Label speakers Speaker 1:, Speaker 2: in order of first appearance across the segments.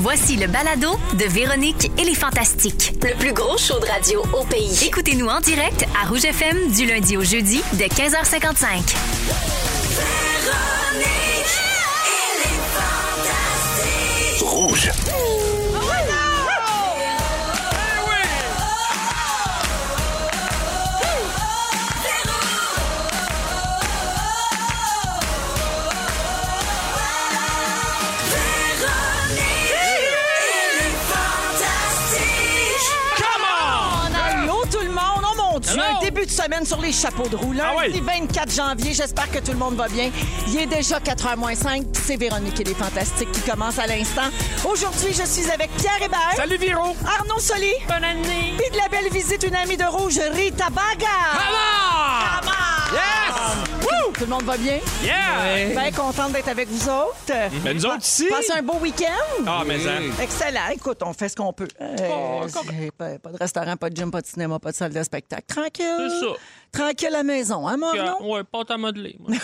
Speaker 1: Voici le balado de Véronique et les Fantastiques. Le plus gros show de radio au pays. Écoutez-nous en direct à Rouge FM du lundi au jeudi de 15h55.
Speaker 2: Allô tout le monde, oh mon Dieu,
Speaker 3: Hello.
Speaker 2: début de semaine sur les chapeaux de roue.
Speaker 3: Ah oui.
Speaker 2: Lundi 24 janvier, j'espère que tout le monde va bien. Il est déjà 4h moins 5, c'est Véronique et les Fantastiques qui commence à l'instant. Aujourd'hui, je suis avec Pierre Hébert.
Speaker 3: Salut Viro!
Speaker 2: Arnaud Soli.
Speaker 3: Bonne année!
Speaker 2: Puis de la belle visite, une amie de rouge, Rita Baga.
Speaker 3: Come
Speaker 2: Come on!
Speaker 3: Yes!
Speaker 2: Tout le monde va bien?
Speaker 3: on! Yeah!
Speaker 2: Bien contente d'être avec vous autres.
Speaker 3: Ben, nous autres ici!
Speaker 2: Passez un beau week-end.
Speaker 3: Ah, mais hein.
Speaker 2: Excellent. Écoute, on fait ce qu'on peut. Euh,
Speaker 3: Oh,
Speaker 2: c'est pas, pas de restaurant, pas de gym, pas de cinéma, pas de salle de spectacle. Tranquille.
Speaker 4: C'est ça.
Speaker 2: Tranquille à la maison, hein, Morneau?
Speaker 4: Ouais, pâte à modeler. moi.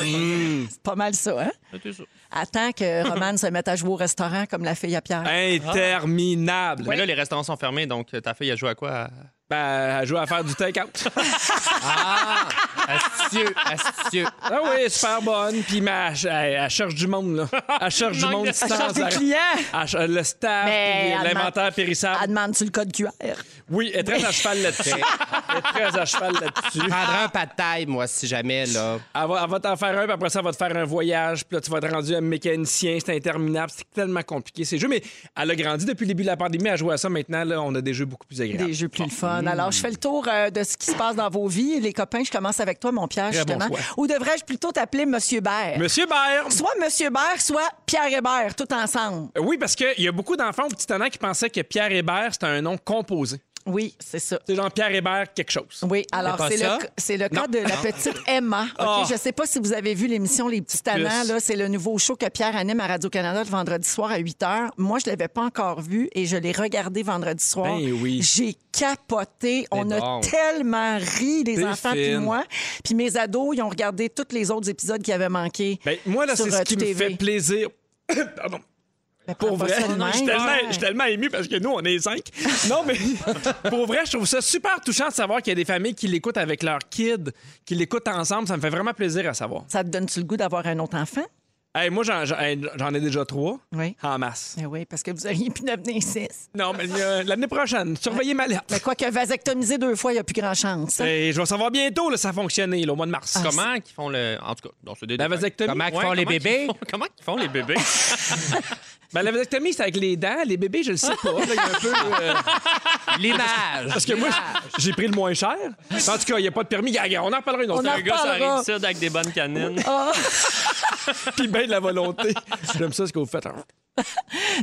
Speaker 2: C'est pas mal ça, hein?
Speaker 4: C'était ça.
Speaker 2: Attends que Romane se mette à jouer au restaurant comme la fille à Pierre.
Speaker 3: Interminable!
Speaker 4: Mais là, les restaurants sont fermés, donc euh, ta fille a joué à quoi? À-
Speaker 3: Ben, elle joue à faire du take-out.
Speaker 5: Astucieux, astucieux.
Speaker 3: ah oui, super bonne. Puis, ma, elle, elle cherche du monde, là. Elle cherche du monde sans
Speaker 2: Elle cherche des
Speaker 3: arrêt.
Speaker 2: clients.
Speaker 3: Elle cherche le staff,
Speaker 2: Ah. Mais
Speaker 3: puis
Speaker 2: elle
Speaker 3: l'inventaire
Speaker 2: demande- Elle
Speaker 3: périssable.
Speaker 2: demande-tu le code QR?
Speaker 3: Oui, elle est très à cheval là-dessus. elle est très à cheval là-dessus.
Speaker 5: Prendrai un pas de taille, moi, si jamais, là.
Speaker 3: Elle va, elle va t'en faire un, puis après ça, elle va te faire un voyage, puis là, tu vas te rendre un mécanicien, c'est interminable, c'est tellement compliqué ces jeux. Mais elle a grandi depuis le début de la pandémie, elle joue à ça maintenant, là, on a des jeux beaucoup plus agréables.
Speaker 2: Des jeux plus le fun. Alors, je fais le tour euh, de ce qui se passe dans vos vies. Les copains, je commence avec toi, mon Pierre,
Speaker 3: Très bon
Speaker 2: justement.
Speaker 3: choix.
Speaker 2: Ou devrais-je plutôt t'appeler Monsieur Baird?
Speaker 3: Monsieur Baird!
Speaker 2: Soit Monsieur Baird, soit Pierre Hébert, tout ensemble.
Speaker 3: Euh, Oui, parce qu'il y a beaucoup d'enfants au petit Anna qui pensaient que Pierre Hébert, c'était un nom composé.
Speaker 2: Oui, c'est ça.
Speaker 3: C'est genre Pierre Hébert quelque chose.
Speaker 2: Oui, alors
Speaker 5: pas
Speaker 2: c'est le,
Speaker 5: ça?
Speaker 2: c'est le cas de la petite Emma. OK,
Speaker 3: Ah.
Speaker 2: Je ne sais pas si vous avez vu l'émission Les Petits Talents.
Speaker 3: puce.
Speaker 2: là, C'est le nouveau show que Pierre anime à Radio-Canada le vendredi soir à 8 h. Moi, je ne l'avais pas encore vu et je l'ai regardé vendredi soir.
Speaker 3: Ben oui.
Speaker 2: J'ai capoté. On a
Speaker 5: bon.
Speaker 2: tellement ri, les
Speaker 3: T'es
Speaker 2: enfants puis
Speaker 3: fine.
Speaker 2: moi. Puis mes ados, ils ont regardé tous les autres épisodes qui avaient manqué.
Speaker 3: Ben, moi, là,
Speaker 2: sur,
Speaker 3: c'est
Speaker 2: euh,
Speaker 3: ce qui me
Speaker 2: TV.
Speaker 3: fait plaisir. Pardon.
Speaker 2: Ben, prends
Speaker 3: Pour
Speaker 2: pas
Speaker 3: vrai,
Speaker 2: ça de
Speaker 3: je suis
Speaker 2: même.
Speaker 3: tellement, je suis tellement ému parce que nous, on est cinq. Non, mais pour vrai, je trouve ça super touchant de savoir qu'il y a des familles qui l'écoutent avec leurs kids, qui l'écoutent ensemble. Ça me fait vraiment plaisir à savoir.
Speaker 2: Ça te donne-tu le goût d'avoir un autre enfant?
Speaker 3: Hey, moi, j'en, j'en- hey, j'en ai déjà trois
Speaker 2: Oui.
Speaker 3: en masse.
Speaker 2: Ben oui, parce que vous auriez pu devenir six.
Speaker 3: Non, mais euh, l'année prochaine, surveillez ma lettre.
Speaker 2: Mais quoique vasectomiser deux fois, il n'y a plus grand chance. hein?
Speaker 3: Et je vais savoir bientôt, là, ça a fonctionné, là, au mois de
Speaker 2: Ah,
Speaker 3: mars.
Speaker 4: Comment qu'ils font le. En tout cas, non, c'est des
Speaker 3: La
Speaker 4: détails.
Speaker 3: vasectomie?
Speaker 4: Ouais,
Speaker 5: Comment qu'ils font les
Speaker 4: qu'ils
Speaker 5: bébés?
Speaker 4: font- Comment qu'ils font les bébés?
Speaker 3: Ben, la vasectomie, c'est avec les dents. Les bébés, je le sais pas. là, il y a un peu, euh,
Speaker 5: L'image.
Speaker 3: Parce que moi, j'ai pris le moins cher. En tout cas, il n'y a pas de permis. Gars, gars, On en reparlera une autre
Speaker 2: On en
Speaker 3: fois.
Speaker 4: Un gars, ça
Speaker 2: reparlera. Oh. Ah.
Speaker 4: arrive ça avec des bonnes canines.
Speaker 3: Puis ben de la volonté. J'aime ça ce que vous faites. hein.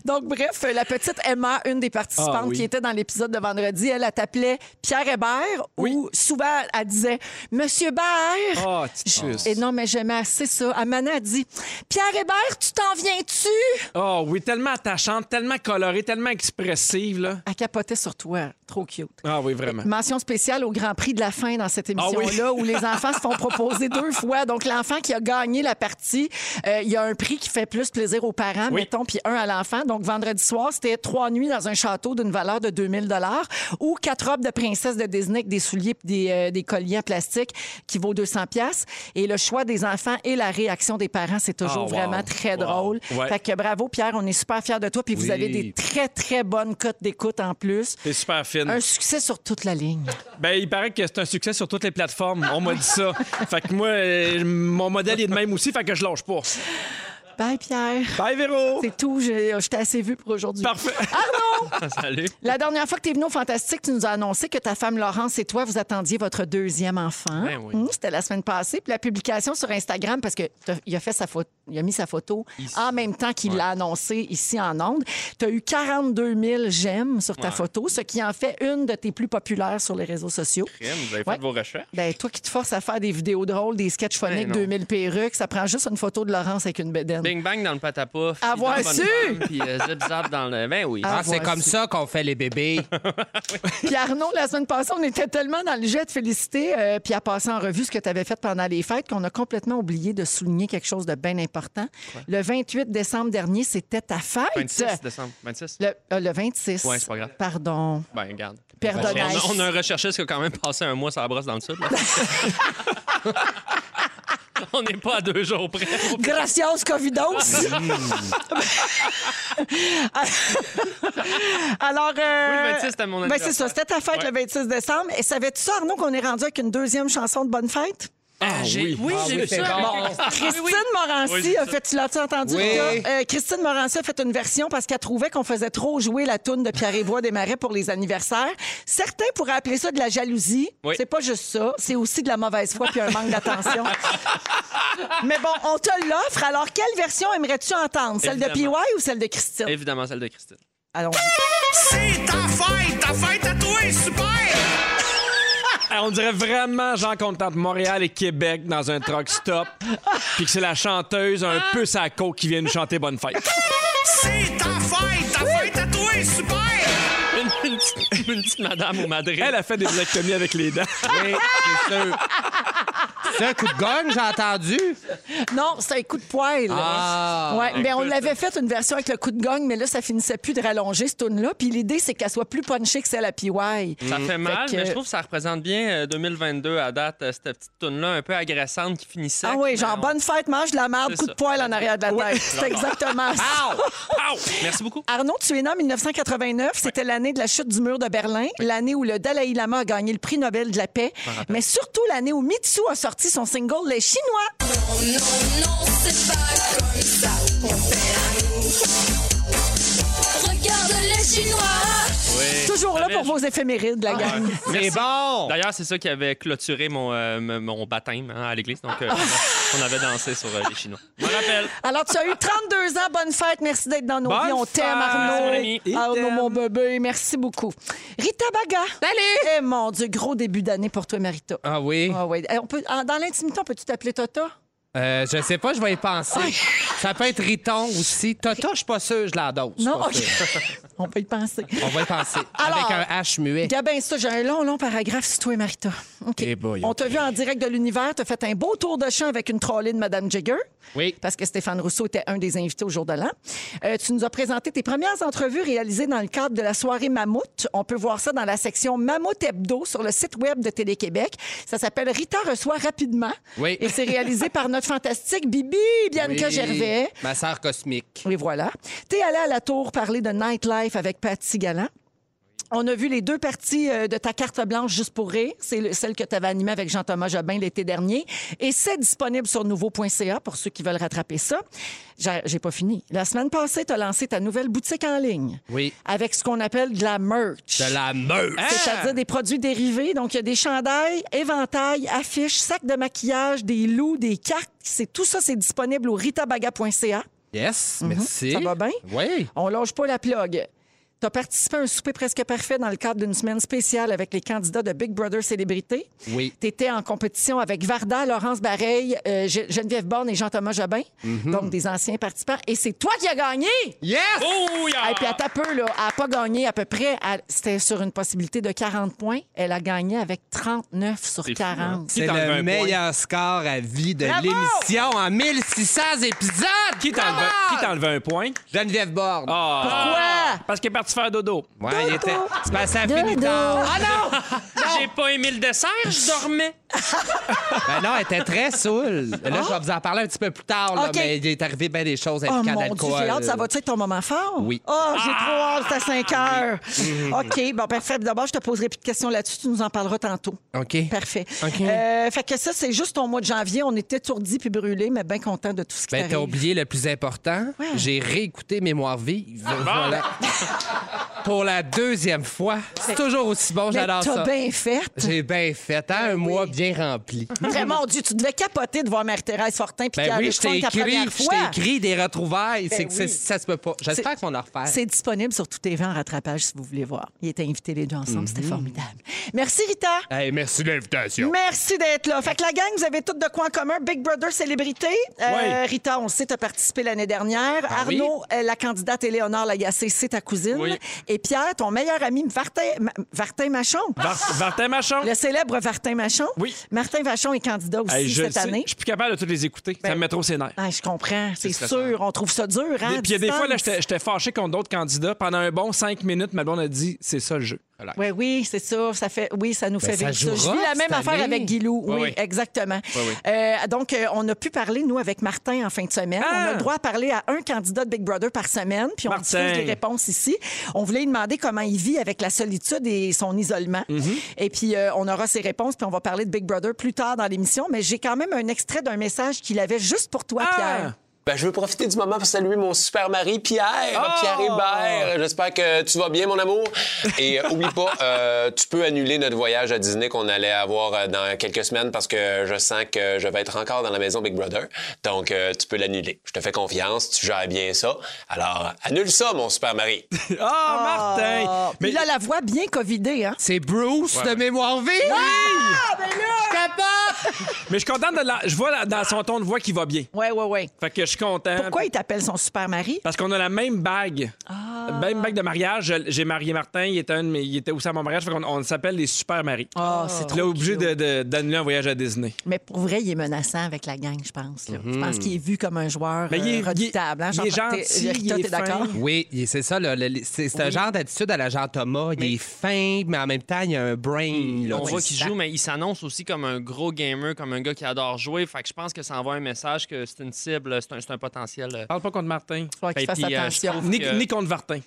Speaker 2: Donc, bref, euh, la petite Emma, une des participantes
Speaker 3: Ah oui.
Speaker 2: qui était dans l'épisode de vendredi, elle, elle t'appelait Pierre Hébert ou souvent elle disait Monsieur Hébert.
Speaker 3: Ah, Titus.
Speaker 2: Et non, mais j'aimais assez ça. Amana a dit Pierre Hébert, tu t'en viens-tu?
Speaker 3: Oh oui, tellement attachante, tellement colorée, tellement expressive. Là.
Speaker 2: Elle capotait sur toi. Trop cute.
Speaker 3: Ah oui, vraiment.
Speaker 2: Mention spéciale au Grand Prix de la fin dans cette émission-là,
Speaker 3: Ah
Speaker 2: où les enfants se font proposer deux fois. Donc, l'enfant qui a gagné la partie, euh, il y a un prix qui fait plus plaisir aux parents,
Speaker 3: Oui.
Speaker 2: mettons, puis un à l'enfant. Donc, vendredi soir, c'était trois nuits dans un château d'une valeur de 2000 dollars ou quatre robes de princesse de Disney, avec des souliers, puis des, euh, des colliers en plastique qui vaut 200 pièces. Et le choix des enfants et la réaction des parents, c'est toujours
Speaker 3: Ah, wow.
Speaker 2: vraiment très
Speaker 3: Wow.
Speaker 2: drôle.
Speaker 3: Ouais.
Speaker 2: Fait que bravo, Pierre, on est super fiers de toi. Puis vous
Speaker 3: Oui.
Speaker 2: avez des très, très bonnes cotes d'écoute en plus.
Speaker 3: C'est super fine.
Speaker 2: Un succès sur toute la ligne.
Speaker 3: Ben, il paraît que c'est un succès sur toutes les plateformes. On m'a dit ça. fait que moi, euh, mon modèle est de même aussi, fait que je lâche pas.
Speaker 2: Bye, Pierre.
Speaker 3: Bye, Véro!
Speaker 2: C'est tout. J'ai- J'étais assez vue pour aujourd'hui.
Speaker 3: Parfait.
Speaker 4: Salut.
Speaker 2: La dernière fois que tu es venu au Fantastique, tu nous as annoncé que ta femme Laurence et toi, vous attendiez votre deuxième enfant.
Speaker 4: Ben oui.
Speaker 2: Hum, C'était la semaine passée. Puis la publication sur Instagram, parce que t'as- il a, fait sa photo, il a mis sa photo en même temps qu'il l'a annoncé ici en ondes. Tu as eu 42 000 j'aime sur ta photo, ce qui en fait une de tes plus populaires sur les réseaux sociaux.
Speaker 4: Crème, vous avez
Speaker 2: Ouais.
Speaker 4: fait vos recherches.
Speaker 2: Ben, toi qui te forces à faire des vidéos drôles, des sketchs
Speaker 4: Ben
Speaker 2: phoniques,
Speaker 4: non.
Speaker 2: 2000 perruques, ça prend juste une photo de Laurence avec une bédaine.
Speaker 4: Bing bang dans le patapaf. puis
Speaker 2: Avoir
Speaker 4: dans la bonne
Speaker 2: su!
Speaker 4: femme, Puis euh, zip zap dans le. Ben oui.
Speaker 2: Ah,
Speaker 5: Ah, c'est
Speaker 2: voici.
Speaker 5: comme ça qu'on fait les bébés.
Speaker 2: Puis Arnaud, la semaine passée, on était tellement dans le jet de féliciter, euh, puis à passer en revue ce que tu avais fait pendant les fêtes, qu'on a complètement oublié de souligner quelque chose de bien important. Le 28 décembre dernier, c'était ta fête.
Speaker 4: 26 décembre. 26.
Speaker 2: Le, euh, le 26.
Speaker 4: Ouais, c'est pas grave.
Speaker 2: Pardon.
Speaker 4: Ben, regarde.
Speaker 2: Pardonnez.
Speaker 4: On a, on a un recherchiste qui a quand même passé un mois sur la brosse dans le sud. là.
Speaker 2: Ben.
Speaker 4: on n'est pas à deux jours près.
Speaker 2: Gracias, Covidos. Ah. Alors. euh,
Speaker 4: Oui, le 26, c'était mon
Speaker 2: ben, c'est ça,
Speaker 4: anniversaire.
Speaker 2: c'était ta fête
Speaker 4: Ouais.
Speaker 2: le 26 décembre. Et savais-tu ça, Arnaud, qu'on est rendu avec une deuxième chanson de Bonne Fête?
Speaker 4: Ah, oui.
Speaker 5: j'ai vu ça.
Speaker 2: Christine Morancy
Speaker 4: Ah, Oui, j'ai
Speaker 2: a
Speaker 4: ça.
Speaker 2: fait, tu l'as-tu entendu?
Speaker 5: Oui.
Speaker 2: Rita? Euh, Christine Morancy a fait une version parce qu'elle trouvait qu'on faisait trop jouer la toune de Pierre Évoix des Marais pour les anniversaires. Certains pourraient appeler ça de la jalousie.
Speaker 4: Oui.
Speaker 2: C'est pas juste ça, c'est aussi de la mauvaise foi puis un manque d'attention. Mais bon, on te l'offre. Alors, quelle version aimerais-tu entendre? Celle
Speaker 4: Évidemment.
Speaker 2: de PY ou celle de Christine?
Speaker 4: Évidemment, celle de Christine.
Speaker 2: Allons-y.
Speaker 6: C'est ta fête, ta fête à toi, super!
Speaker 3: Ah, On dirait vraiment Jean Contente Montréal et Québec dans un truck stop. Puis que c'est la chanteuse un peu sa coke qui vient nous chanter Bonne fête.
Speaker 6: C'est ta fête, ta fête à toi, super!
Speaker 4: Une, une petite, une petite madame au Madrid.
Speaker 3: Elle a fait des blagues avec les dents.
Speaker 5: Oui, c'est sûr. C'est un coup de gogne, j'ai entendu.
Speaker 2: Non, c'est un coup de poil.
Speaker 5: Ah.
Speaker 2: ouais, mais on l'avait fait une version avec le coup de gogne, mais là, ça finissait plus de rallonger cette tune là Puis l'idée, c'est qu'elle soit plus punchée que celle à PY.
Speaker 5: Mm.
Speaker 4: Ça fait mal,
Speaker 2: Fait que-
Speaker 4: mais je trouve que ça représente bien euh, 2022 à date, euh, cette petite tune-là un peu agressante qui finissait.
Speaker 2: Ah oui,
Speaker 4: Mais
Speaker 2: genre
Speaker 4: on-
Speaker 2: bonne fête, mange de la merde,
Speaker 4: C'est
Speaker 2: coup de
Speaker 4: ça.
Speaker 2: poil en arrière de la tête. C'est exactement ça.
Speaker 4: Pow! Pow! Merci beaucoup.
Speaker 2: Arnaud, tu es né en 1989. C'était l'année de la chute du mur de Berlin, l'année où le Dalai Lama a gagné le prix Nobel de la paix, mais surtout l'année où Mitsu a sorti son single Les Chinois.
Speaker 7: Regarde les Chinois.
Speaker 2: Toujours là
Speaker 4: J'avais-
Speaker 2: pour vos éphémérides,
Speaker 3: Ah.
Speaker 2: la gang.
Speaker 5: C'est bon.
Speaker 4: D'ailleurs, c'est ça qui avait clôturé mon, euh, m- mon baptême hein, à l'église. Donc, euh,
Speaker 2: Ah.
Speaker 4: on avait dansé sur euh, les Chinois. Je me rappelle.
Speaker 2: Alors, tu as eu 32 ans. Bonne fête. Merci d'être dans nos
Speaker 3: Bonne
Speaker 2: vies. On t'aime,
Speaker 3: fête,
Speaker 2: Arnaud.
Speaker 3: mon ami. Il
Speaker 2: Arnaud,
Speaker 3: t'aime.
Speaker 2: mon bébé. Merci beaucoup. Rita Baga. Salut. Eh mon Dieu, gros début d'année pour toi, Marita.
Speaker 5: Ah oui.
Speaker 2: Ah ouais. Eh, on peut, en- dans l'intimité, on peut-tu t'appeler Tota?
Speaker 5: Euh, je sais pas, je vais y penser. Ça peut être Riton aussi. Tata, je suis pas sûr, je l'endosse. Je suis
Speaker 2: Non?
Speaker 5: pas
Speaker 2: OK.
Speaker 5: sûr.
Speaker 2: on peut y penser.
Speaker 5: On va y penser.
Speaker 2: Alors-
Speaker 5: Avec un H muet.
Speaker 2: Gabin, ça, j'ai un long, long paragraphe sur toi et Marita. OK.
Speaker 5: Eh boy,
Speaker 2: On t'a vu en direct de l'univers, t'as fait un beau tour de chant avec une trolley de Madame Jagger.
Speaker 5: Oui.
Speaker 2: Parce que Stéphane Rousseau était un des invités au jour de l'an. Euh, tu nous as présenté tes premières entrevues réalisées dans le cadre de la soirée Mammouth. On peut voir ça dans la section Mammouth Hebdo sur le site web de Télé-Québec. Ça s'appelle Rita reçoit rapidement.
Speaker 5: Oui.
Speaker 2: Et c'est réalisé par notre fantastique Bibi, Bianca
Speaker 5: Oui.
Speaker 2: Gervais.
Speaker 5: Ma sœur cosmique.
Speaker 2: Et voilà. T'es allé à la tour parler de nightlife avec Patty Galland. On a vu les deux parties euh, de ta carte blanche juste pour rire. C'est le- celle que tu avais animée avec Jean-Thomas Jobin l'été dernier. Et c'est disponible sur nouveau.ca pour ceux qui veulent rattraper ça. J'ai j'ai pas fini. La semaine passée, tu as lancé ta nouvelle boutique en ligne.
Speaker 5: Oui.
Speaker 2: Avec ce qu'on appelle de la merch.
Speaker 5: De la meute.
Speaker 2: C'est-à-dire des produits dérivés. Donc, il y a des chandails, éventails, affiches, sacs de maquillage, des loups, des cartes. C'est Tout ça, c'est disponible au ritabaga.ca.
Speaker 5: Yes, merci.
Speaker 2: Mhm. Ça va bien?
Speaker 5: Oui.
Speaker 2: On lâche pas la plug. Tu as participé à un souper presque parfait dans le cadre d'une semaine spéciale avec les candidats de Big Brother Célébrité.
Speaker 5: Oui.
Speaker 2: Tu étais en compétition avec Varda, Laurence Bareil, euh, Ge- Geneviève Borne et Jean-Thomas Jobin, donc des anciens participants. Et c'est toi qui as gagné!
Speaker 5: Mhm. Yes!
Speaker 4: Oh, yeah!
Speaker 2: Et puis, à ta peu, là, elle n'a pas gagné à peu près. Elle- C'était sur une possibilité de 40 points. Elle a gagné avec 39 sur
Speaker 4: C'est fou, hein.
Speaker 2: 40.
Speaker 3: Qui
Speaker 5: C'est
Speaker 3: t'enlève un
Speaker 5: le
Speaker 3: point?
Speaker 5: meilleur score à vie de
Speaker 2: Bravo!
Speaker 5: l'émission en 1600 épisodes.
Speaker 3: Qui
Speaker 5: Come
Speaker 3: t'enlevait
Speaker 5: on!
Speaker 3: qui t'enlevait un point?
Speaker 5: Geneviève Borne.
Speaker 3: Ah!
Speaker 2: Pourquoi?
Speaker 3: Parce qu'il est parti faire dodo.
Speaker 5: Ben, Ouais, il était. C'est parce que ça finit
Speaker 2: Dodo.
Speaker 5: tard. Ah non!
Speaker 4: j'ai pas aimé le dessert, je dormais.
Speaker 5: Ben non, elle était très saoule. Là, je vais vous en parler un petit peu plus tard, là,
Speaker 2: OK.
Speaker 5: mais il est arrivé bien des choses avec
Speaker 2: Oh
Speaker 5: le
Speaker 2: mon
Speaker 5: Canal
Speaker 2: Dieu, j'ai hâte, ça va-tu être ton moment fort?
Speaker 5: Oui.
Speaker 2: Oh, j'ai trop hâte, c'est à 5 heures. OK, bon, parfait. D'abord, je te poserai plus de questions là-dessus, tu nous en parleras tantôt.
Speaker 5: OK.
Speaker 2: Parfait.
Speaker 5: OK.
Speaker 2: Euh, fait que ça, c'est juste ton mois de janvier. On était étourdis puis brûlés, mais bien contents de tout ce qui
Speaker 5: Ben,
Speaker 2: t'arrive.
Speaker 5: t'as oublié le plus important.
Speaker 2: Ouais.
Speaker 5: J'ai réécouté Mémoire vive. Voilà. Pour la deuxième fois. C'est toujours aussi bon,
Speaker 2: Mais
Speaker 5: j'adore
Speaker 2: t'as
Speaker 5: ça.
Speaker 2: bien fait.
Speaker 5: J'ai bien fait. hein, un mois bien rempli.
Speaker 2: Vraiment, mon Dieu, tu devais capoter de voir Marie-Thérèse Fortin puis
Speaker 5: Ben
Speaker 2: Pierre
Speaker 5: oui, je
Speaker 2: Luchon
Speaker 5: t'ai
Speaker 2: ta
Speaker 5: écrit,
Speaker 2: première
Speaker 5: je
Speaker 2: fois. Ben
Speaker 5: t'ai écrit des retrouvailles. c'est que
Speaker 2: oui.
Speaker 5: c'est- ça se peut pas. J'espère qu'on en refaire.
Speaker 2: C'est disponible sur Tout TV en rattrapage si vous voulez voir. Ils étaient invités les deux ensemble,
Speaker 5: Mhm.
Speaker 2: c'était formidable. Merci Rita.
Speaker 5: Hey, merci de l'invitation.
Speaker 2: Merci d'être là. Fait que la gang, vous avez toutes de quoi en commun. Big Brother Célébrité. Euh, Rita, on le sait, t'as participé l'année dernière.
Speaker 5: Ah oui.
Speaker 2: Arnaud, euh, la candidate Éléonore Lagacé, c'est ta cousine.
Speaker 4: Oui.
Speaker 2: Et Pierre, ton meilleur ami, Martin, Martin Machon.
Speaker 3: Var- Vartin Machon.
Speaker 2: Le célèbre Martin Machon.
Speaker 3: Oui.
Speaker 2: Martin Machon est candidat aussi
Speaker 3: Hey, je le
Speaker 2: cette
Speaker 3: sais,
Speaker 2: année.
Speaker 3: Je suis plus capable de tous les écouter. ça me met trop ses nerfs.
Speaker 2: Ah, je comprends, c'est
Speaker 4: stressant.
Speaker 2: sûr. On trouve ça dur, hein?
Speaker 3: Puis il y a des
Speaker 2: à
Speaker 3: fois, là,
Speaker 2: distance.
Speaker 3: j'étais j'étais fâché contre d'autres candidats. Pendant un bon cinq minutes, ma blonde a dit c'est ça le jeu. Voilà.
Speaker 2: Oui, oui, c'est ça. Ça fait, oui, ça nous
Speaker 5: Ben,
Speaker 2: fait
Speaker 5: ça
Speaker 2: vivre ça. Je
Speaker 5: jouera
Speaker 2: vis la
Speaker 5: cette
Speaker 2: même affaire
Speaker 5: année.
Speaker 2: avec Guilou. Oui,
Speaker 4: Oui, oui.
Speaker 2: exactement.
Speaker 4: Oui, oui.
Speaker 2: Euh, donc, euh, on a pu parler, nous, avec Martin en fin de semaine. On
Speaker 5: Ah!
Speaker 2: a le droit à parler à un candidat de Big Brother par semaine, puis on
Speaker 3: Martin.
Speaker 2: diffuse les réponses ici. On voulait lui demander comment il vit avec la solitude et son isolement.
Speaker 5: Mm-hmm.
Speaker 2: Et puis, euh, on aura ses réponses, puis on va parler de Big Brother plus tard dans l'émission. Mais j'ai quand même un extrait d'un message qu'il avait juste pour toi,
Speaker 3: Ah!
Speaker 2: Pierre.
Speaker 8: Ben, je veux profiter du moment pour saluer mon super mari Pierre,
Speaker 9: Oh!
Speaker 8: Pierre Hébert. J'espère que tu vas bien, mon amour. Et euh, oublie pas, euh, tu peux annuler notre voyage à Disney qu'on allait avoir euh, dans quelques semaines parce que je sens que je vais être encore dans la maison Big Brother. Donc, euh, tu peux l'annuler. Je te fais confiance, tu gères bien ça. Alors, annule ça, mon super mari.
Speaker 3: Ah, Martin!
Speaker 2: Mais il a la voix bien covidée, hein? Ah, ben
Speaker 5: C'est Bruce de Mémoire vive. Je capote.
Speaker 3: Mais je suis content de la. Je vois la- dans son ton de voix qu'il va bien.
Speaker 2: Oui, oui, oui.
Speaker 3: Fait que je suis content.
Speaker 2: Pourquoi il t'appelle son super mari? Ah.
Speaker 3: Parce qu'on a la même bague. La Même bague de mariage. Je- J'ai marié Martin, il était, un de mes- il était aussi à mon mariage. Fait qu'on on s'appelle les super maris.
Speaker 2: Ah, c'est trop
Speaker 3: Là, obligé de- de- d'annuler un voyage à Disney.
Speaker 2: Mais pour vrai, il est menaçant avec la gang, je pense. là. Je pense qu'il est vu comme un joueur
Speaker 3: Mhm. Mais il est-
Speaker 2: euh, redoutable. hein,
Speaker 3: il est- il est
Speaker 2: Jean- t'es-
Speaker 3: gentil,
Speaker 2: Rita,
Speaker 3: il est
Speaker 2: t'es d'accord?
Speaker 3: fin.
Speaker 5: Oui, et c'est ça. là, le- le- c'est c'est un genre d'attitude à la Jean Thomas. Il est fin, mais en même temps, il a un brain. là,
Speaker 4: On
Speaker 5: tu
Speaker 4: voit
Speaker 5: sais,
Speaker 4: qu'il
Speaker 5: ça.
Speaker 2: Hein?
Speaker 4: joue, mais il s'annonce aussi comme un gros gamer, comme un gars qui adore jouer. Fait que je pense que ça envoie un message que c'est une cible, c'est un, c'est un potentiel. euh,
Speaker 3: Parle pas contre Martin.
Speaker 2: Faut qu'il
Speaker 4: Et
Speaker 2: fasse
Speaker 4: puis, euh, je
Speaker 2: attention.
Speaker 4: trouve
Speaker 3: Ni,
Speaker 4: que-
Speaker 3: ni contre Martin.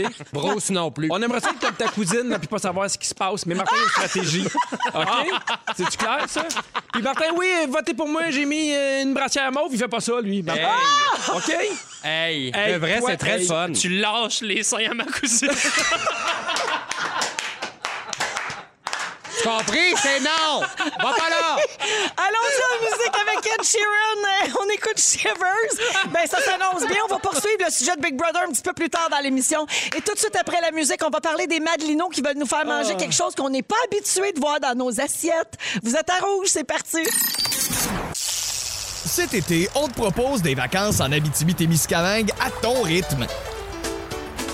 Speaker 3: OK?
Speaker 5: Bruce non plus.
Speaker 3: On aimerait ça être comme ta cousine, là, puis pas savoir ce qui se passe, mais Martin a une stratégie. OK? C'est-tu clair, ça? Puis Martin, oui, euh, votez pour moi, j'ai mis euh, une brassière mauve, il fait pas ça, lui. Martin. OK?
Speaker 4: Hey!
Speaker 3: Hey,
Speaker 5: le vrai,
Speaker 3: toi,
Speaker 5: c'est très
Speaker 3: hey,
Speaker 5: fun.
Speaker 4: Tu lâches les seins à ma cousine.
Speaker 5: Tu compris? C'est non! Va pas là!
Speaker 2: Allons-y en musique avec Ed Sheeran. On écoute Shivers. Ben, ça s'annonce bien. On va poursuivre le sujet de Big Brother un petit peu plus tard dans l'émission. Et tout de suite après la musique, on va parler des Madelinos qui veulent nous faire
Speaker 3: Ah.
Speaker 2: manger quelque chose qu'on n'est pas habitué de voir dans nos assiettes. Vous êtes à rouge, c'est parti.
Speaker 10: Cet été, on te propose des vacances en Abitibi-Témiscamingue à ton rythme.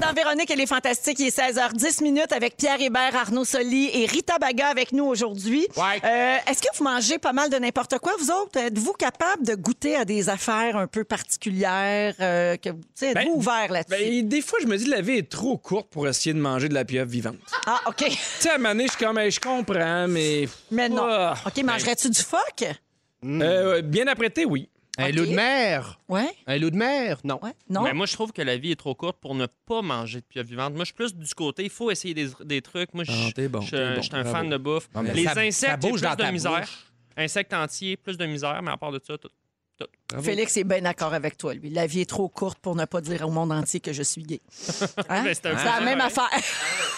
Speaker 2: Dans Véronique, elle est fantastique. Il est 16h10 minutes avec Pierre Hébert, Arnaud Soli et Rita Baga avec nous aujourd'hui.
Speaker 5: Ouais.
Speaker 2: Euh, Est-ce que vous mangez pas mal de n'importe quoi, vous autres? Êtes-vous capable de goûter à des affaires un peu particulières? euh, que, vous- tu sais,
Speaker 3: Ben,
Speaker 2: êtes-vous ouvert là-dessus?
Speaker 3: Ben, des fois, je me dis la vie est trop courte pour essayer de manger de la pieuvre vivante. Tu
Speaker 2: ah, OK.
Speaker 3: sais, à un moment donné, je suis comme, Hey, je comprends, mais.
Speaker 2: Mais Ben, non.
Speaker 3: Ah.
Speaker 2: OK, mangerais-tu du phoque?
Speaker 3: Euh, bien apprêté, oui.
Speaker 5: Hmm. Un loup de mer!
Speaker 2: Ouais.
Speaker 5: Un loup de mer! Non.
Speaker 2: Ouais. Non?
Speaker 4: Ben, moi, je trouve que la vie est trop courte pour ne pas manger de pieuvre vivante. Moi, je suis plus du côté, il faut essayer des, des trucs. Moi, je
Speaker 3: Ah, t'es bon,
Speaker 4: je-
Speaker 3: t'es bon,
Speaker 4: je suis un
Speaker 3: bravo.
Speaker 4: fan de bouffe.
Speaker 5: Ah, mais
Speaker 4: Les
Speaker 5: ça- ça
Speaker 4: insectes, j'ai
Speaker 5: bouge
Speaker 4: plus
Speaker 5: dans ta
Speaker 4: de misère.
Speaker 5: bouche.
Speaker 4: Insectes entiers, plus de misère, mais à part de ça, tout.
Speaker 2: Félix est bien d'accord avec toi, lui. La vie est trop courte pour ne pas dire au monde entier que je suis gay.
Speaker 4: Ben,
Speaker 2: Hein? C'est
Speaker 4: c'est un peu
Speaker 2: la
Speaker 4: ça,
Speaker 2: même
Speaker 4: ouais.
Speaker 2: affaire.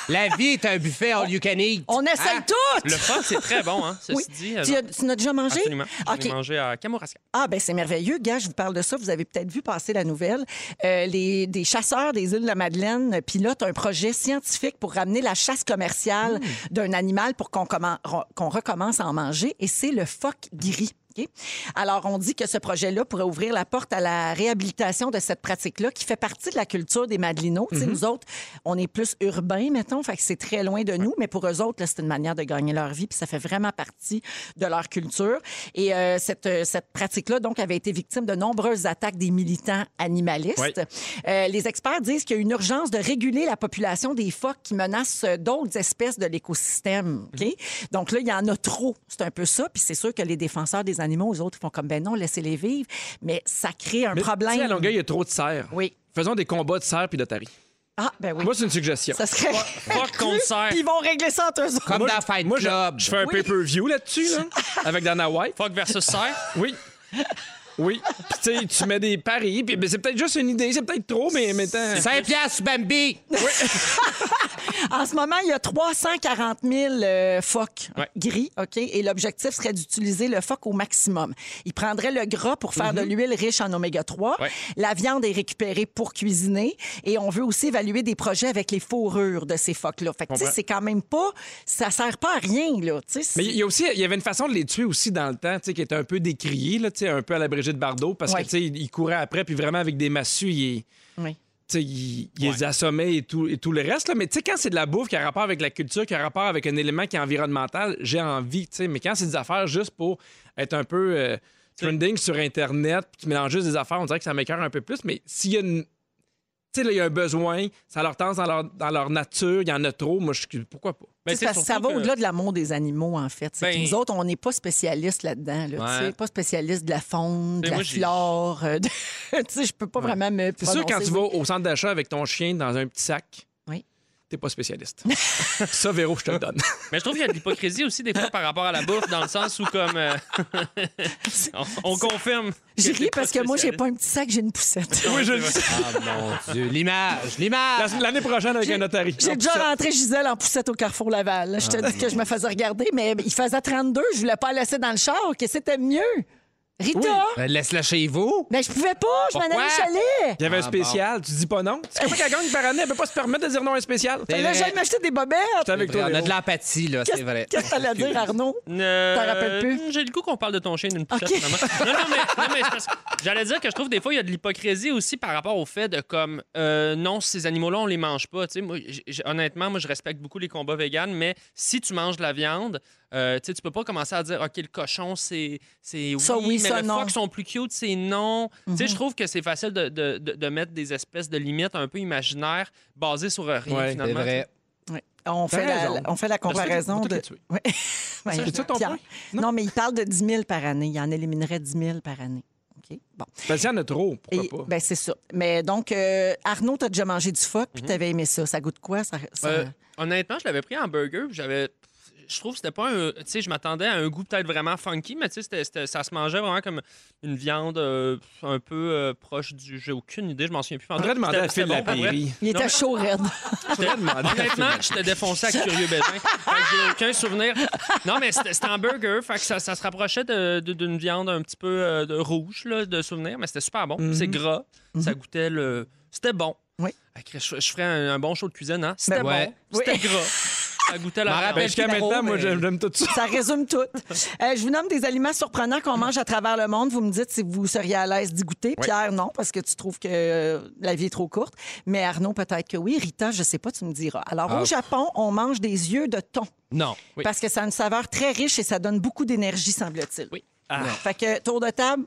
Speaker 5: La vie est un buffet all you can eat.
Speaker 2: On essaye
Speaker 5: Hein?
Speaker 2: toutes!
Speaker 4: Le phoque, c'est très bon, hein, ceci
Speaker 2: Oui.
Speaker 4: dit. euh,
Speaker 2: Tu, as- tu n'as déjà mangé?
Speaker 4: Absolument. J'en
Speaker 2: OK.
Speaker 4: ai mangé à Kamouraska.
Speaker 2: Ah, ben c'est merveilleux, gars, je vous parle de ça. Vous avez peut-être vu passer la nouvelle. Euh, les, des chasseurs des îles de la Madeleine pilotent un projet scientifique pour ramener la chasse
Speaker 4: Hmm.
Speaker 2: commerciale d'un animal pour qu'on commen- ro- qu'on recommence à en manger, et c'est le phoque gris. OK? pratiquée. Alors, on dit que ce projet-là pourrait ouvrir la porte à la réhabilitation de cette pratique-là qui fait partie de la culture des Madelinos.
Speaker 4: Mm-hmm.
Speaker 2: Tu sais, Nous autres, on est plus urbains, mettons, fait que c'est très loin de nous, mais pour eux autres, là, c'est une manière de gagner leur vie, puis ça fait vraiment partie de leur culture. Et euh, cette, euh, cette pratique-là, donc, avait été victime de nombreuses attaques des militants animalistes.
Speaker 3: Ouais.
Speaker 2: Euh, les experts disent qu'il y a une urgence de réguler la population des phoques qui menacent euh, d'autres espèces de l'écosystème. OK?
Speaker 3: Mhm.
Speaker 2: Donc là, il y en a trop. C'est un peu ça. Puis c'est sûr que les défenseurs des animaux, eux autres, ils font comme ben non, laissez-les vivre. Mais ça crée un
Speaker 3: Mais, tu
Speaker 2: problème.
Speaker 3: sais, à Longueuil, il y a trop de cerfs.
Speaker 2: Oui.
Speaker 3: Faisons des combats de cerfs puis d'otaries.
Speaker 2: Ah, ben oui.
Speaker 3: Moi, c'est une suggestion.
Speaker 2: ça serait.
Speaker 4: Fuck contre cerf.
Speaker 2: Puis ils vont régler ça entre eux autres.
Speaker 5: Comme dans Fight
Speaker 3: Moi, je,
Speaker 5: Club.
Speaker 3: je fais un pay-per-view là-dessus, là, avec Dana White.
Speaker 4: Fuck versus cerf.
Speaker 3: Oui. Oui. Puis, tu sais, tu mets des paris. Puis, ben, c'est peut-être juste une idée, c'est peut-être trop, mais maintenant.
Speaker 5: 5 piastres, Bambi!
Speaker 2: En ce moment, il y a 340 000 euh, phoques
Speaker 3: Ouais.
Speaker 2: gris, OK? Et l'objectif serait d'utiliser le phoque au maximum. Il prendrait le gras pour faire de l'huile riche en oméga-3.
Speaker 3: Mhm. Ouais.
Speaker 2: La viande est récupérée pour cuisiner. Et on veut aussi évaluer des projets avec les fourrures de ces phoques-là. Fait que, tu sais,
Speaker 3: Comprends.
Speaker 2: c'est quand même pas... Ça sert pas à rien, là. Tu sais, c'est-
Speaker 3: Mais il y a aussi, il y avait une façon de les tuer aussi dans le temps, tu sais, qui était un peu décriée, là, tu sais, un peu à la Brigitte Bardot, parce
Speaker 2: Ouais.
Speaker 3: que, tu sais, ils couraient après, puis vraiment avec des massues, ils,
Speaker 2: Oui.
Speaker 3: tu sais, ils, ils les assommaient et tout, et tout le reste, là. Mais, tu sais, quand c'est de la bouffe qui a rapport avec la culture, qui a rapport avec un élément qui est environnemental, j'ai envie, tu sais. Mais quand c'est des affaires juste pour être un peu euh, trending sur Internet, puis qui mélangent juste des affaires, on dirait que ça m'écœure un peu plus, mais s'il y a une. Tu sais, là, il y a un besoin, ça leur tente dans leur, dans leur nature, il y en a trop, moi, je suis- pourquoi pas?
Speaker 4: Ben,
Speaker 2: C'est parce que
Speaker 4: surtout
Speaker 2: ça va
Speaker 4: que-
Speaker 2: au-delà de l'amour des animaux, en fait. C'est
Speaker 4: Ben-
Speaker 2: que nous autres, on n'est pas spécialistes là-dedans. Là, tu
Speaker 4: Ouais.
Speaker 2: sais, Pas spécialistes de la faune, de
Speaker 4: Ben,
Speaker 2: la
Speaker 4: moi, j'ai-
Speaker 2: flore. euh, de- tu sais, je peux pas vraiment me
Speaker 3: C'est sûr, quand
Speaker 2: prononcer.
Speaker 3: tu vas au centre d'achat avec ton chien dans un petit sac,
Speaker 2: Oui.
Speaker 3: t'es pas spécialiste. ça, Véro, je te le donne.
Speaker 4: Mais je trouve qu'il y a de l'hypocrisie aussi des fois par rapport à la bouffe, dans le sens où comme euh, on, on confirme.
Speaker 2: J'ai
Speaker 4: que t'es
Speaker 2: ri parce que moi, j'ai
Speaker 4: spécialiste.
Speaker 2: pas un petit sac, j'ai une poussette.
Speaker 3: Oui, je le sais.
Speaker 5: Ah, mon Dieu, l'image, l'image!
Speaker 3: La- L'année prochaine avec un notari.
Speaker 2: J'ai déjà rentré Gisèle en poussette au Carrefour Laval. Je te dis que je me faisais regarder, mais il faisait 32. Je voulais pas la laisser dans le char. Que c'était mieux. Rita!
Speaker 5: Ben, Laisse-la chez vous.
Speaker 2: Ben, je pouvais pas. Je m'en allais
Speaker 5: Pourquoi?
Speaker 2: au chalet.
Speaker 3: Il y avait un spécial, tu dis pas non. C'est comme qu'elle gagne par année, elle peut pas se permettre de dire non à un spécial.
Speaker 5: C'est
Speaker 2: Là,
Speaker 5: vrai.
Speaker 2: j'allais m'acheter des bobettes.
Speaker 3: T'es avec
Speaker 5: On
Speaker 3: toi,
Speaker 5: a
Speaker 3: Véro.
Speaker 5: de l'empathie, là, c'est vrai.
Speaker 2: Qu'est-ce qu'est-ce que t'allais dire, Arnaud?
Speaker 4: Euh,
Speaker 2: T'en rappelles plus?
Speaker 4: J'ai le goût qu'on parle de ton chien d'une poussette,
Speaker 2: Ok.
Speaker 4: finalement. Non, non, mais, non, mais c'est parce que j'allais dire que je trouve des fois, il y a de l'hypocrisie aussi par rapport au fait de comme, euh, non, ces animaux-là, on les mange pas. Tu sais, moi, j- j- honnêtement, moi, je respecte beaucoup les combats véganes, mais si tu manges de la viande, euh, tu sais, tu peux pas commencer à dire, OK, le cochon, c'est c'est oui,
Speaker 2: Ça, oui,
Speaker 4: mais
Speaker 2: ça,
Speaker 4: le
Speaker 2: non. Mhm.
Speaker 4: phoque sont plus cute, c'est non. Tu sais, je trouve que c'est facile de, de- de- de mettre des espèces de limites un peu imaginaires basées sur rien,
Speaker 3: Ouais, c'est
Speaker 5: C'est
Speaker 4: finalement.
Speaker 5: vrai.
Speaker 2: On fait,
Speaker 3: T'as
Speaker 2: la,
Speaker 3: raison.
Speaker 2: on fait la comparaison
Speaker 3: Faut tout
Speaker 2: de.
Speaker 3: les tuer.
Speaker 2: Ouais. Ben,
Speaker 3: C'est ça ton
Speaker 2: Pierre.
Speaker 3: point?
Speaker 2: Non? mais il parle de 10 000 par année. Il en éliminerait 10 000 par année. OK? Bon.
Speaker 3: Ben, s'il y en a trop, pourquoi
Speaker 2: Et-
Speaker 3: pas?
Speaker 2: ben, c'est ça. Mais donc, euh, Arnaud, t'as déjà mangé du phoque,
Speaker 3: Mhm.
Speaker 2: puis t'avais aimé ça. Ça goûte quoi? Ça, ça-
Speaker 4: Euh, honnêtement, je l'avais pris en burger, puis j'avais je trouve que c'était pas un tu sais je m'attendais à un goût peut-être vraiment funky mais tu sais c'était- c'était- ça se mangeait vraiment comme une viande euh, un peu euh, proche du j'ai aucune idée je m'en souviens plus En tout
Speaker 3: Faudrait
Speaker 4: cas,
Speaker 3: demander à
Speaker 4: c'était-
Speaker 3: Phil
Speaker 4: c'était bon, pour vrai.
Speaker 3: Lapéry.
Speaker 2: Il
Speaker 4: non,
Speaker 2: était
Speaker 4: mais-
Speaker 2: chaud raide.
Speaker 3: Faudrait demander à Phil
Speaker 4: Honnêtement,
Speaker 3: Lapéry.
Speaker 4: j'étais défoncé à Curieux Bézin. Fait que J'ai aucun souvenir. Non, mais c'était c'était en burger. Fait que ça, ça se rapprochait de- de- d'une viande un petit peu euh, de rouge, là, de souvenir. Mais c'était super bon. C'est gras. Ça goûtait le. C'était bon.
Speaker 2: Oui.
Speaker 4: Ah, Chris, Je, je ferais un, un bon show de cuisine, hein? C'était
Speaker 5: Ben ouais.
Speaker 4: bon. C'était gras. Ça goûtait la
Speaker 5: M'en
Speaker 4: viande.
Speaker 3: Ben,
Speaker 5: rappelle
Speaker 3: jusqu'à
Speaker 5: plus
Speaker 3: maintenant,
Speaker 5: trop,
Speaker 3: moi,
Speaker 5: mais-
Speaker 3: j'aime j'aime tout ça.
Speaker 2: Ça résume tout. Euh, je vous nomme des aliments surprenants qu'on mange à travers le monde. Vous me dites si vous seriez à l'aise d'y goûter. Pierre, non, parce que tu trouves que euh, la vie est trop courte. Mais Arnaud, peut-être que oui. Rita, je sais pas, tu me diras. Alors,
Speaker 3: Ah.
Speaker 2: au Japon, on mange des yeux de thon.
Speaker 5: Non. Oui.
Speaker 2: Parce que ça a une saveur très riche et ça donne beaucoup d'énergie, semble-t-il. Oui.
Speaker 3: Ah.
Speaker 2: Fait que tour de table.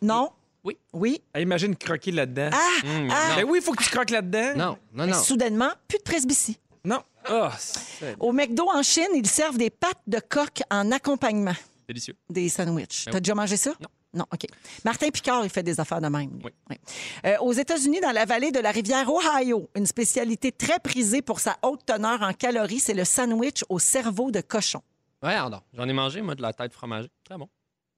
Speaker 2: Non.
Speaker 4: Oui.
Speaker 2: Oui.
Speaker 3: Hey, Imagine croquer là-dedans.
Speaker 2: Ah! ah!
Speaker 3: Ben oui, il faut que tu croques là-dedans.
Speaker 5: Non, non,
Speaker 2: Mais
Speaker 5: non.
Speaker 2: Soudainement, plus de presbytie.
Speaker 3: Non. Ah, c'est-
Speaker 2: Au McDo en Chine, ils servent des pâtes de coq en accompagnement
Speaker 4: Délicieux.
Speaker 2: des sandwichs. T'as déjà mangé ça? Non. Non, OK. Martin Picard, il fait des affaires de même. lui.
Speaker 4: Oui.
Speaker 2: Ouais. Euh, aux États-Unis, dans la vallée de la rivière Ohio, une spécialité très prisée pour sa haute teneur en calories, c'est le sandwich au cerveau de cochon.
Speaker 5: Ouais, non.
Speaker 4: J'en ai mangé, moi, de la tête fromagée. Très bon.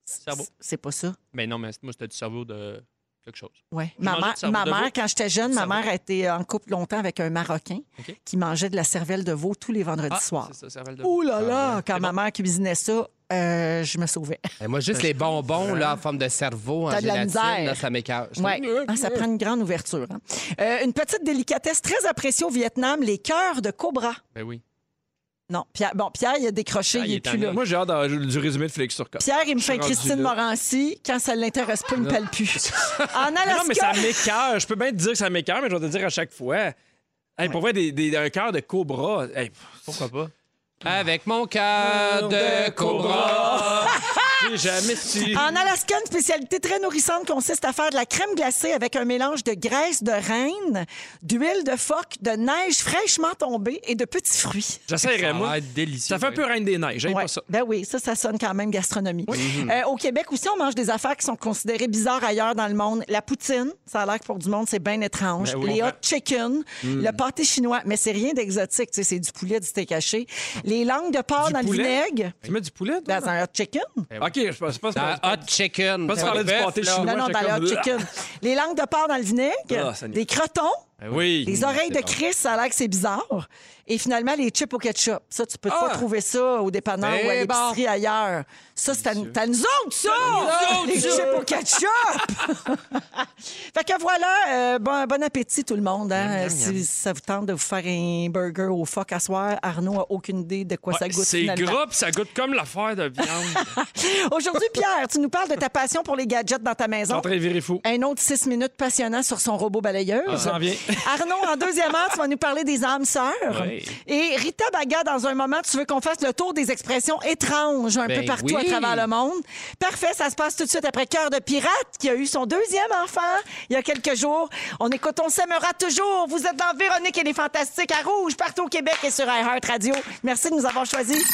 Speaker 4: Cerveau.
Speaker 2: C'est pas ça?
Speaker 4: Mais non, mais moi, c'était du cerveau de quelque chose.
Speaker 2: Ouais.
Speaker 4: J'ai
Speaker 2: Ma,
Speaker 4: mangé
Speaker 2: mère,
Speaker 4: du cerveau
Speaker 2: ma
Speaker 4: de veau.
Speaker 2: mère, quand j'étais jeune,
Speaker 4: Du
Speaker 2: ma
Speaker 4: cerveau.
Speaker 2: mère a été euh, en couple longtemps avec un Marocain
Speaker 4: OK.
Speaker 2: qui mangeait de la cervelle de veau tous les vendredis
Speaker 4: Ah,
Speaker 2: soirs.
Speaker 4: c'est ça, cervelle de
Speaker 2: Ouh là
Speaker 4: Ah
Speaker 2: là!
Speaker 4: ouais,
Speaker 2: Quand
Speaker 4: c'est
Speaker 2: ma
Speaker 4: bon.
Speaker 2: mère cuisinait ça, euh, je me sauvais.
Speaker 5: Ben, moi, juste les bonbons, là, en forme de cerveau, en
Speaker 2: T'as de la
Speaker 5: gélatine,
Speaker 2: misère.
Speaker 5: là, ça m'écœure. Ah, Je
Speaker 2: Ouais.
Speaker 5: trouve-
Speaker 2: Hein, ça prend une grande ouverture. hein. Euh, une petite délicatesse très appréciée au Vietnam, les cœurs de cobra.
Speaker 4: Ben oui.
Speaker 2: Non. Pierre, bon, Pierre, il a décroché,
Speaker 4: Ah,
Speaker 2: il
Speaker 4: il
Speaker 2: est
Speaker 4: est
Speaker 2: plus
Speaker 4: tanné.
Speaker 2: là.
Speaker 3: Moi, j'ai hâte d'avoir du résumé de Félix Turcotte.
Speaker 2: Pierre, il me
Speaker 3: Je suis
Speaker 2: fait
Speaker 3: rendu
Speaker 2: Christine
Speaker 3: là.
Speaker 2: Morancy. Quand ça l'intéresse pas, il me pèle plus. En
Speaker 3: Mais Non, mais
Speaker 2: Alaska,
Speaker 3: ça m'écœure. Je peux bien te dire que ça m'écœure, mais je vais te dire à chaque fois. Hey, Pour vrai, des, des- un cœur de cobra. Hey,
Speaker 4: Pourquoi pas?
Speaker 5: Avec mon cœur de cobra.
Speaker 3: j'ai jamais su.
Speaker 2: en Alaska, une spécialité très nourrissante consiste à faire de la crème glacée avec un mélange de graisse de reine, d'huile de phoque, de neige fraîchement tombée et de petits fruits.
Speaker 3: J'essaierai,
Speaker 4: Ça
Speaker 3: moi.
Speaker 4: va être délicieux.
Speaker 3: Ça fait un peu reine des neiges. J'aime
Speaker 2: Ouais.
Speaker 3: pas ça.
Speaker 2: Ben oui, ça, ça sonne quand même gastronomie.
Speaker 3: Mhm.
Speaker 2: Euh, au Québec aussi, on mange des affaires qui sont considérées bizarres ailleurs dans le monde. La poutine, ça a l'air que pour du monde, c'est bien étrange.
Speaker 3: Ben oui, Hmm.
Speaker 2: Les
Speaker 3: on
Speaker 2: hot
Speaker 3: fait-
Speaker 2: chicken, le pâté chinois, mais c'est rien d'exotique, tu sais, c'est du poulet, du steak haché. Les langues de porc
Speaker 3: Du
Speaker 2: dans
Speaker 3: poulet?
Speaker 2: le vinaigre,
Speaker 3: Tu mets du poulet, toi?
Speaker 2: dans un hot chicken.
Speaker 4: Eh
Speaker 3: Ok, je pense pas.
Speaker 5: Dans Hot Chicken.
Speaker 3: Pas se parler du
Speaker 5: Bœuf,
Speaker 3: pâté
Speaker 5: là.
Speaker 3: chinois.
Speaker 2: Non, non,
Speaker 3: j'étais
Speaker 2: dans le
Speaker 3: comme-
Speaker 2: hot chicken. Les langues de porc dans le vinaigre,
Speaker 3: Ah, Seigneur.
Speaker 2: des crotons,
Speaker 3: Oui.
Speaker 2: les oreilles de Chris, ça a l'air que c'est bizarre. Et finalement, les chips au ketchup. Ça, tu peux
Speaker 3: Ah!
Speaker 2: pas trouver ça au dépanneur
Speaker 5: Eh
Speaker 2: ou à l'épicerie ailleurs. Ça, c'est à, nous- c'est à nous autres, ça! les chips au ketchup! fait que voilà, euh, bon, bon appétit tout le monde. hein. si ça vous tente de vous faire un burger au phoque à soir, Arnaud a aucune idée de quoi ça
Speaker 4: Ouais,
Speaker 2: goûte
Speaker 4: C'est
Speaker 2: finalement.
Speaker 4: gras, puis ça goûte comme l'affaire de viande.
Speaker 2: Aujourd'hui, Pierre, tu nous parles de ta passion pour les gadgets dans ta maison.
Speaker 3: Entrée virée fou. Ah,
Speaker 2: Un autre six minutes passionnant sur son robot balayeur.
Speaker 3: Ça s'en vient.
Speaker 2: Arnaud, en deuxième heure, tu vas nous parler des âmes sœurs.
Speaker 4: Oui.
Speaker 2: Et Rita Baga, dans un moment, tu veux qu'on fasse le tour des expressions étranges un
Speaker 5: Ben
Speaker 2: peu partout
Speaker 5: oui.
Speaker 2: à travers le monde. Parfait, ça se passe tout de suite après Cœur de pirate qui a eu son deuxième enfant il y a quelques jours. On écoute On s'aimera toujours. Vous êtes dans Véronique et les Fantastiques à Rouge, partout au Québec et sur iHeart Radio. Merci de nous avoir choisis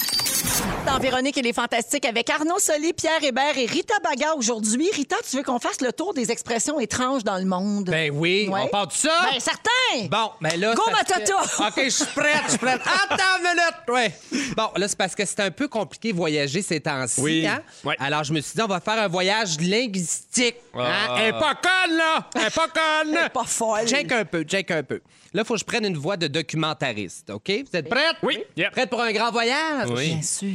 Speaker 2: dans Véronique et les Fantastiques avec Arnaud Soli, Pierre Hébert et Rita Baga aujourd'hui. Rita, tu veux qu'on fasse le tour des expressions étranges dans le monde?
Speaker 5: Ben oui,
Speaker 2: Ouais.
Speaker 5: on part de ça.
Speaker 2: Ben, certain!
Speaker 5: Bon, mais là.
Speaker 2: Go,
Speaker 5: ça se fait-
Speaker 2: Matata!
Speaker 5: OK, je suis prête, je suis prête. Attends une minute! Ouais. Bon, là, c'est parce que c'est un peu compliqué voyager ces temps-ci.
Speaker 3: Oui.
Speaker 5: hein?
Speaker 4: Ouais.
Speaker 5: Alors, je me suis dit, on va faire un voyage linguistique. Hein? Elle est pas conne, là! Elle est pas conne!
Speaker 2: est pas folle.
Speaker 5: Check un peu, check un peu. Là, il faut que je prenne une voix de documentariste, OK? Vous êtes prête?
Speaker 3: Oui. Yep.
Speaker 5: Prête pour un grand voyage?
Speaker 2: Bien sûr.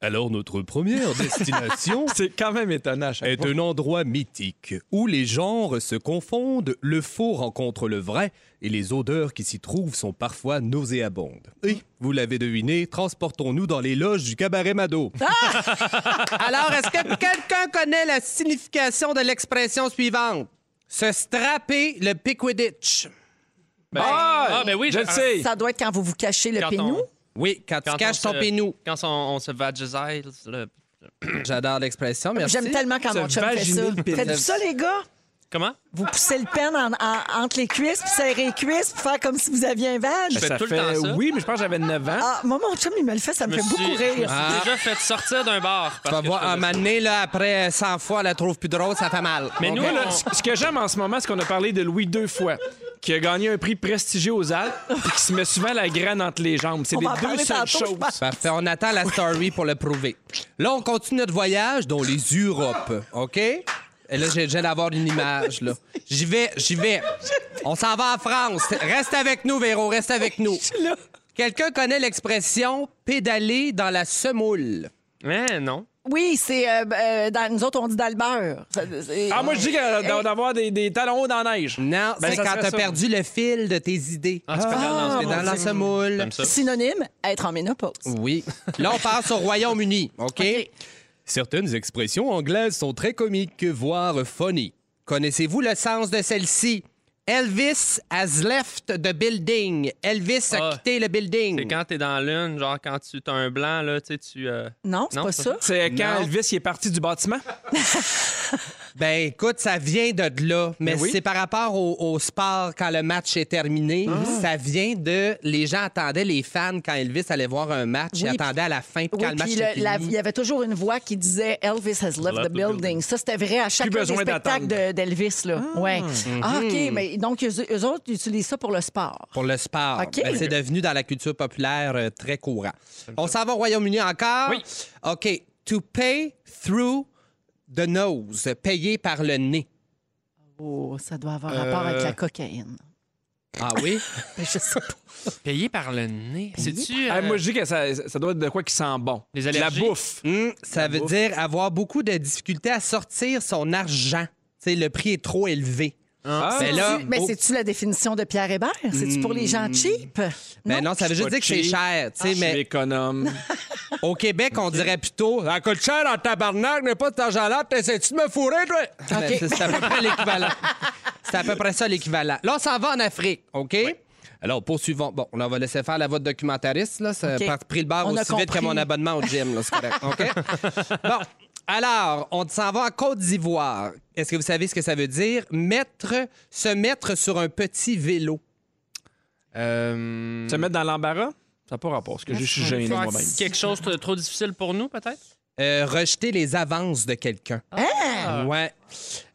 Speaker 11: Alors notre première destination
Speaker 3: C'est quand même étonnant. à chaque
Speaker 11: est
Speaker 3: fois.
Speaker 11: un endroit mythique où les genres se confondent, le faux rencontre le vrai et les odeurs qui s'y trouvent sont parfois nauséabondes. Et, vous l'avez deviné, transportons-nous dans les loges du cabaret Mado.
Speaker 2: Ah!
Speaker 5: Alors, est-ce que quelqu'un connaît la signification de l'expression suivante? Se strapper le piquiditch.
Speaker 4: Ben,
Speaker 3: Ah,
Speaker 4: ah, ben oui,
Speaker 3: je le
Speaker 4: ah,
Speaker 3: sais.
Speaker 2: Ça doit être quand vous vous cachez le
Speaker 4: Quand
Speaker 2: pénou.
Speaker 4: on-
Speaker 5: Oui, quand,
Speaker 4: quand
Speaker 5: tu
Speaker 4: on
Speaker 5: caches ton
Speaker 4: se-
Speaker 5: pénou.
Speaker 4: Quand on, on se vagise, le-
Speaker 5: J'adore l'expression, merci.
Speaker 2: J'aime tellement quand
Speaker 3: Se
Speaker 2: mon chum fait
Speaker 3: vaginer
Speaker 2: ça.
Speaker 3: le pénis.
Speaker 2: Faites-vous ça, les gars?
Speaker 4: Comment?
Speaker 2: Vous poussez le pen en- en- entre les cuisses, puis serrez les cuisses, puis faire comme si vous aviez un vag.
Speaker 4: fais tout le temps ça.
Speaker 3: Oui, mais je pense que j'avais 9 ans.
Speaker 2: Ah, moi, mon chum, il me le fait, ça me
Speaker 4: Je me
Speaker 2: fait
Speaker 4: suis-
Speaker 2: beaucoup
Speaker 4: Je me suis
Speaker 2: rire.
Speaker 4: déjà fait sortir d'un bar.
Speaker 5: Tu
Speaker 4: parce
Speaker 5: vas
Speaker 4: que
Speaker 5: voir,
Speaker 4: je
Speaker 5: un
Speaker 4: faisais ça.
Speaker 5: moment donné, là, après 100 fois, la trouve plus drôle, ça fait mal.
Speaker 4: Mais
Speaker 5: OK?
Speaker 4: nous,
Speaker 3: Là,
Speaker 4: on-
Speaker 3: ce ce que j'aime en ce moment, c'est qu'on a parlé de Louis deux fois, qui a gagné un prix prestigieux aux Alpes, puis qui se met souvent la graine entre les jambes. C'est
Speaker 2: On
Speaker 3: les
Speaker 2: va en
Speaker 3: deux
Speaker 2: parler
Speaker 3: seules
Speaker 2: tantôt, je
Speaker 3: choses.
Speaker 2: pense.
Speaker 5: Parfait, on attend la story pour le prouver. Là, on continue notre voyage dans les Europes, OK? Et là, j'ai j'ai d'avoir une image, là. J'y vais, j'y vais. On s'en va en France. Reste avec nous, Véro, reste avec nous. Quelqu'un connaît l'expression pédaler dans la semoule?
Speaker 4: Mais Eh, non.
Speaker 2: Oui, c'est. euh, euh, dans- nous autres, on dit dans le beurre. Ça- c'est- euh,
Speaker 3: Ah, moi, je dis que d'a- d'avoir des, des talons hauts dans la neige.
Speaker 5: Non,
Speaker 3: Ben,
Speaker 5: c'est
Speaker 3: ça
Speaker 5: quand
Speaker 3: serait
Speaker 5: t'as
Speaker 3: ça.
Speaker 5: perdu le fil de tes idées.
Speaker 4: Ah, tu pédales dans ce
Speaker 5: Pédale dans la semoule.
Speaker 4: J'aime ça.
Speaker 2: Synonyme, être en ménopause.
Speaker 5: Oui. Là, on passe au Royaume-Uni, OK?
Speaker 11: Certaines expressions anglaises sont très comiques, voire funny.
Speaker 5: Connaissez-vous le sens de celle-ci? Elvis has left the building. Elvis a
Speaker 4: Ah.
Speaker 5: quitté le building.
Speaker 4: C'est quand t'es dans l'une, genre quand tu t'as un blanc, là, tu sais, tu. euh,
Speaker 2: Non, c'est
Speaker 4: Non,
Speaker 2: pas
Speaker 4: c'est
Speaker 2: ça.
Speaker 3: C'est quand
Speaker 5: Non.
Speaker 3: Elvis il est parti du bâtiment.
Speaker 5: Ben écoute, ça vient de là, mais
Speaker 3: Ben oui.
Speaker 5: c'est par rapport au, au sport quand le match est terminé.
Speaker 2: Ah.
Speaker 5: Ça vient de les gens attendaient les fans quand Elvis allait voir un match, ils
Speaker 2: Oui,
Speaker 5: attendaient à la fin puis
Speaker 2: Oui,
Speaker 5: quand le match
Speaker 2: puis
Speaker 5: était
Speaker 2: le- la- il
Speaker 5: fini.
Speaker 2: y avait toujours une voix qui disait Elvis has left the building. Ça, c'était vrai à chaque
Speaker 3: besoin
Speaker 2: spectacle
Speaker 3: d'attendre. Mm-hmm.
Speaker 2: de- d'Elvis. là. Ouais. Ah, OK. Mais donc, eux, eux autres, ils utilisent ça pour le sport.
Speaker 5: Pour le sport.
Speaker 2: OK.
Speaker 5: Ben, c'est devenu dans la culture populaire euh, très courant. On s'en va au Royaume-Uni encore.
Speaker 4: Oui.
Speaker 5: OK. To pay through the nose. Payer par le nez.
Speaker 2: Oh, ça doit avoir rapport avec la cocaïne.
Speaker 5: Ah oui?
Speaker 2: Ben, je sais pas.
Speaker 4: Payé par le nez. C'est-tu.
Speaker 3: Ah,
Speaker 4: euh,
Speaker 3: moi, je dis que ça, ça doit être de quoi qui sent bon.
Speaker 4: Les
Speaker 3: la
Speaker 4: allergies.
Speaker 3: bouffe.
Speaker 5: Hmm, ça veut dire avoir beaucoup de difficultés à sortir son argent. Tu sais, le prix est trop élevé. Ah. Mais
Speaker 2: C'est-tu-
Speaker 5: là,
Speaker 2: mais
Speaker 5: oh. Hmm.
Speaker 2: c'est-tu la définition de Pierre Hébert? C'est-tu pour les gens cheap?
Speaker 5: Mais Ben non, ça veut juste dire que c'est cher, tu sais,
Speaker 3: Je suis
Speaker 5: mais
Speaker 3: économe.
Speaker 5: au Québec, on dirait plutôt Ça coûte cher en tabarnak, mais pas de cet argent-là, t'essaies-tu de me fourrer, toi? Mais C'est c'est à peu près l'équivalent. C'est à peu près ça l'équivalent. Là, ça va en Afrique, OK? Alors, poursuivons. Bon, on va laisser faire la voix de documentariste, là. Ça
Speaker 2: OK.
Speaker 5: a pris le bar
Speaker 2: On a
Speaker 5: aussi vite que
Speaker 2: compris.
Speaker 5: mon abonnement au gym, là, c'est correct. OK? Bon. Alors, on s'en va en Côte d'Ivoire. Est-ce que vous savez ce que ça veut dire? Mettre, se mettre sur un petit vélo.
Speaker 4: Euh,
Speaker 3: Se mettre dans l'embarras? Ça n'a pas rapport, parce que je suis gêné
Speaker 4: faire
Speaker 3: moi-même.
Speaker 4: Quelque chose de trop difficile pour nous, peut-être?
Speaker 5: Euh, rejeter les avances de quelqu'un.
Speaker 2: Hein?
Speaker 5: Ouais.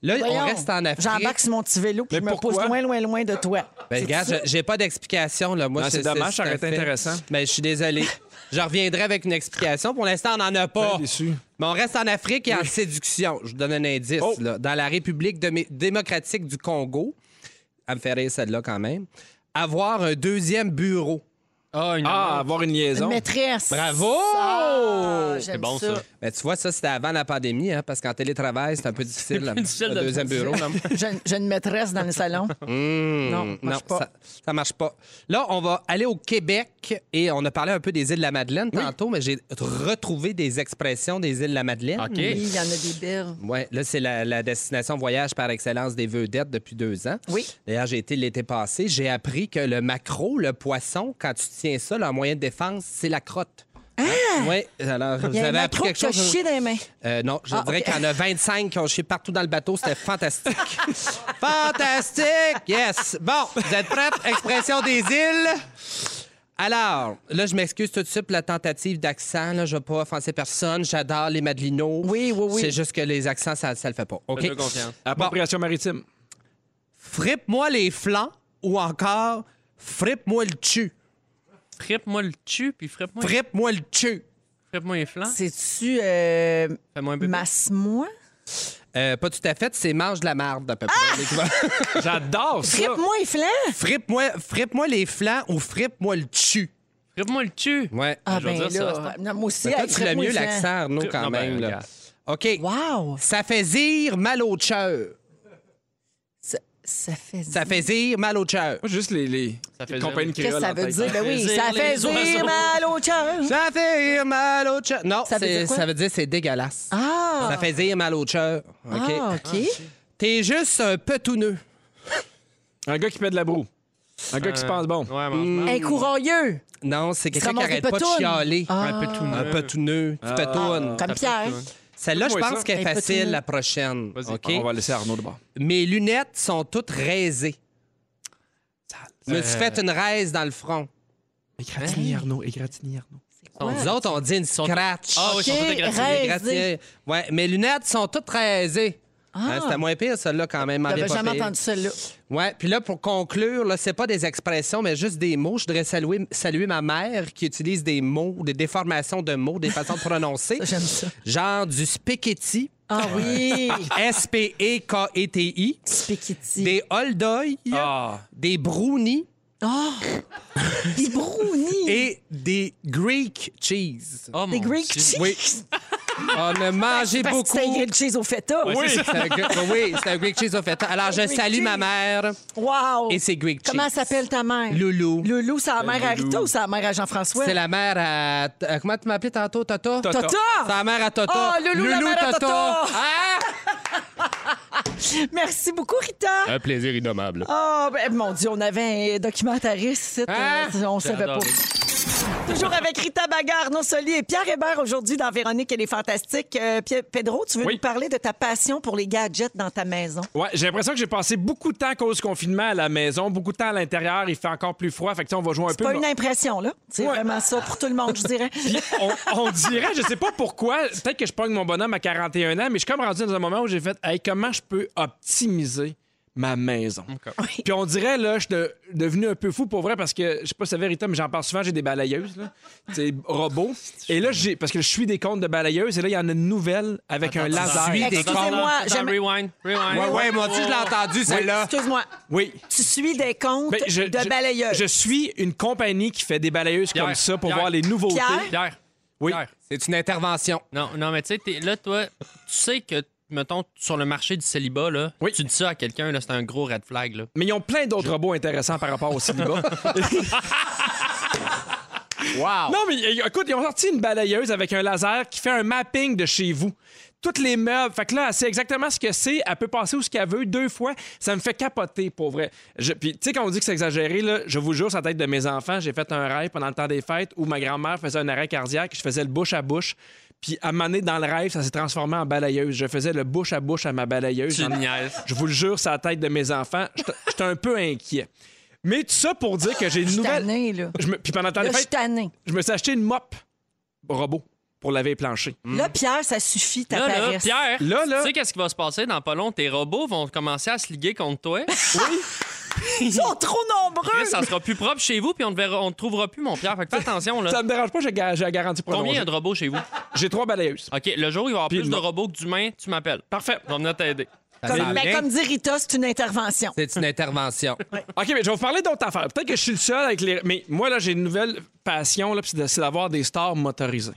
Speaker 5: Là, on reste en Afrique.
Speaker 2: J'embarque sur mon petit vélo puis je me
Speaker 3: pourquoi?
Speaker 2: pose loin, loin, loin de toi.
Speaker 5: Ben, gars, j'ai pas d'explication. Là. Moi,
Speaker 3: Non, c'est dommage, ça aurait été
Speaker 5: fait.
Speaker 3: intéressant.
Speaker 5: Ben, je suis désolé. Je reviendrai avec une explication. Pour l'instant, on n'en
Speaker 3: Bien
Speaker 5: a pas.
Speaker 3: déçu.
Speaker 5: Mais on reste en Afrique et en séduction. Je vous donne un indice.
Speaker 3: Oh.
Speaker 5: là. Dans la République demi- démocratique du Congo, à me faire rire celle-là quand même, avoir un deuxième bureau.
Speaker 4: Ah, une
Speaker 3: Ah, avoir une
Speaker 2: Une
Speaker 3: liaison.
Speaker 2: maîtresse.
Speaker 5: Bravo!
Speaker 2: Ah, j'aime
Speaker 4: bon,
Speaker 2: ça.
Speaker 4: ça.
Speaker 5: Ben, tu vois, ça, c'était avant la pandémie, hein, parce qu'en télétravail, c'est un peu difficile.
Speaker 4: plus difficile
Speaker 5: le
Speaker 4: de
Speaker 5: deuxième bureau.
Speaker 2: J'ai j'ai une maîtresse dans le salon.
Speaker 5: Hmm,
Speaker 2: Non, marche pas.
Speaker 5: Ça, ça marche pas. Là, on va aller au Québec et on a parlé un peu des îles de la Madeleine tantôt, mais j'ai retrouvé des expressions des îles de la Madeleine.
Speaker 4: OK.
Speaker 2: Oui, il y en a des belles.
Speaker 5: Ouais, là, c'est la, la destination voyage par excellence des vedettes depuis deux ans.
Speaker 2: Oui.
Speaker 5: D'ailleurs, j'ai été l'été passé, j'ai appris que le maquereau, le poisson, quand tu tiens ça, leur moyen de défense, c'est la crotte. Ah! Oui, alors
Speaker 2: Il y
Speaker 5: vous
Speaker 2: en
Speaker 5: avez
Speaker 2: a
Speaker 5: appris
Speaker 2: trop que
Speaker 5: quelque
Speaker 2: chose...
Speaker 5: chose.
Speaker 2: chier dans les mains.
Speaker 5: Euh, non, je
Speaker 2: Ah,
Speaker 5: dirais
Speaker 2: OK. Ah.
Speaker 5: qu'il y en a 25 qui ont chié partout dans le bateau. C'était fantastique. fantastique! Yes! Bon, vous êtes prêts? Expression des îles. Alors, là, je m'excuse tout de suite pour la tentative d'accent. Là, je ne vais pas offenser personne. J'adore les Madelinos.
Speaker 2: Oui, oui, oui.
Speaker 5: C'est juste que les accents, ça ne le fait pas. OK?
Speaker 4: Faites-le confiance.
Speaker 3: Appropriation maritime.
Speaker 5: Frippe-moi les flancs ou encore frippe-moi le tu.
Speaker 4: Frippe-moi le tu, puis frippe-moi
Speaker 5: Frippe-moi le tu.
Speaker 4: frippe-moi les flancs.
Speaker 2: C'est-tu euh,
Speaker 4: Fais-moi un bébé.
Speaker 2: masse-moi?
Speaker 5: Euh, pas tout à fait, c'est mange de la marde à peu près.
Speaker 4: Ah!
Speaker 3: J'adore ça.
Speaker 2: Tripe-moi les flancs!
Speaker 5: frippe-moi frippe les flancs ou frippe-moi le tu.
Speaker 4: Frippe-moi le tu.
Speaker 5: Ouais.
Speaker 2: Ah,
Speaker 4: Je vais
Speaker 2: ben
Speaker 4: dire ça, c'est
Speaker 2: là,
Speaker 4: pas-
Speaker 2: non, moi aussi,
Speaker 5: Mais toi,
Speaker 2: elle
Speaker 5: tu l'as
Speaker 2: tripe-moi
Speaker 5: mieux
Speaker 2: les flancs.
Speaker 5: l'accent, Arnaud, quand
Speaker 4: Non, ben,
Speaker 5: même. là.
Speaker 4: regarde.
Speaker 5: OK.
Speaker 2: Wow!
Speaker 5: Ça fait zire mal au cœur.
Speaker 2: Ça, ça fait
Speaker 5: Ça fait zire mal au cœur.
Speaker 3: Moi, juste les, les,
Speaker 4: Ça fait
Speaker 3: les compagnies
Speaker 2: Qu'est-ce que
Speaker 3: créoles.
Speaker 2: ça
Speaker 3: en
Speaker 2: veut
Speaker 3: tête.
Speaker 2: dire? Ben oui,
Speaker 4: Plaisir,
Speaker 2: ça fait
Speaker 4: les oiseaux.
Speaker 2: zire mal au cœur.
Speaker 5: Ça fait zire mal au cœur. Non,
Speaker 2: Ça veut
Speaker 5: c'est-
Speaker 2: dire quoi?
Speaker 5: ça veut dire c'est dégueulasse.
Speaker 2: Ah!
Speaker 5: Ça fait zire mal au cœur. OK.
Speaker 2: Ah, OK.
Speaker 5: T'es juste un peu tout nœud.
Speaker 3: Un gars qui fait de la broue. Un gars qui se pense bon.
Speaker 4: Ouais, mange
Speaker 2: Mm. Un courroyeux,
Speaker 5: Non, c'est quelqu'un qui
Speaker 2: ramasse des
Speaker 5: arrête pas de
Speaker 2: petounes.
Speaker 5: chialer.
Speaker 4: Un peu tout
Speaker 5: Un
Speaker 4: neuf.
Speaker 5: peu tout nœud. Tu peux tourner.
Speaker 2: comme Pierre.
Speaker 5: Celle-là, je
Speaker 3: Ouais, ça.
Speaker 5: pense qu'elle est
Speaker 2: Un peu tout
Speaker 5: facile,
Speaker 2: nœud.
Speaker 5: la prochaine.
Speaker 4: Vas-y.
Speaker 5: OK.
Speaker 3: On va laisser Arnaud de bord.
Speaker 5: Mes lunettes sont toutes raisées. Je me suis fait une raise dans le front.
Speaker 3: Égratigné
Speaker 5: Hein?
Speaker 3: Arnaud, égratigné Arnaud.
Speaker 4: Ouais.
Speaker 5: Nous autres, on dit une scratch.
Speaker 4: Ah oui, ils sont
Speaker 2: Ok,
Speaker 4: tous égratignés.
Speaker 2: raisé.
Speaker 5: Gracier. Ouais, mes lunettes sont toutes raisées. Hein, C'était moins pire, celle-là, quand même. en est
Speaker 2: Ah. J'avais
Speaker 5: pas
Speaker 2: jamais
Speaker 5: pire.
Speaker 2: entendu celle-là.
Speaker 5: Ouais, puis là, pour conclure, là, c'est pas des expressions, mais juste des mots. Je voudrais saluer, saluer ma mère qui utilise des mots, des déformations de mots, des façons de prononcer.
Speaker 2: J'aime ça.
Speaker 5: Genre du spaghetti, E
Speaker 2: Ah oui!
Speaker 5: S-P-E-K-E-T-I,
Speaker 2: Spaghetti.
Speaker 5: des holdoy,
Speaker 3: Ah,
Speaker 5: des brownies
Speaker 2: Oh! Des brownies!
Speaker 5: et des Greek cheese.
Speaker 4: Oh, mon
Speaker 2: Des Greek
Speaker 4: Dieu.
Speaker 2: cheese!
Speaker 5: Oui. On a mangé
Speaker 2: Parce que
Speaker 5: beaucoup.
Speaker 2: c'était grilled cheese au feta.
Speaker 5: Oui, c'est un, gr- oui, c'est un Greek cheese au feta. Alors, je
Speaker 2: Greek
Speaker 5: salue ma
Speaker 2: cheese.
Speaker 5: mère
Speaker 2: Wow!
Speaker 5: et ses Greek cheese.
Speaker 2: Comment s'appelle ta mère?
Speaker 5: Loulou.
Speaker 2: Loulou, c'est la mère à Rita ou c'est la mère à Jean-François?
Speaker 5: C'est la mère à... à- Euh, Comment tu m'appelais tantôt, Toto?
Speaker 3: Toto.
Speaker 2: Tata!
Speaker 5: C'est la mère à Tota. Toto.
Speaker 2: Tota. Ah, Loulou, la mère à Tota.
Speaker 5: Toto.
Speaker 2: Toto.
Speaker 5: Ah!
Speaker 2: Merci beaucoup, Rita!
Speaker 11: Un plaisir innommable.
Speaker 2: Ah, ben, mon Dieu, on avait un documentariste, ici,
Speaker 5: Hein?
Speaker 2: euh, on savait pas.
Speaker 4: adoré.
Speaker 2: Toujours avec Rita Bagarre, non Soli et Pierre Hébert aujourd'hui dans Véronique et les Fantastiques. Euh, Pie- Pedro, tu veux
Speaker 3: Oui.
Speaker 2: nous parler de ta passion pour les gadgets dans ta maison?
Speaker 3: ouais, j'ai l'impression que j'ai passé beaucoup de temps à cause du confinement à la maison, beaucoup de temps à l'intérieur, il fait encore plus froid, fait que tu sais, on va jouer un
Speaker 2: C'est
Speaker 3: peu.
Speaker 2: pas une impression, là. C'est vraiment ça pour tout le monde, je dirais.
Speaker 3: on, on dirait, je sais pas pourquoi, peut-être que je pogne mon bonhomme à 41 ans, mais je suis comme rendu dans un moment où j'ai fait Hey, comment je peux optimiser ma maison? Puis on dirait, là, je suis de- devenu un peu fou pour vrai parce que, je sais pas si c'est vérité, mais j'en parle souvent, j'ai des balayeuses, là. C'est robot. Et là, j'ai, parce que je suis des comptes de balayeuses, et là, il y en a une nouvelle avec un laser.
Speaker 5: suis des
Speaker 2: Excusez-moi,
Speaker 4: Attends,
Speaker 2: j'aime-
Speaker 4: Rewind, rewind. Oh.
Speaker 5: Ouais, ouais, mon Dieu, je l'ai entendu, celle-là.
Speaker 2: Excuse-moi.
Speaker 3: Oui.
Speaker 2: Tu suis des comptes
Speaker 3: Ben, je,
Speaker 2: de
Speaker 3: je-
Speaker 2: balayeurs.
Speaker 3: Je suis une compagnie qui fait des balayeuses
Speaker 4: Pierre,
Speaker 3: comme ça pour
Speaker 4: Pierre.
Speaker 3: voir les nouveautés.
Speaker 2: Pierre?
Speaker 4: Pierre.
Speaker 3: Oui.
Speaker 4: Pierre.
Speaker 5: C'est une intervention.
Speaker 4: Non, non, mais tu sais, t'es- là, toi, tu sais que mettons, sur le marché du célibat, là, tu dis ça à quelqu'un, là, c'est un gros red flag. Là.
Speaker 3: Mais ils ont plein d'autres robots intéressants par rapport au célibat.
Speaker 4: Wow!
Speaker 3: Non, mais euh, écoute, ils ont sorti une balayeuse avec un laser qui fait un mapping de chez vous. Toutes les meubles. Fait que là, elle sait exactement ce que c'est. Elle peut passer où ce qu'elle veut deux fois. Ça me fait capoter, pour vrai. Je- Puis, tu sais, quand on dit que c'est exagéré, là, je vous jure, sur la tête de mes enfants, j'ai fait un rêve pendant le temps des fêtes où ma grand-mère faisait un arrêt cardiaque. Je faisais le bouche à bouche. Puis, à maner dans le rêve, ça s'est transformé en balayeuse. Je faisais le bouche à bouche à ma balayeuse.
Speaker 4: Tu
Speaker 3: J'en-
Speaker 4: niaises.
Speaker 3: Je vous le jure, sur la tête de mes enfants, j'étais j'étais un peu inquiet. Mais tout ça pour dire que j'ai une
Speaker 2: Je suis
Speaker 3: nouvelle.
Speaker 2: tannée, là.
Speaker 3: Je me- Puis pendant le temps
Speaker 2: Là,
Speaker 3: des
Speaker 2: je suis
Speaker 3: fêtes,
Speaker 2: tannée.
Speaker 3: je me suis acheté une mop robot pour laver les planchers.
Speaker 2: Mm. Là, Pierre, ça suffit, ta
Speaker 4: Là, là,
Speaker 2: paresse.
Speaker 4: Pierre,
Speaker 3: Là, là.
Speaker 4: tu sais qu'est-ce qui va se passer dans pas long? Tes robots vont commencer à se liguer contre toi. Oui.
Speaker 2: Ils sont trop nombreux.
Speaker 4: ça sera plus propre chez vous, puis on ne on te trouvera plus, mon Pierre. Fait que fais attention, là.
Speaker 3: Ça me dérange pas, j'ai ga- j'ai la garantie pour
Speaker 4: Combien il y a
Speaker 3: un
Speaker 4: de robots chez vous?
Speaker 3: J'ai trois balayeuses.
Speaker 4: OK, le jour où il va y avoir
Speaker 3: Puis
Speaker 4: plus de
Speaker 3: non.
Speaker 4: robots que d'humains, tu m'appelles.
Speaker 3: Parfait.
Speaker 4: On va venir t'aider.
Speaker 5: Ça
Speaker 2: Comme,
Speaker 5: sent
Speaker 2: ben,
Speaker 5: bien.
Speaker 2: comme dit Rita, c'est une intervention.
Speaker 5: C'est une intervention.
Speaker 3: OK, mais je vais vous parler d'autres affaires. Peut-être que je suis le seul avec les. Mais moi, là, j'ai une nouvelle passion, là, puis c'est de- c'est d'avoir des stars motorisées.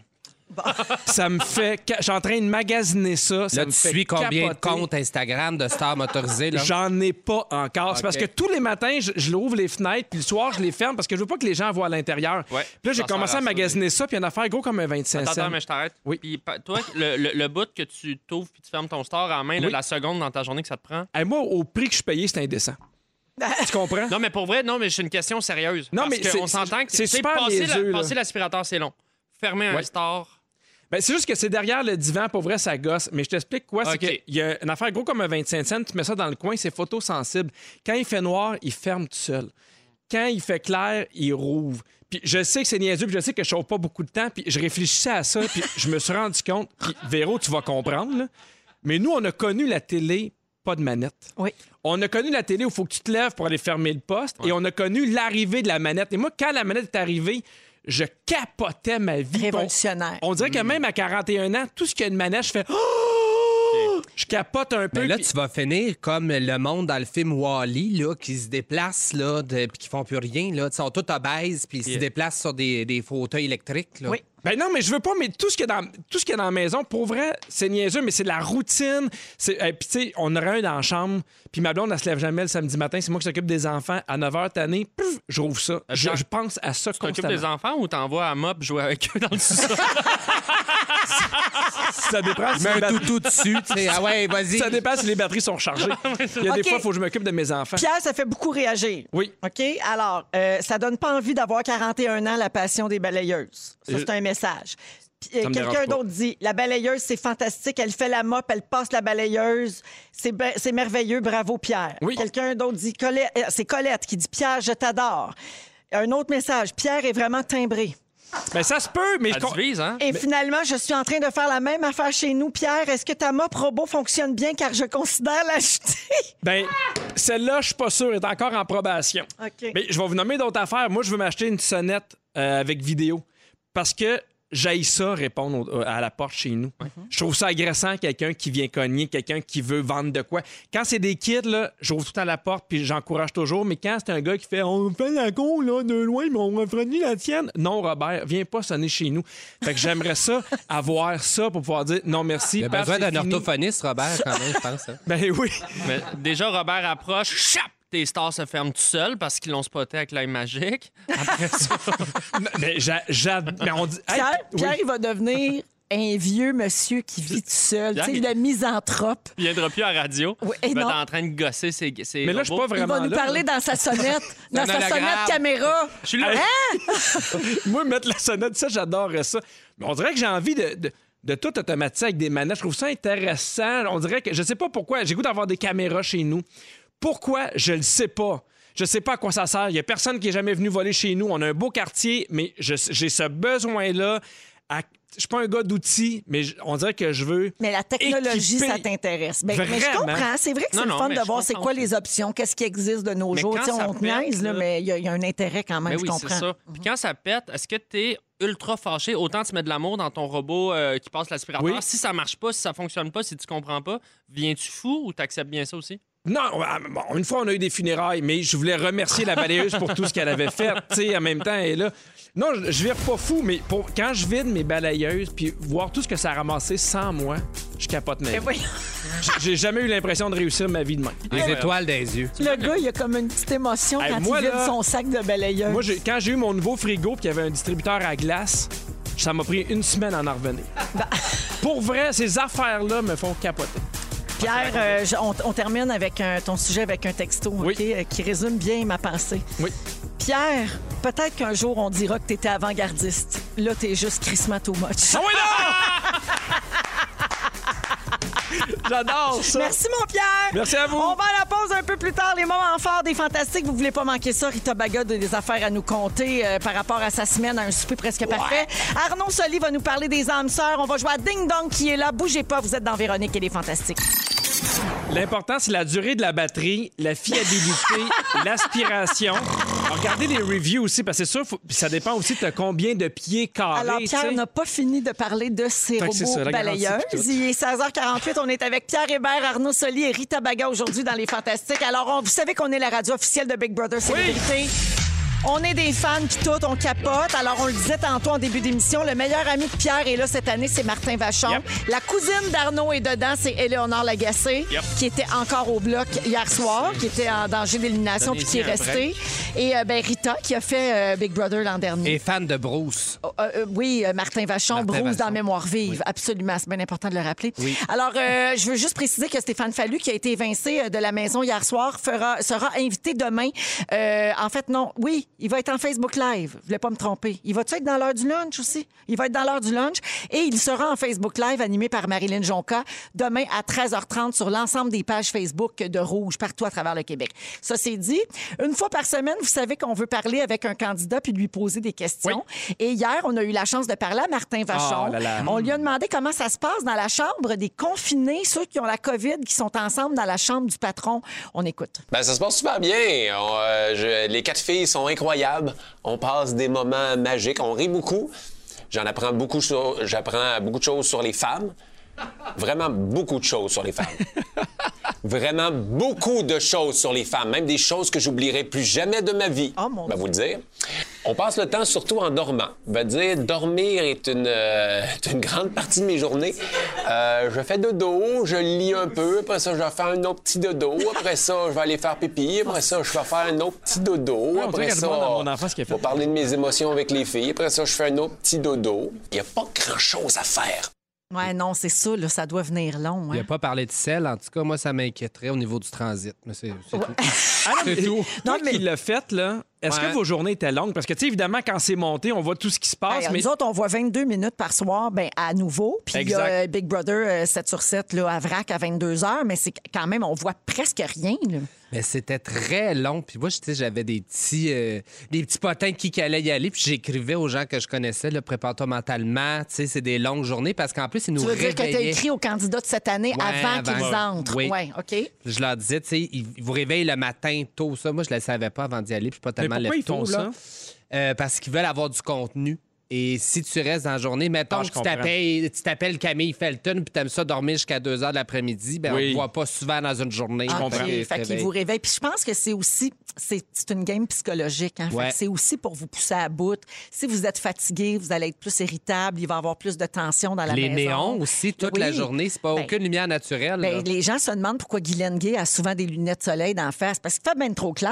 Speaker 3: ça me fait. ca- Je suis en train de magasiner ça. ça
Speaker 5: Là,
Speaker 3: me
Speaker 5: tu
Speaker 3: fait
Speaker 5: suis combien de
Speaker 3: capoter.
Speaker 5: comptes Instagram de stars motorisées? Là?
Speaker 3: J'en ai pas encore. C'est parce que
Speaker 5: OK.
Speaker 3: tous les matins, je, je l'ouvre les fenêtres, puis le soir, je les ferme parce que je veux pas que les gens voient à l'intérieur.
Speaker 4: Ouais.
Speaker 3: Puis là, j'ai
Speaker 4: Ça sert
Speaker 3: commencé
Speaker 4: à
Speaker 3: à
Speaker 4: ça,
Speaker 3: magasiner ça, puis une affaire gros comme un 25
Speaker 4: Attends,
Speaker 3: cents.
Speaker 4: attends, mais je t'arrête.
Speaker 3: Oui.
Speaker 4: Puis pa- toi, le, le, le bout que tu t'ouvres puis tu fermes ton store en main, là,
Speaker 3: Oui.
Speaker 4: la seconde dans ta journée que ça te prend.
Speaker 3: Hey, moi, au prix que je payais, c'est indécent. tu comprends?
Speaker 4: Non, mais pour vrai, non, mais c'est une question sérieuse.
Speaker 3: Non,
Speaker 4: parce
Speaker 3: mais c'est-
Speaker 4: qu'on s'entend que
Speaker 3: c'est
Speaker 4: tu sais,
Speaker 3: super
Speaker 4: passer, la-
Speaker 3: niaiseux, là.
Speaker 4: passer l'aspirateur, c'est long. Fermer un
Speaker 3: Ouais.
Speaker 4: store.
Speaker 3: Ben, c'est juste que c'est derrière le divan, pour vrai, ça gosse. Mais je t'explique quoi. C'est
Speaker 4: OK.
Speaker 3: qu'il y a une affaire gros comme un 25 cents, tu mets ça dans le coin, c'est photosensible. Quand il fait noir, il ferme tout seul. Quand il fait clair, il rouvre. Puis je sais que c'est niaiseux, puis je sais que je chauffe pas beaucoup de temps, puis je réfléchissais à ça, puis je me suis rendu compte, puis Véro, tu vas comprendre, là. mais nous, on a connu la télé, pas de manette.
Speaker 2: Oui.
Speaker 3: On a connu la télé où il faut que tu te lèves pour aller fermer le poste et on a connu l'arrivée de la manette. Et moi, quand la manette est arrivée, je capotais ma vie.
Speaker 2: Révolutionnaire.
Speaker 3: On dirait que
Speaker 4: Mm.
Speaker 3: même à 41 ans, tout ce qu'il y a de manège, je fais. Oh! Je capote un peu.
Speaker 5: Mais là,
Speaker 3: puis-
Speaker 5: tu vas finir comme le monde dans le film Wally, là, qui se déplace, là, de- puis qui font plus rien, là. Ils sont tous obèses, puis ils se déplacent sur des, des fauteuils électriques, là.
Speaker 2: Oui.
Speaker 3: Ben non, mais je veux pas, mais tout ce qu'il y a dans, tout ce qu'il y a dans la maison, pour vrai, c'est niaiseux, mais c'est de la routine. C'est, eh, puis tu sais, on aurait un dans la chambre, puis ma blonde, elle se lève jamais le samedi matin, c'est moi qui s'occupe des enfants. À 9h, t'année, pouf, je rouvre ça. Je,
Speaker 4: Pierre,
Speaker 3: je pense à ça
Speaker 4: T'occupes des
Speaker 3: constamment.
Speaker 4: enfants ou t'envoies à Mop jouer avec eux dans le sous-sol?
Speaker 3: Ça dépend si
Speaker 5: Mets
Speaker 3: les
Speaker 5: un
Speaker 3: batteries-
Speaker 5: toutou dessus, tu sais. Ah ouais, vas-y.
Speaker 3: ça dépend si les batteries sont rechargées. Il y a
Speaker 2: OK.
Speaker 3: des fois, il faut que je m'occupe de mes enfants.
Speaker 2: Pierre, ça fait beaucoup réagir.
Speaker 3: Oui.
Speaker 2: OK? Alors, euh, ça donne pas envie d'avoir 41 ans la passion des balayeuses. Ça, c'est un message. Puis, euh,
Speaker 3: Euh, me
Speaker 2: Quelqu'un
Speaker 3: dérange pas.
Speaker 2: d'autre dit La balayeuse, c'est fantastique. Elle fait la mop, elle passe la balayeuse. C'est be- c'est merveilleux. Bravo, Pierre.
Speaker 3: Oui.
Speaker 2: Quelqu'un d'autre dit Colette- euh, C'est Colette qui dit Pierre, je t'adore. Un autre message Pierre est vraiment timbré.
Speaker 3: Mais Ben, ça se peut, mais je
Speaker 4: Ça
Speaker 3: con-
Speaker 4: divise, hein?
Speaker 2: Et finalement, je suis en train de faire la même affaire chez nous. Pierre, est-ce que ta mop robot fonctionne bien car je considère l'acheter?
Speaker 3: Ben, celle-là, je suis pas sûr, est encore en probation.
Speaker 2: OK.
Speaker 3: Mais je vais vous nommer d'autres affaires. Moi, je veux m'acheter une sonnette euh, avec vidéo parce que j'aille ça répondre au- à la porte chez nous. Je trouve ça agressant, quelqu'un qui vient cogner, quelqu'un qui veut vendre de quoi. Quand c'est des kids, là, j'ouvre tout à la porte puis j'encourage toujours. Mais quand c'est un gars qui fait On fait la con, là, de loin, mais on va ni la tienne. Non, Robert, viens pas sonner chez nous. Fait que j'aimerais ça, avoir ça pour pouvoir dire Non, merci.
Speaker 5: Il y a
Speaker 3: paf,
Speaker 5: besoin
Speaker 3: c'est
Speaker 5: d'un
Speaker 3: fini.
Speaker 5: orthophoniste, Robert, quand même, je pense. hein.
Speaker 3: Ben oui.
Speaker 4: Mais déjà, Robert approche, chap! Tes stars se ferment tout seuls parce qu'ils l'ont spoté avec l'œil magique.
Speaker 3: Mais j'a- j'a- mais on dit. Hey,
Speaker 2: Pierre,
Speaker 3: oui.
Speaker 2: Pierre, il va devenir un vieux monsieur qui vit tout seul. Tu
Speaker 4: Pierre,
Speaker 2: sais,
Speaker 4: il-
Speaker 2: le misanthrope.
Speaker 4: Il viendra plus à la radio.
Speaker 2: Oui, et
Speaker 4: il va
Speaker 2: non.
Speaker 4: être en train de gosser ses, ses
Speaker 3: Mais là, je suis
Speaker 4: robots.
Speaker 3: pas
Speaker 2: Il
Speaker 3: vraiment.
Speaker 2: va nous
Speaker 3: là.
Speaker 2: parler dans sa sonnette, dans
Speaker 5: Un
Speaker 2: sa
Speaker 5: hologramme.
Speaker 2: sonnette caméra.
Speaker 4: Je suis là.
Speaker 3: Moi, mettre la sonnette, ça, j'adorerais ça. Mais on dirait que j'ai envie de, de, de tout automatiser avec des manettes. Je trouve ça intéressant. On dirait que je sais pas pourquoi. J'ai goût d'avoir des caméras chez nous. Pourquoi? Je le sais pas. Je sais pas à quoi ça sert. Il y a personne qui est jamais venu voler chez nous. On a un beau quartier, mais je- j'ai ce besoin-là. à- Je suis pas un gars d'outils, mais je- on dirait que je veux.
Speaker 2: Mais la technologie,
Speaker 3: Équipé.
Speaker 2: ça t'intéresse. Ben, mais je
Speaker 3: Vraiment.
Speaker 2: comprends. C'est vrai que c'est
Speaker 4: Non,
Speaker 2: le
Speaker 4: non,
Speaker 2: fun
Speaker 4: mais
Speaker 2: de
Speaker 4: je
Speaker 2: voir c'est
Speaker 4: comprends.
Speaker 2: quoi les options, qu'est-ce qui existe de nos
Speaker 4: Mais
Speaker 2: jours.
Speaker 4: quand
Speaker 2: Tu sais,
Speaker 4: ça
Speaker 2: on te
Speaker 4: pète,
Speaker 2: niaise, là,
Speaker 4: là-
Speaker 2: mais il y, a- il y a un intérêt quand même,
Speaker 4: Mais
Speaker 2: je
Speaker 4: Ben oui, c'est
Speaker 2: comprends.
Speaker 4: ça. Puis quand ça pète, est-ce que t'es ultra fâché? Autant tu mets de l'amour dans ton robot euh, qui passe l'aspirateur.
Speaker 3: Oui.
Speaker 4: Si ça marche pas, si ça fonctionne pas, si tu comprends pas, viens-tu fou ou t'acceptes bien ça aussi?
Speaker 3: Non, bon, une fois, on a eu des funérailles, mais je voulais remercier la balayeuse pour tout ce qu'elle avait fait, tu sais, en même temps, et là... Non, je, je vire pas fou, mais pour, quand je vide mes balayeuses, puis voir tout ce que ça a ramassé sans moi, je capote ma vie. J- J'ai jamais eu l'impression de réussir ma vie de même.
Speaker 5: Les étoiles des yeux.
Speaker 2: Le gars, il a comme une petite émotion
Speaker 3: Hey,
Speaker 2: quand
Speaker 3: moi,
Speaker 2: il vide
Speaker 3: là-
Speaker 2: son sac de balayeuse.
Speaker 3: Moi, j'ai- quand j'ai eu mon nouveau frigo puis il y avait un distributeur à glace, ça m'a pris une semaine à en revenir. Pour vrai, ces affaires-là me font capoter.
Speaker 2: Pierre, euh, je- on, on termine avec un- ton sujet avec un texto
Speaker 3: Oui.
Speaker 2: OK, euh, qui résume bien ma pensée.
Speaker 3: Oui.
Speaker 2: Pierre, peut-être qu'un jour, on dira que t'étais avant-gardiste. Là, t'es juste crissement too
Speaker 3: Ah
Speaker 2: much.
Speaker 3: J'adore ça.
Speaker 2: Merci, mon Pierre.
Speaker 3: Merci à vous.
Speaker 2: On va à la pause un peu plus tard. Les moments forts des Fantastiques. Vous voulez pas manquer ça. Rita Baga a des affaires à nous compter euh, par rapport à sa semaine, à un souper presque parfait. Arnaud Soli va nous parler des âmes sœurs. On va jouer à Ding Dong qui est là. Bougez pas, vous êtes dans Véronique et les Fantastiques.
Speaker 3: L'important, c'est la durée de la batterie, la fiabilité, l'aspiration. Alors, Regardez les reviews aussi, parce que c'est sûr, faut- puis ça dépend aussi de combien de pieds carrés.
Speaker 2: Alors,
Speaker 3: tu
Speaker 2: Pierre
Speaker 3: sais.
Speaker 2: n'a pas fini de parler de ses
Speaker 3: Fait que c'est
Speaker 2: robots
Speaker 3: ça, la garantie,
Speaker 2: balayeuses.
Speaker 3: puis tout.
Speaker 2: Il est 16h48. On est avec Pierre Hébert, Arnaud Soli et Rita Baga aujourd'hui dans Les Fantastiques. Alors, on- vous savez qu'on est la radio officielle de Big Brother Célébrité. On est des fans qui tout, on capote. Alors, on le disait tantôt en début d'émission, le meilleur ami de Pierre est là cette année, c'est Martin Vachon.
Speaker 3: Yep.
Speaker 2: La cousine d'Arnaud est dedans, c'est Éléonore Lagacé,
Speaker 4: Yep.
Speaker 2: qui était encore au bloc hier soir, qui était en danger d'élimination puis qui est
Speaker 4: Donnez-y un
Speaker 2: restée. Et euh, ben, Rita, qui a fait euh, Big Brother l'an dernier.
Speaker 5: Et fan de Bruce.
Speaker 2: Oh, euh, euh, oui, euh, Martin Vachon,
Speaker 5: Martin
Speaker 2: Brousse
Speaker 5: Vachon.
Speaker 2: dans Mémoire vive. Absolument, c'est bien important de le rappeler.
Speaker 5: Oui.
Speaker 2: Alors, euh, je veux juste préciser que Stéphane Fallu, qui a été évincé euh, de la maison hier soir, fera, sera invité demain. Euh, en fait, non. Oui, il va être en Facebook Live. Je voulais pas me tromper. Il va-tu être dans l'heure du lunch aussi? Il va être dans l'heure du lunch. Et il sera en Facebook Live animé par Marilyn Jonca demain à 13h30 sur l'ensemble des pages Facebook de Rouge partout à travers le Québec. Ça, c'est dit. Une fois par semaine, vous savez qu'on veut parler avec un candidat puis lui poser des questions. Et hier, on a eu la chance de parler à Martin Vachon.
Speaker 3: Ah, là là.
Speaker 2: On lui a demandé comment ça se passe dans la chambre des confinés, ceux qui ont la COVID, qui sont ensemble dans la chambre du patron. On écoute.
Speaker 8: Ben, ça se passe super bien. On, euh, je- les quatre filles sont incroyables. On passe des moments magiques. On rit beaucoup. J'en apprends beaucoup sur, j'apprends beaucoup de choses sur les femmes. Vraiment beaucoup de choses sur les femmes. Vraiment beaucoup de choses sur les femmes, même des choses que j'oublierai plus jamais de ma vie.
Speaker 2: Oh, mon
Speaker 8: Ben, vous le dire. On passe le temps surtout en dormant. Je veux dire, dormir est une, euh, est une grande partie de mes journées. Euh, je fais dodo, je lis un peu, après ça, je vais faire un autre petit dodo, après ça, je vais aller faire pipi, après ça, je vais faire un autre petit dodo,
Speaker 3: on dirait
Speaker 8: après
Speaker 3: qu'elle
Speaker 8: ça,
Speaker 3: demande à mon enfant ce qu'elle
Speaker 8: je vais
Speaker 3: fait.
Speaker 8: parler de mes émotions avec les filles, après ça, je fais un autre petit dodo. Il n'y a pas grand-chose à faire.
Speaker 2: Ouais, non, c'est ça, là, ça doit venir long.
Speaker 5: Il
Speaker 2: hein.
Speaker 5: n'a pas parlé de sel. En tout cas, moi, ça m'inquiéterait au niveau du transit. Mais c'est c'est tout.
Speaker 3: Ah non,
Speaker 5: C'est
Speaker 3: mais-
Speaker 5: tout.
Speaker 3: Toi
Speaker 2: Non, mais-
Speaker 3: qui l'as fait, là, est-ce
Speaker 5: Ouais.
Speaker 3: que vos journées étaient longues? Parce que, tu sais, évidemment, quand c'est monté, on voit tout ce qui se passe,
Speaker 2: Hey,
Speaker 3: mais
Speaker 2: Nous autres, on voit 22 minutes par soir, ben, à nouveau. Puis il y a
Speaker 3: Exact.
Speaker 2: euh, Big Brother euh, 7 sur 7 là, à Vrac à 22 heures, mais c'est quand même, on voit presque rien. là.
Speaker 5: Mais c'était très long. Puis moi, je- tu sais, j'avais des petits, euh, des petits potins qui, qui allaient y aller. Puis j'écrivais aux gens que je connaissais, le prépare-toi mentalement. Tu sais, c'est des longues journées parce qu'en plus, ils nous
Speaker 2: Tu veux dire que tu as
Speaker 5: réveillaient.
Speaker 2: écrit aux candidats de cette année
Speaker 5: Ouais,
Speaker 2: avant,
Speaker 5: avant.
Speaker 2: qu'ils
Speaker 5: Ouais.
Speaker 2: entrent?
Speaker 5: Oui.
Speaker 2: Ouais, OK.
Speaker 5: Je leur disais, tu sais, ils ils vous réveillent le matin tôt. Ça, moi, je ne le savais pas avant d'y aller. Puis je suis pas tellement
Speaker 3: pourquoi ils
Speaker 5: lève-tôt,
Speaker 3: font
Speaker 5: là. Euh, parce qu'ils veulent avoir du contenu. Et si tu restes dans la journée, mettons
Speaker 3: Ah, je
Speaker 5: que tu
Speaker 3: comprends.
Speaker 5: t'appelles- tu t'appelles Camille Felton puis t'aimes ça dormir jusqu'à 2 h de l'après-midi, ben
Speaker 3: Oui.
Speaker 5: on ne voit pas souvent dans une journée.
Speaker 2: Ah,
Speaker 3: comprends.
Speaker 2: ok.
Speaker 5: Fait que
Speaker 2: Fait qu'il
Speaker 5: réveille.
Speaker 2: vous réveille. Puis je pense que c'est aussi, c'est c'est une game psychologique. hein. Fait que
Speaker 5: Ouais.
Speaker 2: C'est aussi pour vous pousser à bout. Si vous êtes fatigué, vous allez être plus irritable. Il va y avoir plus de tension dans la
Speaker 5: Les
Speaker 2: maison.
Speaker 5: néons aussi, toute la
Speaker 2: Oui.
Speaker 5: journée, c'est pas
Speaker 2: Ben,
Speaker 5: aucune lumière naturelle.
Speaker 2: ben,
Speaker 5: là.
Speaker 2: les gens se demandent pourquoi Guylaine Gay a souvent des lunettes de soleil d'en face parce qu'il fait bien trop clair.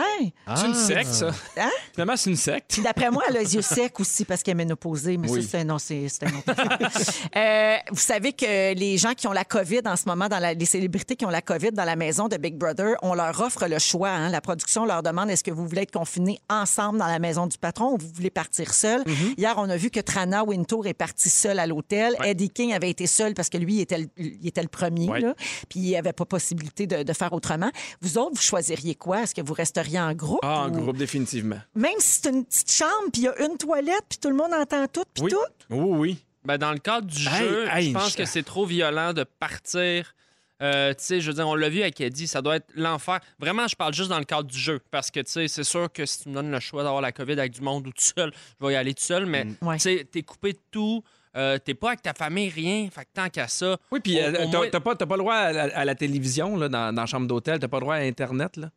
Speaker 3: c'est une secte,
Speaker 5: Ah.
Speaker 3: ça.
Speaker 2: Hein?
Speaker 3: Finalement, c'est une secte.
Speaker 2: Puis d'après moi, elle a les yeux secs aussi parce qu'elle est ménopausée. Mais
Speaker 3: Oui.
Speaker 2: ça, c'est, non, c'est, c'est un autre affaire. Euh, vous savez que les gens qui ont la COVID en ce moment, dans la- les célébrités qui ont la COVID dans la maison de Big Brother, on leur offre le choix. hein. La production leur demande est-ce que vous voulez être confinés ensemble dans la maison du patron ou vous voulez partir seul.
Speaker 3: Mm-hmm.
Speaker 2: Hier, on a vu que Trana Wintour est partie seule à l'hôtel. Eddie King avait été seul parce que lui, il était le, il était le premier.
Speaker 3: Ouais.
Speaker 2: là. Puis il n'y avait pas possibilité de, de faire autrement. Vous autres, vous choisiriez quoi? Est-ce que vous resteriez en groupe?
Speaker 3: Ah, en
Speaker 2: ou-
Speaker 3: groupe, définitivement.
Speaker 2: même si c'est une petite chambre, puis il y a une toilette, puis tout le monde entend tout, puis
Speaker 3: Oui.
Speaker 2: tout.
Speaker 3: Oui, oui.
Speaker 4: Ben, dans le cadre du
Speaker 3: Hey,
Speaker 4: jeu,
Speaker 3: hey,
Speaker 4: je pense
Speaker 3: je-
Speaker 4: que c'est trop violent de partir Euh, tu sais, je veux dire, on l'a vu avec Eddie, ça doit être l'enfer. Vraiment, je parle juste dans le cadre du jeu, parce que, tu sais, c'est sûr que si tu me donnes le choix d'avoir la COVID avec du monde ou tout seul, je vais y aller tout seul, mais,
Speaker 3: Mm.
Speaker 2: Ouais.
Speaker 4: tu sais, t'es coupé de tout, euh, t'es pas avec ta famille, rien, fait que tant qu'à ça...
Speaker 3: Oui, puis
Speaker 4: au-
Speaker 3: euh,
Speaker 4: au
Speaker 3: t'as
Speaker 4: moins-
Speaker 3: t'as pas, t'as pas le droit à la, à la télévision là, dans, dans la chambre d'hôtel, t'as pas le droit à Internet. Là.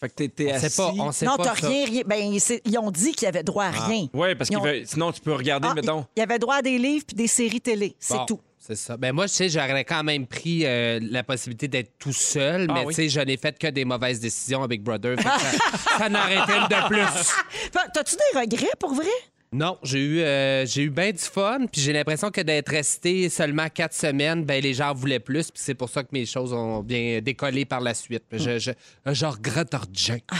Speaker 3: Fait que t'es- t'es
Speaker 5: On sait
Speaker 3: assis.
Speaker 5: pas, on sait
Speaker 2: Non,
Speaker 5: pas
Speaker 2: t'as
Speaker 5: ça. Ah.
Speaker 2: rien, rien. Ben, c'est- ils ont dit qu'il y avait droit à rien.
Speaker 3: Oui, parce
Speaker 2: Ils
Speaker 3: que
Speaker 2: ont-
Speaker 3: sinon tu peux regarder,
Speaker 2: Ah,
Speaker 3: mettons.
Speaker 2: Il y avait droit à des livres puis des séries télé. C'est
Speaker 5: Bon,
Speaker 2: tout.
Speaker 5: C'est ça. Ben moi, je sais, j'aurais quand même pris euh, la possibilité d'être tout seul,
Speaker 3: Ah
Speaker 5: mais
Speaker 3: oui.
Speaker 5: tu sais, je n'ai fait que des mauvaises décisions avec Brother. fait que ça, ça n'aurait été une de plus.
Speaker 2: Fa- T'as-tu des regrets pour vrai?
Speaker 5: Non, j'ai eu, euh, j'ai eu bien du fun, puis j'ai l'impression que d'être resté seulement quatre semaines, ben les gens voulaient plus, puis c'est pour ça que mes choses ont bien décollé par la suite. Je, je, je regrette rien.
Speaker 2: Ah,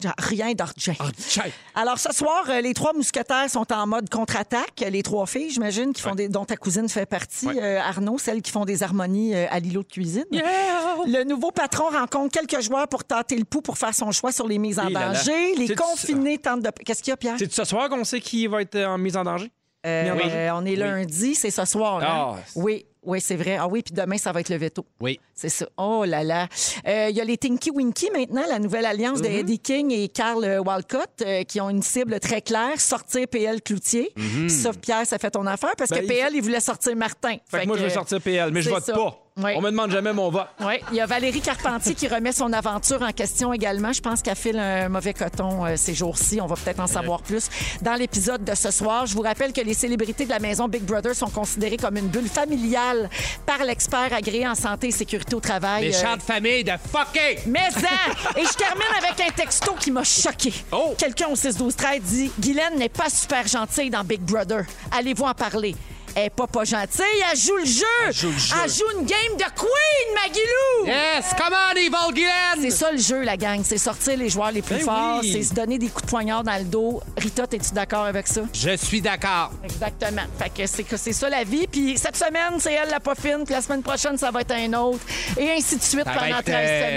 Speaker 2: t'as rien d'argent.
Speaker 5: Rien.
Speaker 2: Alors, ce soir, euh, les trois mousquetaires sont en mode contre-attaque. Les trois filles, j'imagine, qui font des, dont ta cousine fait partie, euh, Arnaud, celles qui font des harmonies euh, à l'îlot de cuisine. Le nouveau patron rencontre quelques joueurs pour tâter le pouls pour faire son choix sur les mises en
Speaker 3: Et là là.
Speaker 2: danger. Les
Speaker 3: C'est-tu-
Speaker 2: confinés tentent de... Qu'est-ce qu'il y a, Pierre?
Speaker 3: C'est ce soir qu'on sait qui va être en mise en danger?
Speaker 2: Euh,
Speaker 3: mis en danger?
Speaker 2: on est lundi, c'est ce soir. hein?
Speaker 3: Ah, c'est-
Speaker 2: oui, oui, c'est vrai. Ah oui, puis demain, ça va être le veto.
Speaker 5: Oui.
Speaker 2: C'est ça. Oh là là. Euh, Il y a les Tinky Winky maintenant, la nouvelle alliance
Speaker 3: Mhm.
Speaker 2: de Eddie King et Carl euh, Walcott, euh, qui ont une cible très claire, sortir PL Cloutier. Sauf Pierre, ça fait ton affaire, parce
Speaker 3: Mhm. Ben,
Speaker 2: que
Speaker 3: il
Speaker 2: PL, il voulait sortir Martin.
Speaker 3: Fait, que moi, je veux sortir PL, mais je
Speaker 2: c'est
Speaker 3: vote
Speaker 2: ça.
Speaker 3: pas.
Speaker 2: Ouais.
Speaker 3: On me demande jamais mon vote.
Speaker 2: Oui, il y a Valérie Carpentier qui remet son aventure en question également. Je pense qu'elle file un mauvais coton euh, ces jours-ci. On va peut-être en savoir plus dans l'épisode de ce soir. Je vous rappelle que les célébrités de la maison Big Brother sont considérées comme une bulle familiale par l'expert agréé en santé et sécurité au travail.
Speaker 5: Les
Speaker 2: euh,
Speaker 5: chants de famille de fucking!
Speaker 2: mais ça! Et je termine avec un texto qui m'a choqué. Quelqu'un au 6 12 13 dit Guylaine n'est pas super gentille dans Big Brother. Allez-vous en parler. Elle n'est pas pas gentille, elle joue le jeu. Elle joue, une game de queen, Magilou.
Speaker 5: Yes! Come on, Evil
Speaker 2: C'est
Speaker 5: Guylaine!
Speaker 2: ça le jeu, la gang. C'est sortir les joueurs les plus
Speaker 3: Ben
Speaker 2: forts,
Speaker 3: oui.
Speaker 2: c'est se donner des coups de poignard dans le dos. Rita, es-tu d'accord avec ça?
Speaker 5: Je suis d'accord.
Speaker 2: Exactement. Fait que c'est que c'est ça la vie. Puis cette semaine, c'est elle la poffine. Puis la semaine prochaine, ça va être un autre. Et ainsi de suite
Speaker 5: Ça va
Speaker 2: pendant
Speaker 5: être,
Speaker 2: 13
Speaker 5: euh,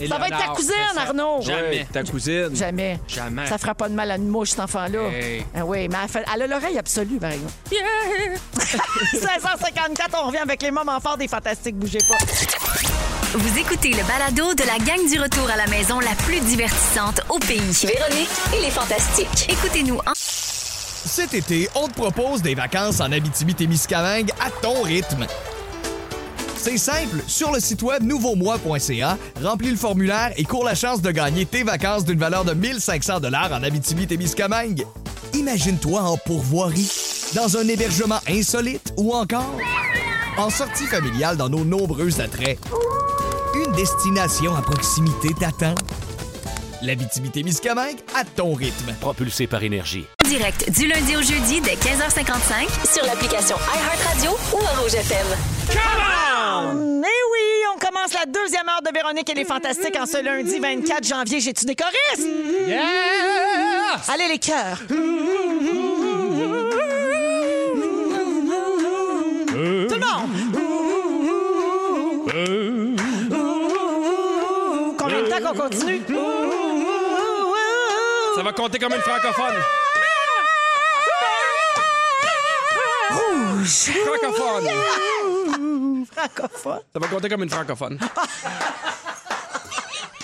Speaker 2: semaines. Ça va être ta
Speaker 5: Éléonore,
Speaker 2: cousine,
Speaker 5: c'est ça.
Speaker 2: Arnaud.
Speaker 4: Jamais.
Speaker 3: Ouais, ta cousine.
Speaker 2: Jamais.
Speaker 4: Jamais.
Speaker 2: Ça fera pas de mal à une mouche, cet enfant-là.
Speaker 5: Hey.
Speaker 2: Ah oui, mais elle, fait- elle a l'oreille absolue, par exemple. 1654, on revient avec les moments forts des Fantastiques. Bougez pas.
Speaker 1: Vous écoutez le balado de la gang du retour à la maison la plus divertissante au pays. Véronique et les Fantastiques. Écoutez-nous en...
Speaker 10: Cet été, on te propose des vacances en Abitibi-Témiscamingue à ton rythme. C'est simple, sur le site web nouveaumois.ca, remplis le formulaire et cours la chance de gagner tes vacances d'une valeur de 1500 dollars en Abitibi-Témiscamingue. Imagine-toi en pourvoirie, dans un hébergement insolite ou encore en sortie familiale dans nos nombreux attraits. Une destination à proximité t'attend. L'Abitibi-Témiscamingue à ton rythme.
Speaker 9: Propulsé par énergie.
Speaker 1: Direct du lundi au jeudi dès 15h55 sur l'application iHeartRadio ou à Rouge FM.
Speaker 2: Mais oui, on commence la deuxième heure de Véronique et les Fantastiques en ce lundi 24 janvier. J'ai-tu des choristes? Allez, les cœurs. Tout le monde! Combien de temps qu'on continue?
Speaker 3: Ça va compter comme une francophone.
Speaker 2: Rouge!
Speaker 3: Francophone.
Speaker 2: Francophone.
Speaker 3: Ça va compter comme une francophone.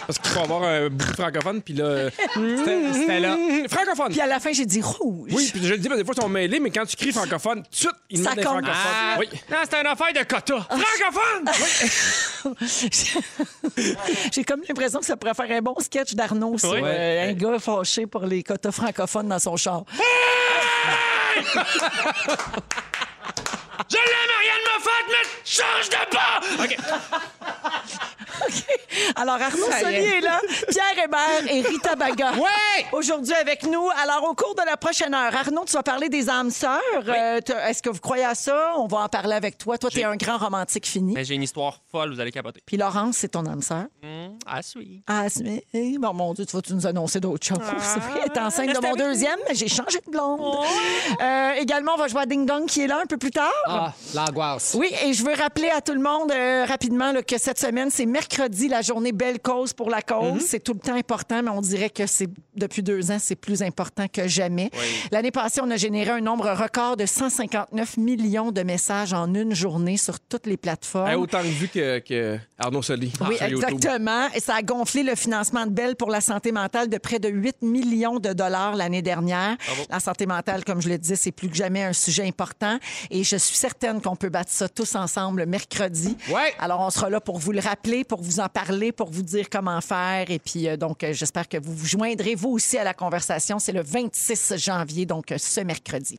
Speaker 3: Parce qu'il faut avoir un bout de francophone, puis là. C'était c'était là. Francophone!
Speaker 2: Puis à la fin, j'ai dit rouge.
Speaker 3: Oui, puis je le dis, parce que des fois, ils sont mêlés, mais quand tu cries francophone, tout de suite, ils
Speaker 2: Ça
Speaker 3: demandent des
Speaker 2: compte.
Speaker 3: francophones.
Speaker 2: Ah.
Speaker 3: Oui. Non, c'est une affaire de quota. Francophone!
Speaker 2: J'ai comme l'impression que ça pourrait faire un bon sketch d'Arnaud sur
Speaker 4: Oui.
Speaker 2: euh, un gars fâché pour les quotas francophones dans son char.
Speaker 3: Je l'aime, Ariane Moffat, mais change de pas! OK.
Speaker 2: Alors, Arnaud Solier est là, Pierre Hébert et Rita Baga.
Speaker 5: Ouais!
Speaker 2: Aujourd'hui avec nous. Alors, au cours de la prochaine heure, Arnaud, tu vas parler des âmes sœurs. Euh, t'as- Est-ce que vous croyez à ça? On va en parler avec toi. Toi, t'es un grand romantique fini.
Speaker 4: Mais j'ai une histoire folle, vous allez capoter.
Speaker 2: Puis Laurence, c'est ton âme sœur.
Speaker 4: Hum, ah, oui.
Speaker 2: Ah, mais... Bon, mon Dieu, tu vas-tu nous annoncer d'autres choses? C'est vrai, elle est enceinte de mon deuxième, mais j'ai changé de blonde. Euh, également, on va jouer à Ding Dong qui est là un peu plus tard.
Speaker 5: Ah, l'angoisse.
Speaker 2: Oui, et je veux rappeler à tout le monde euh, rapidement là, que cette semaine, c'est mercredi. mercredi, la journée Belle Cause pour la cause. C'est tout le temps important, mais on dirait que c'est depuis deux ans, c'est plus important que jamais. L'année passée, on a généré un nombre record de 159 millions de messages en une journée sur toutes les plateformes.
Speaker 5: Ah.
Speaker 3: Hey, autant de vues que, que Arnaud Soli
Speaker 2: Oui,
Speaker 3: sur YouTube.
Speaker 2: exactement. Et ça a gonflé le financement de Bell pour la santé mentale de près de 8 millions de dollars l'année dernière. La santé mentale, comme je le disais, c'est plus que jamais un sujet important. Et je suis certaine qu'on peut battre ça tous ensemble mercredi.
Speaker 3: Ouais.
Speaker 2: Alors, on sera là pour vous le rappeler, pour vous en parler, pour vous dire comment faire. Et puis, euh, donc, euh, j'espère que vous vous joindrez, vous aussi, à la conversation. C'est le 26 janvier, donc euh, ce mercredi.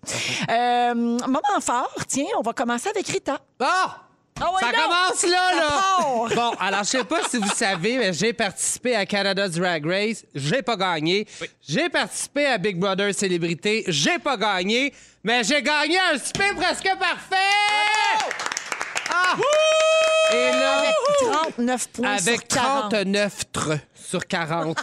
Speaker 2: Euh, moment fort, tiens, on va commencer avec Rita.
Speaker 5: Ah!
Speaker 2: Ah ouais,
Speaker 5: Ça
Speaker 2: non!
Speaker 5: commence là,
Speaker 2: Ça part!
Speaker 5: là! Bon, alors, je sais pas si vous savez, mais j'ai participé à Canada Drag Race. J'ai pas gagné. J'ai participé à Big Brother Célébrité. J'ai pas gagné. Mais j'ai gagné un souper presque parfait! Ah! Et là,
Speaker 2: Avec 39 points sur
Speaker 5: avec
Speaker 2: 40.
Speaker 5: 39 tre sur 40.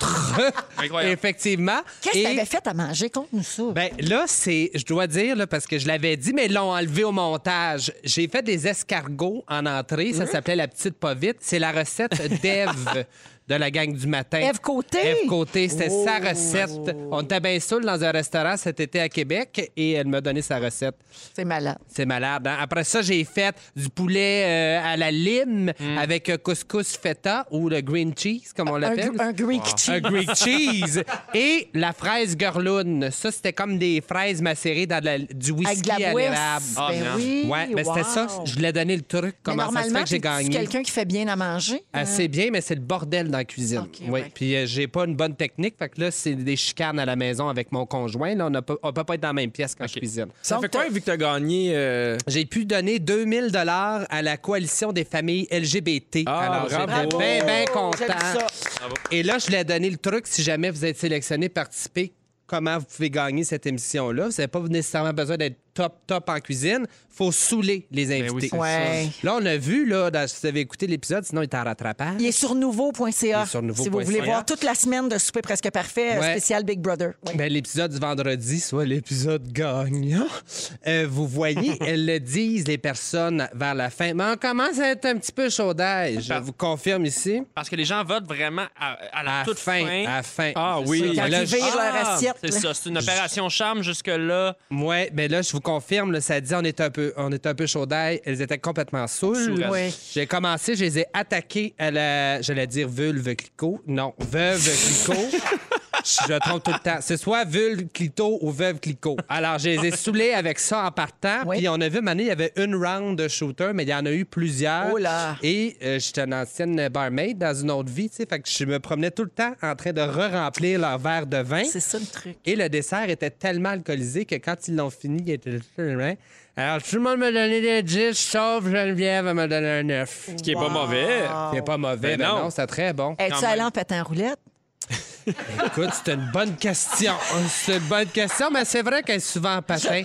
Speaker 4: Incroyable.
Speaker 5: Effectivement.
Speaker 2: Qu'est-ce que
Speaker 5: Et-
Speaker 2: t'avais fait à manger? Conte-nous ça.
Speaker 5: ben là, c'est, je dois dire, là, parce que je l'avais dit, mais ils l'ont enlevé au montage. J'ai fait des escargots en entrée.
Speaker 2: Hein?
Speaker 5: Ça s'appelait la petite pas vite. C'est la recette d'Ève de la gang du matin.
Speaker 2: Ève Côté? Oh,
Speaker 5: Ève Côté, c'était sa recette. On était bien saouls dans un restaurant cet été à Québec et elle m'a donné sa recette.
Speaker 2: C'est malade.
Speaker 5: C'est malade. hein? Après ça, j'ai fait du poulet euh, à la lime avec euh, couscous feta ou le green cheese, comme on
Speaker 2: Mm. Un,
Speaker 5: l'appelle. Ah.
Speaker 2: gr- un Greek cheese.
Speaker 5: Un Greek cheese. Et la fraise girloune. Ça, c'était comme des fraises macérées dans de la- du
Speaker 2: Avec
Speaker 5: whisky
Speaker 2: de la
Speaker 5: à
Speaker 2: boisse.
Speaker 5: l'érable.
Speaker 4: Ah,
Speaker 2: ben
Speaker 4: bien.
Speaker 2: oui.
Speaker 5: ouais, mais c'était ça.
Speaker 2: wow.
Speaker 5: Je voulais donner le truc.
Speaker 2: Mais
Speaker 5: Comment ça se fait
Speaker 2: normalement,
Speaker 5: que j'ai
Speaker 2: t'es-tu
Speaker 5: gagné?
Speaker 2: quelqu'un qui fait bien à manger. Euh,
Speaker 5: Assez bien, mais c'est le bordel dans la cuisine.
Speaker 2: Ok,
Speaker 5: oui.
Speaker 2: ouais.
Speaker 5: Puis euh, j'ai pas une bonne technique. Fait que là, c'est des chicanes à la maison avec mon conjoint. Là, on ne peut pas être dans la même pièce quand je cuisine.
Speaker 3: Ça fait quoi vu que t'as gagné? euh,
Speaker 5: J'ai pu donner 2000 dollars à la coalition des familles LGBT.
Speaker 3: Ah,
Speaker 5: Alors,
Speaker 3: bravo.
Speaker 5: j'étais bien, bien
Speaker 2: Oh,
Speaker 5: content.
Speaker 2: j'aime ça.
Speaker 5: Et là, je l'ai donné le truc, si jamais vous êtes sélectionné, participez, comment vous pouvez gagner cette émission-là. Vous n'avez pas nécessairement besoin d'être top, top en cuisine. faut saouler les invités.
Speaker 4: c'est
Speaker 2: Ouais.
Speaker 5: Là, on a vu, là, dans- si vous avez écouté l'épisode, sinon il est en rattrapage.
Speaker 2: Il est sur nouveau.ca.
Speaker 5: Il est sur nouveau.ca.
Speaker 2: Si vous voulez voir toute la semaine de Souper Presque Parfait, euh,
Speaker 5: Ouais.
Speaker 2: spécial Big Brother. Oui.
Speaker 5: Ben, l'épisode du vendredi, soit l'épisode gagnant, euh, vous voyez, elles le disent, les personnes, vers la fin. Mais on commence à être un petit peu chaud d'ail. Je vous confirme ici.
Speaker 4: Parce que les gens votent vraiment à, à la
Speaker 5: À
Speaker 4: toute
Speaker 5: fin,
Speaker 4: fin.
Speaker 5: à fin.
Speaker 3: Ah
Speaker 5: C'est
Speaker 3: oui.
Speaker 5: ça.
Speaker 3: Quand
Speaker 5: Mais
Speaker 2: Quand
Speaker 5: là,
Speaker 2: ils
Speaker 5: je-
Speaker 2: virent leur
Speaker 4: Ah,
Speaker 2: assiette.
Speaker 4: c'est
Speaker 2: là.
Speaker 4: ça, c'est une opération charme jusque-là.
Speaker 5: Ouais, mais là, je vous confirme, là, ça dit, on était un peu, on était un peu chaud d'ail. Elles étaient complètement saoules.
Speaker 4: Sourdes.
Speaker 2: Ouais.
Speaker 5: J'ai commencé, je les ai attaquées à la, j'allais dire vulve clico. Non, veuve clico. Je le trompe tout le temps. C'est soit vulve clito ou veuve clico. Alors, je les ai saoulés avec ça en partant.
Speaker 2: Oui.
Speaker 5: Puis on a vu, Mané, il y avait une round de shooter, mais il y en a eu plusieurs.
Speaker 2: Oh là!
Speaker 5: Et euh, j'étais une ancienne barmaid dans une autre vie, tu sais. Fait que je me promenais tout le temps en train de re-remplir leur verre de vin.
Speaker 2: C'est ça le truc.
Speaker 5: Et le dessert était tellement alcoolisé que quand ils l'ont fini, il était tellement. hein. Alors, tout le monde m'a donné des 10, sauf Geneviève, elle m'a donné un 9.
Speaker 3: Qui est pas mauvais.
Speaker 5: C'est pas mauvais,
Speaker 3: Ben
Speaker 5: ben
Speaker 3: non.
Speaker 5: non, c'était très bon.
Speaker 2: Es-tu
Speaker 4: même.
Speaker 2: allé en pétant roulette?
Speaker 5: Écoute, c'est une bonne question. C'est une bonne question, mais c'est vrai qu'elle est souvent en patin.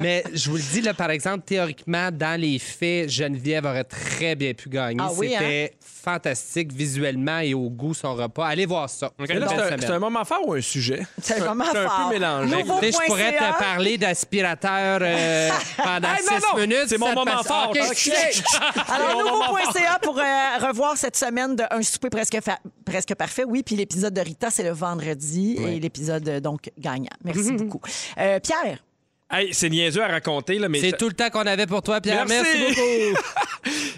Speaker 5: Mais je vous le dis, là, par exemple, théoriquement, dans les faits, Geneviève aurait très bien pu gagner.
Speaker 2: Ah oui,
Speaker 5: C'était fantastique visuellement et au goût, son repas. Allez voir ça.
Speaker 3: Mais
Speaker 5: Une
Speaker 3: là,
Speaker 5: belle
Speaker 3: C'est un,
Speaker 5: semaine.
Speaker 3: c'est un moment fort ou un sujet?
Speaker 2: C'est un moment
Speaker 3: c'est un peu
Speaker 2: fort.
Speaker 3: mélangé.
Speaker 2: Nouveau
Speaker 5: Écoutez, je pourrais
Speaker 2: .ca.
Speaker 5: te parler d'aspirateur euh, pendant
Speaker 3: Hey, non,
Speaker 5: six
Speaker 3: non,
Speaker 5: minutes.
Speaker 3: c'est mon
Speaker 5: ça te
Speaker 3: moment
Speaker 5: passe-
Speaker 3: fort.
Speaker 5: OK.
Speaker 3: Ok.
Speaker 2: Alors,
Speaker 3: Bon moment fort.
Speaker 2: nouveau.ca pour euh, revoir cette semaine de Un souper presque, fa- presque parfait. Oui, puis l'épisode de Rita, c'est le vendredi et l'épisode, euh, donc, gagnant. Merci beaucoup. Euh, Pierre,
Speaker 3: Hey, c'est niaiseux à raconter, là, mais
Speaker 5: C'est
Speaker 3: ça-
Speaker 5: tout le temps qu'on avait pour toi, Pierre.
Speaker 3: Merci.
Speaker 5: Merci, beaucoup.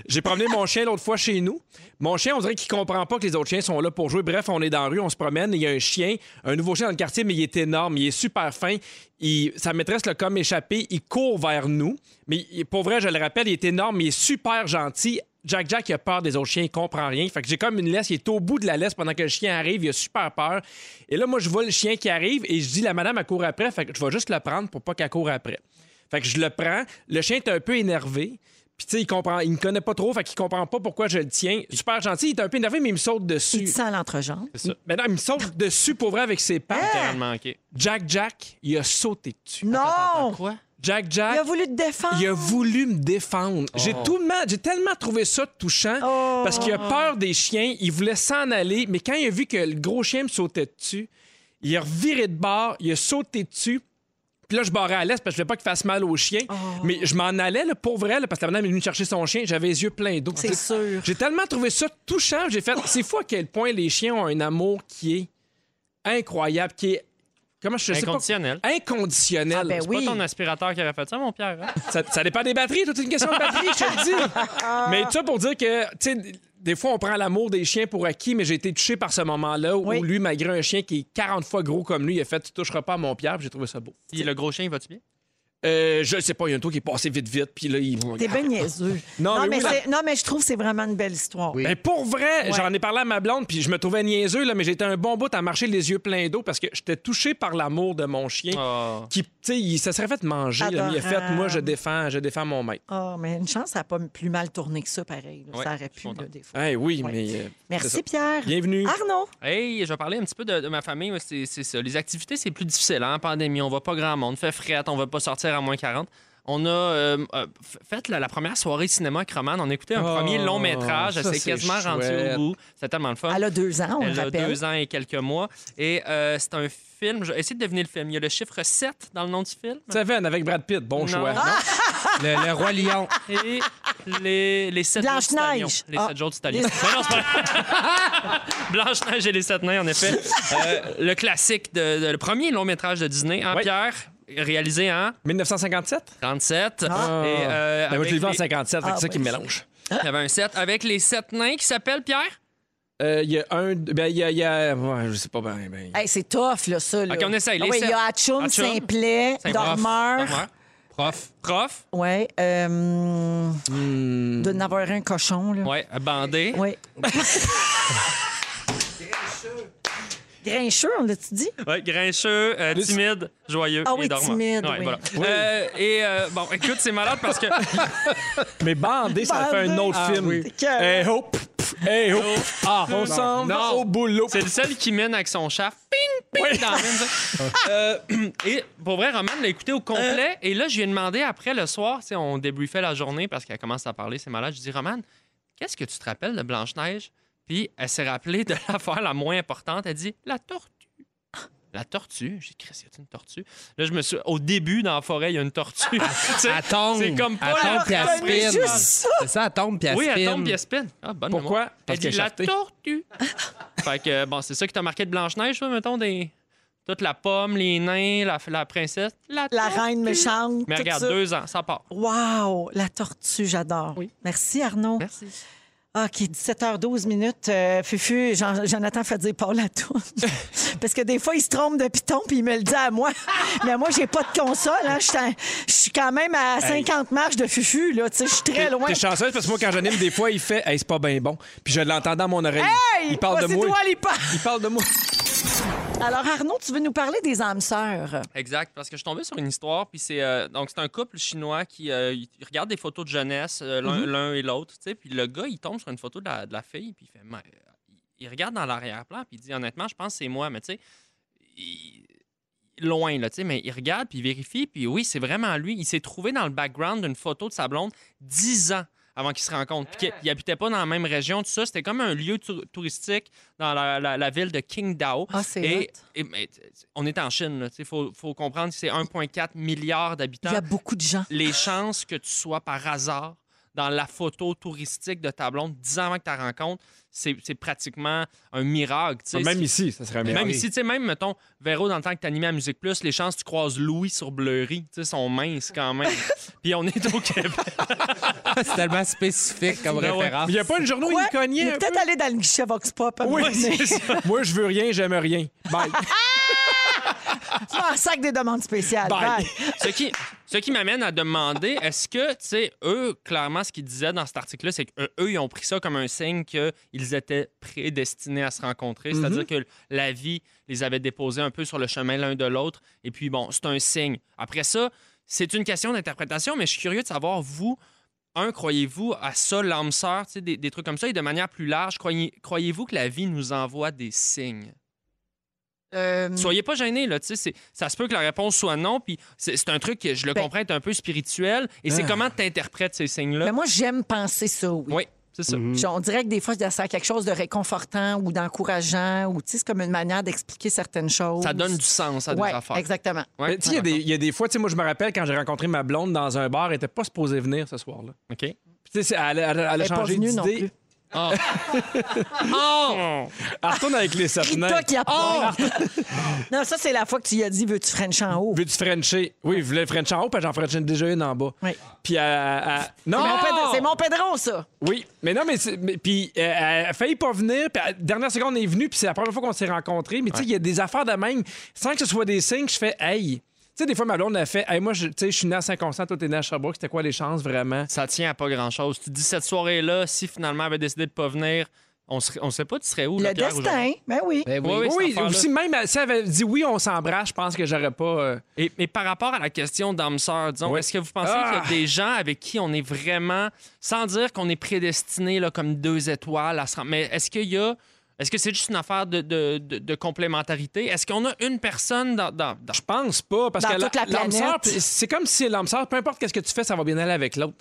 Speaker 3: j'ai promené mon chien l'autre fois chez nous. Mon chien, on dirait qu'il comprend pas que les autres chiens sont là pour jouer. Bref, on est dans la rue, on se promène, et il y a un chien, un nouveau chien dans le quartier, mais il est énorme, il est super fin. Il- sa maîtresse l'a comme échappé, il court vers nous. Mais il- pour vrai, je le rappelle, il est énorme, mais il est super gentil. Jack Jack il a peur des autres chiens, il comprend rien. Fait que j'ai comme une laisse, il est au bout de la laisse pendant que le chien arrive, il a super peur. Et là, moi, je vois le chien qui arrive et je dis la madame, elle court après, fait que je vais juste le prendre pour pas qu'elle court après. Fait que je le prends. Le chien est un peu énervé. Puis, tu sais, il comprend, il me connaît pas trop, fait qu'il comprend pas pourquoi je le tiens. Super gentil, il est un peu énervé, mais il me saute
Speaker 2: tu te
Speaker 3: dessus.
Speaker 2: sens à l'entrejambe. Hein?
Speaker 3: Maintenant, il me saute dessus pour vrai avec ses
Speaker 4: Hein?
Speaker 3: pattes.
Speaker 4: Carrément manqué.
Speaker 3: Jack Jack, il a sauté dessus.
Speaker 2: Non!
Speaker 4: Quoi?
Speaker 3: Jack
Speaker 2: Il
Speaker 3: Jack,
Speaker 2: a voulu te défendre.
Speaker 3: il a voulu me défendre. J'ai tout le ma- j'ai tellement trouvé ça touchant
Speaker 2: Oh.
Speaker 3: parce qu'il a peur des chiens. Il voulait s'en aller, mais quand il a vu que le gros chien me sautait dessus, il a reviré de bord, il a sauté dessus. Puis là, je barrais à l'est parce que je voulais pas qu'il fasse mal au chien.
Speaker 2: Oh.
Speaker 3: Mais je m'en allais, là, pour vrai, là, parce que la madame est venue chercher son chien. J'avais les yeux pleins d'eau.
Speaker 2: C'est sûr.
Speaker 3: J'ai tellement trouvé ça touchant. J'ai fait. C'est fou à quel point les chiens ont un amour qui est incroyable, qui est. Comment je sais pas-
Speaker 4: Inconditionnel.
Speaker 3: Inconditionnel.
Speaker 2: Ah, ben
Speaker 4: Pas
Speaker 2: oui.
Speaker 4: ton aspirateur qui aurait fait ça, mon Pierre. hein?
Speaker 3: Ça, ça dépend des batteries, toute une question de batterie, je te le
Speaker 2: Ah.
Speaker 3: dis. Mais tout ça pour dire que, tu sais, des fois, on prend l'amour des chiens pour acquis, mais j'ai été touché par ce moment-là où
Speaker 2: Oui.
Speaker 3: lui, malgré un chien qui est 40 fois gros comme lui, il a fait Tu toucheras pas à mon Pierre, puis j'ai trouvé ça beau.
Speaker 4: Puis le gros chien, il va-tu bien?
Speaker 3: Euh, je sais pas, il y a un tour qui est passé vite, vite, puis là, il.
Speaker 2: T'es bien niaiseux.
Speaker 3: Non, mais oui, la-
Speaker 2: c'est- non, mais je trouve que c'est vraiment une belle histoire.
Speaker 3: Mais Ben, pour vrai, j'en ai parlé à ma blonde, puis je me trouvais niaiseux, là, mais j'étais un bon bout à marcher les yeux pleins d'eau parce que j'étais touché par l'amour de mon chien.
Speaker 4: Ah.
Speaker 3: Qui, tu sais, il- ça serait fait manger, là, mais il a fait,
Speaker 2: Adorable.
Speaker 3: moi, je défends, je défends mon maître.
Speaker 2: Ah, mais une chance, ça n'a pas plus mal tourné que ça, pareil. là.
Speaker 4: Ouais,
Speaker 2: ça aurait
Speaker 4: je suis
Speaker 2: pu,
Speaker 4: content.
Speaker 2: là, des fois.
Speaker 3: Eh oui,
Speaker 2: Ouais.
Speaker 3: mais. euh, c'est ça.
Speaker 2: Merci, Pierre.
Speaker 3: Bienvenue.
Speaker 2: Arnaud.
Speaker 4: Hey, je vais parler un petit peu de, de ma famille. Ouais, C'est c'est ça. Les activités, c'est plus difficile. hein, En pandémie, on va pas grand monde. Fait frette, on va pas sortir à moins 40. On a euh, euh, f- fait la, la première soirée cinéma avec Romane. On a écouté un
Speaker 3: Oh,
Speaker 4: premier long métrage. Elle
Speaker 3: ça,
Speaker 4: s'est
Speaker 3: c'est
Speaker 4: quasiment rendue
Speaker 3: chouette.
Speaker 4: au bout. C'était tellement le fun.
Speaker 2: Elle a deux ans, Ah, on
Speaker 4: Elle
Speaker 2: le
Speaker 4: a
Speaker 2: rappelle.
Speaker 4: deux ans et quelques mois. Et euh, c'est un film. Je vais essayer de deviner le film. Il y a le chiffre 7 dans le nom du film.
Speaker 3: Seven avec Brad Pitt, bon
Speaker 4: Non.
Speaker 3: choix.
Speaker 2: Ah!
Speaker 5: Le, le roi lion.
Speaker 4: Et les, les 7 jours du
Speaker 2: Blanche-Neige.
Speaker 4: talion. Les
Speaker 2: Ah.
Speaker 4: 7 jours du talion. Ben Non, non, c'est pas vrai. Blanche-Neige et les 7 nains, en effet. Euh, le classique, de, de- le premier long métrage de Disney, en
Speaker 3: Oui.
Speaker 4: Pierre, réalisé en
Speaker 3: 1957?
Speaker 4: 37.
Speaker 2: Ah.
Speaker 4: Et, euh,
Speaker 3: Ben, moi, je l'ai
Speaker 4: avec
Speaker 3: vu en
Speaker 4: les-
Speaker 3: 57, fait que
Speaker 2: Ah,
Speaker 3: c'est ça qui me
Speaker 2: ouais.
Speaker 3: mélange.
Speaker 4: il y avait un 7 avec les 7 nains qui s'appellent Pierre.
Speaker 3: Euh, Il y a un. Ben, il y a. il y a- ouais, je sais pas. Ben, ben-
Speaker 2: Hey, c'est tough, là, ça. Là.
Speaker 4: Ok, on essaye,
Speaker 2: Ah
Speaker 4: les
Speaker 2: oui, il y a
Speaker 4: sept.
Speaker 2: Hatchoum,
Speaker 4: Hatchoum,
Speaker 2: Simplet,
Speaker 4: C'est
Speaker 2: Dormeur.
Speaker 4: Dormeur.
Speaker 5: Prof.
Speaker 4: Prof.
Speaker 2: Oui. Euh, De n'avoir un cochon, là.
Speaker 4: Ouais, bandé.
Speaker 2: Oui. Grincheux, on l'a-tu dit?
Speaker 4: Ouais, grincheux, euh, timide, joyeux
Speaker 2: Ah oui,
Speaker 4: et dormant.
Speaker 2: timide,
Speaker 4: Ouais,
Speaker 2: oui.
Speaker 4: voilà. Euh, et euh, bon, écoute, c'est malade parce que
Speaker 3: Mais Bandé, ça
Speaker 2: Bandé.
Speaker 3: fait un autre
Speaker 2: Ah,
Speaker 3: film.
Speaker 2: oui. C'est que-
Speaker 3: Hey, oh. hop! pff, Hey, hop! Ah, on s'en va
Speaker 4: Non.
Speaker 3: au boulot.
Speaker 4: C'est le seul qui mène avec son chat. Ping, ping, dans la mine, ça. Euh, et pour vrai, Roman l'a écouté au complet.
Speaker 3: Euh.
Speaker 4: Et là, je lui ai demandé après le soir, tu sais, on débriefait la journée parce qu'elle commence à parler, c'est malade. Je dis, Roman, qu'est-ce que tu te rappelles de Blanche-Neige? Puis elle s'est rappelée de l'affaire la moins importante. Elle dit, la tortue. La tortue? J'ai dit, Chris, y a une tortue? Là, je me suis. Au début, dans la forêt, il y a une tortue. Tu sais,
Speaker 5: Attends.
Speaker 4: C'est comme pas
Speaker 5: Attends, puis elle
Speaker 2: reconnu
Speaker 5: spin.
Speaker 2: juste ça.
Speaker 5: C'est ça, elle tombe, puis elle
Speaker 4: oui, elle
Speaker 5: spin.
Speaker 4: tombe puis elle spin. Ah, bonne
Speaker 3: Pourquoi?
Speaker 4: mémoire.
Speaker 3: Parce
Speaker 4: Elle
Speaker 3: qu'elle est
Speaker 4: dit la
Speaker 3: chartée.
Speaker 4: tortue. fait que, bon, c'est ça qui t'a marqué de Blanche-Neige, toi, mettons, des... toute la pomme, les nains, la, la princesse. La,
Speaker 2: La
Speaker 4: tortue.
Speaker 2: reine méchante.
Speaker 4: Mais
Speaker 2: tout
Speaker 4: regarde,
Speaker 2: ça.
Speaker 4: deux ans, ça part.
Speaker 2: Wow, la tortue, j'adore.
Speaker 4: Oui.
Speaker 2: Merci, Arnaud. Ah,
Speaker 4: Merci.
Speaker 2: OK, 17h12 minutes. Euh, Fufu, Jean- Jonathan fait dire Paul à tout. Parce que des fois, il se trompe de piton puis il me le dit à moi. Mais moi, j'ai pas de console. hein. Je suis en- je suis quand même à 50 marches de Fufu. Là. Tu sais, Je suis très loin.
Speaker 3: T'es chanceuse parce que moi, quand j'anime, des fois, il fait Hey, c'est pas bien bon. Puis je l'entends dans mon oreille.
Speaker 2: Hey,
Speaker 3: il parle de
Speaker 2: voici
Speaker 3: moi.
Speaker 2: Dua Lipa.
Speaker 3: Il parle de moi.
Speaker 2: Alors, Arnaud, tu veux nous parler des âmes sœurs?
Speaker 4: Exact, parce que je suis tombé sur une histoire, puis c'est euh, donc c'est un couple chinois qui euh, il- il regarde des photos de jeunesse, euh,
Speaker 3: Mhm.
Speaker 4: l'un l'un et l'autre, tu sais, puis le gars, il tombe sur une photo de la, de la fille, puis il fait, Ma- il- il regarde dans l'arrière-plan, puis il dit, honnêtement, je pense que c'est moi, mais tu sais, il- loin, là, tu sais, mais il regarde, puis il vérifie, puis oui, c'est vraiment lui. Il s'est trouvé dans le background d'une photo de sa blonde 10 ans avant qu'ils se rencontrent. Puis qu'il-
Speaker 2: Ah.
Speaker 4: il habitait pas dans la même région, tout ça. C'était comme un lieu tour- touristique dans la, la- la ville de Qingdao.
Speaker 2: Ah, c'est
Speaker 4: Et,
Speaker 2: hot.
Speaker 4: et- mais, t- t- on est en Chine, il faut, faut comprendre que c'est 1,4 milliard
Speaker 2: Il
Speaker 4: d'habitants.
Speaker 2: y a beaucoup de gens.
Speaker 4: Les chances que tu sois par hasard dans la photo touristique de ta blonde 10 ans avant que tu la rencontres, c'est c'est pratiquement un miracle. tu sais.
Speaker 3: Ah, Même ici, ça serait
Speaker 4: Même
Speaker 3: mieux.
Speaker 4: ici, tu sais, même, mettons, Véro, dans le temps que t'animais à Musique Plus, les chances que tu croises Louis sur Bleury, tu sais, sont minces quand même. Puis on est au Québec.
Speaker 5: C'est tellement spécifique comme
Speaker 4: Ah ouais.
Speaker 5: référence.
Speaker 3: Il y a pas une journée où
Speaker 2: Ouais,
Speaker 3: il
Speaker 2: il
Speaker 3: cognait.
Speaker 2: est
Speaker 3: un
Speaker 2: peut-être
Speaker 3: peu?
Speaker 2: allé dans le guichet Vox Pop. à un
Speaker 3: Oui,
Speaker 2: moment
Speaker 3: c'est
Speaker 2: donné.
Speaker 3: ça. Moi, je veux rien, j'aime rien. Bye.
Speaker 2: Ah, sac des demandes spéciales.
Speaker 3: Bye.
Speaker 2: Bye.
Speaker 4: ce qui, ce qui m'amène à demander, est-ce que, tu sais, eux, clairement, ce qu'ils disaient dans cet article-là, c'est qu'eux, ils ont pris ça comme un signe qu'ils étaient prédestinés à se rencontrer.
Speaker 5: Mm-hmm.
Speaker 4: C'est-à-dire que la vie les avait déposés un peu sur le chemin l'un de l'autre. Et puis, bon, c'est un signe. Après ça, c'est une question d'interprétation, mais je suis curieux de savoir, vous, un, croyez-vous à ça, l'âme sœur, tu sais, des, des trucs comme ça, et de manière plus large, croyez- croyez-vous que la vie nous envoie des signes?
Speaker 2: Euh,
Speaker 4: Soyez pas gênés, là, tu sais, c'est- ça se peut que la réponse soit non, puis c'est c'est un truc que je le
Speaker 2: Ben-
Speaker 4: comprends, est un peu spirituel, et c'est comment tu interprètes ces signes-là.
Speaker 2: mais moi, j'aime Ben, penser ça, oui.
Speaker 4: Oui, C'est ça.
Speaker 5: Mhm.
Speaker 2: Puis On dirait que des fois, ça a quelque chose de réconfortant ou d'encourageant, ou tu sais, c'est comme une manière d'expliquer certaines choses.
Speaker 4: Ça donne du sens à des
Speaker 2: ouais,
Speaker 4: affaires.
Speaker 2: Exactement.
Speaker 4: Ouais.
Speaker 3: Mais tu sais, il y a des- il y, a des fois, tu sais, moi, je me rappelle quand j'ai rencontré ma blonde dans un bar, elle était pas supposée venir ce soir-là.
Speaker 4: OK.
Speaker 3: Puis tu sais, c'est- elle, elle- elle
Speaker 2: Elle
Speaker 3: a
Speaker 2: est pas
Speaker 3: changé
Speaker 2: venue non
Speaker 3: d'idée.
Speaker 2: plus.
Speaker 4: Ah.
Speaker 3: Ah. Elle retourne avec les
Speaker 2: Toi
Speaker 3: sapins.
Speaker 2: qui
Speaker 3: Ah.
Speaker 2: apprends. non, ça, c'est la fois que tu lui as dit Veux-tu French en haut
Speaker 3: Veux-tu Frencher? Oui, je voulais French en haut, puis j'en Frenchais déjà une en bas.
Speaker 2: Oui.
Speaker 3: Puis elle- elle- Non!
Speaker 2: C'est mon Pedro- C'est mon Pedro, ça.
Speaker 3: Oui, mais non, mais, c'est- mais- puis euh, elle a failli pas venir, puis à la dernière seconde elle est venue, puis c'est la première fois qu'on s'est rencontrés. Mais tu sais, il y a des affaires de même, sans que ce soit des signes, je fais hey. Tu sais, des fois, ma blonde a fait hey, moi, je, tu sais, je suis né à Saint-Constant, toi, t'es né à Sherbrooke, c'était quoi les chances vraiment?
Speaker 4: Ça tient à pas grand-chose. Tu te dis cette soirée-là, si finalement elle avait décidé de pas venir, on serait, on sait pas tu serais où là,
Speaker 2: Le
Speaker 4: Pierre, aujourd'hui.
Speaker 2: destin. Ben oui.
Speaker 5: Ben
Speaker 4: Oui, oui, cette
Speaker 3: Oui,
Speaker 4: affaire-là.
Speaker 3: aussi, même euh, si elle avait dit oui, on s'embrasse, je pense que j'aurais pas. euh,
Speaker 4: Et, mais par rapport à la question d'âme sœur, disons,
Speaker 3: Ouais.
Speaker 4: est-ce que vous pensez
Speaker 3: Ah!
Speaker 4: qu'il y a des gens avec qui on est vraiment, sans dire qu'on est prédestiné là, comme deux étoiles à se rendre, mais est-ce qu'il y a, est-ce que c'est juste une affaire de, de- de- de complémentarité? Est-ce qu'on a une personne dans. dans- dans-
Speaker 3: Je pense pas, parce
Speaker 2: Dans
Speaker 3: que
Speaker 2: toute la
Speaker 3: l'âme
Speaker 2: planète.
Speaker 3: sœur, puis c'est comme si l'âme sœur, peu importe qu'est-ce que tu fais, ça va bien aller avec l'autre.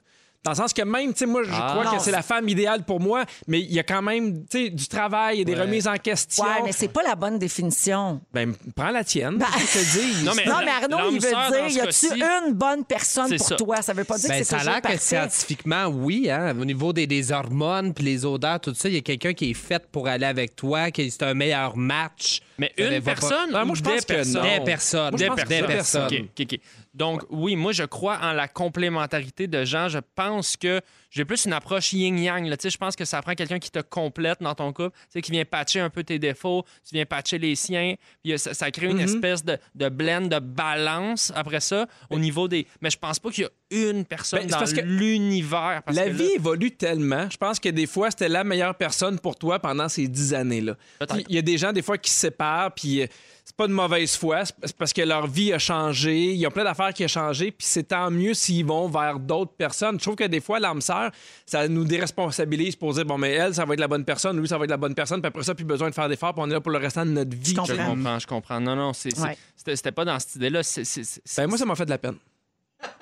Speaker 3: Dans le sens que même, tu sais, moi, je
Speaker 4: Ah.
Speaker 3: crois
Speaker 2: Non,
Speaker 3: que c'est la femme idéale pour moi, mais il y a quand même, tu sais, du travail, et des
Speaker 4: Ouais.
Speaker 3: remises en question.
Speaker 2: Ouais, mais c'est pas la bonne définition.
Speaker 3: Ben, prends la tienne. qu'est-ce que je te dis?
Speaker 4: Non, mais-
Speaker 2: Non, mais Arnaud, il veut
Speaker 4: L'âme sœur, dans
Speaker 2: dire
Speaker 4: ce
Speaker 2: Y a-tu
Speaker 4: cas-ci-
Speaker 2: une bonne personne
Speaker 4: C'est
Speaker 2: pour
Speaker 4: ça.
Speaker 2: toi Ça veut pas dire
Speaker 5: Ben,
Speaker 2: que c'est
Speaker 5: ça a
Speaker 2: toujours
Speaker 5: l'air que
Speaker 2: parfait.
Speaker 5: scientifiquement, oui, hein, au niveau des, des hormones, puis les odeurs, tout ça, il y a quelqu'un qui est fait pour aller avec toi, qui c'est un meilleur match.
Speaker 4: Mais
Speaker 5: Ça va
Speaker 4: une
Speaker 5: pas- Ah,
Speaker 4: personne
Speaker 3: Non,
Speaker 4: ou
Speaker 3: Ben, moi, je
Speaker 4: des
Speaker 3: pense que
Speaker 4: personnes?
Speaker 3: non.
Speaker 5: Des personnes.
Speaker 3: Moi, je
Speaker 5: des
Speaker 3: pense que
Speaker 5: personnes.
Speaker 3: des personnes.
Speaker 4: OK, OK, OK. Donc, oui, moi, je crois en la complémentarité de gens. Je pense que j'ai plus une approche yin-yang. là. Tu sais, Je pense que ça prend quelqu'un qui te complète dans ton couple, tu sais, qui vient patcher un peu tes défauts, tu viens patcher les siens. Puis euh, ça, ça crée
Speaker 3: Mm-hmm.
Speaker 4: une espèce de, de blend, de balance après ça au niveau des. Mais je pense pas qu'il y a une personne
Speaker 3: Ben, c'est
Speaker 4: dans
Speaker 3: parce que
Speaker 4: l'univers. parce
Speaker 3: La
Speaker 4: que là-
Speaker 3: vie évolue tellement. Je pense que des fois, c'était la meilleure personne pour toi pendant ces dix années-là.
Speaker 4: Peut-être.
Speaker 3: Il y a des gens, des fois, qui se séparent, puis euh, c'est pas de mauvaise foi, c'est c'est parce que leur vie a changé, il y a plein d'affaires qui ont changé, puis c'est tant mieux s'ils vont vers d'autres personnes. Je trouve que des fois, l'âme sœur, ça nous déresponsabilise pour dire, bon, mais elle, ça va être la bonne personne, lui, ça va être la bonne personne, puis après ça, plus besoin de faire d'efforts, puis on est là pour le restant de notre vie.
Speaker 4: Je comprends, je comprends. Non, non, c'est- c'est-
Speaker 2: Ouais.
Speaker 4: c'était c'était pas dans cette idée-là. C'est- c'est- c'est-
Speaker 3: Ben, moi, ça m'a fait de la peine.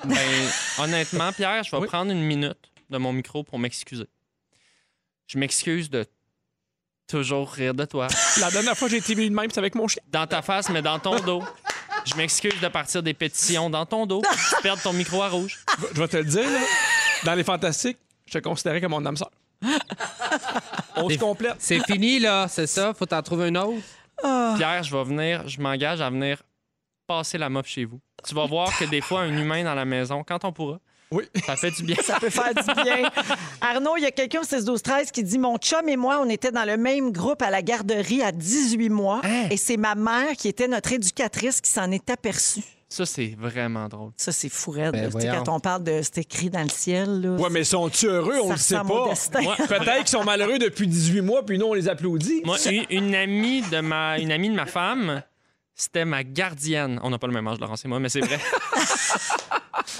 Speaker 4: Ben, honnêtement, Pierre, je vais
Speaker 3: Oui.
Speaker 4: prendre une minute de mon micro pour m'excuser. Je m'excuse de toujours rire de toi.
Speaker 3: La dernière fois, j'ai été mis de même, c'est avec mon chien.
Speaker 4: Dans ta face, mais dans ton dos. Je m'excuse de partir des pétitions dans ton dos. Tu perds ton micro à rouge.
Speaker 3: Je vais te le dire, là, dans les fantastiques, je te considérais comme mon âme sœur. On se complète.
Speaker 5: C'est fini, là, c'est ça? Faut t'en trouver une autre?
Speaker 3: Ah.
Speaker 4: Pierre, je vais venir, je m'engage à venir passer la mop chez vous. Tu vas voir que des fois, un humain dans la maison, quand on pourra,
Speaker 3: Oui.
Speaker 4: ça fait du bien.
Speaker 2: Ça peut faire du bien. Arnaud, il y a quelqu'un au 16 12 13 qui dit mon chum et moi, on était dans le même groupe à la garderie à 18 mois
Speaker 5: Hein?
Speaker 2: et c'est ma mère qui était notre éducatrice qui s'en est aperçue.
Speaker 4: Ça, c'est vraiment drôle.
Speaker 2: Ça c'est fou raide.
Speaker 5: Ben,
Speaker 2: Tu sais,
Speaker 5: voyons.
Speaker 2: quand on parle de c'est écrit dans le ciel là.
Speaker 3: Ouais, mais sont-ils heureux? on
Speaker 2: Ça
Speaker 3: le sait
Speaker 2: ressemble au
Speaker 3: pas.
Speaker 2: destin.
Speaker 3: Ouais, Peut-être qu'ils sont malheureux depuis 18 mois, puis nous, on les applaudit.
Speaker 4: Moi, une, une amie de ma, une amie de ma femme, c'était ma gardienne. On n'a pas le même âge, Laurence et moi, mais c'est vrai.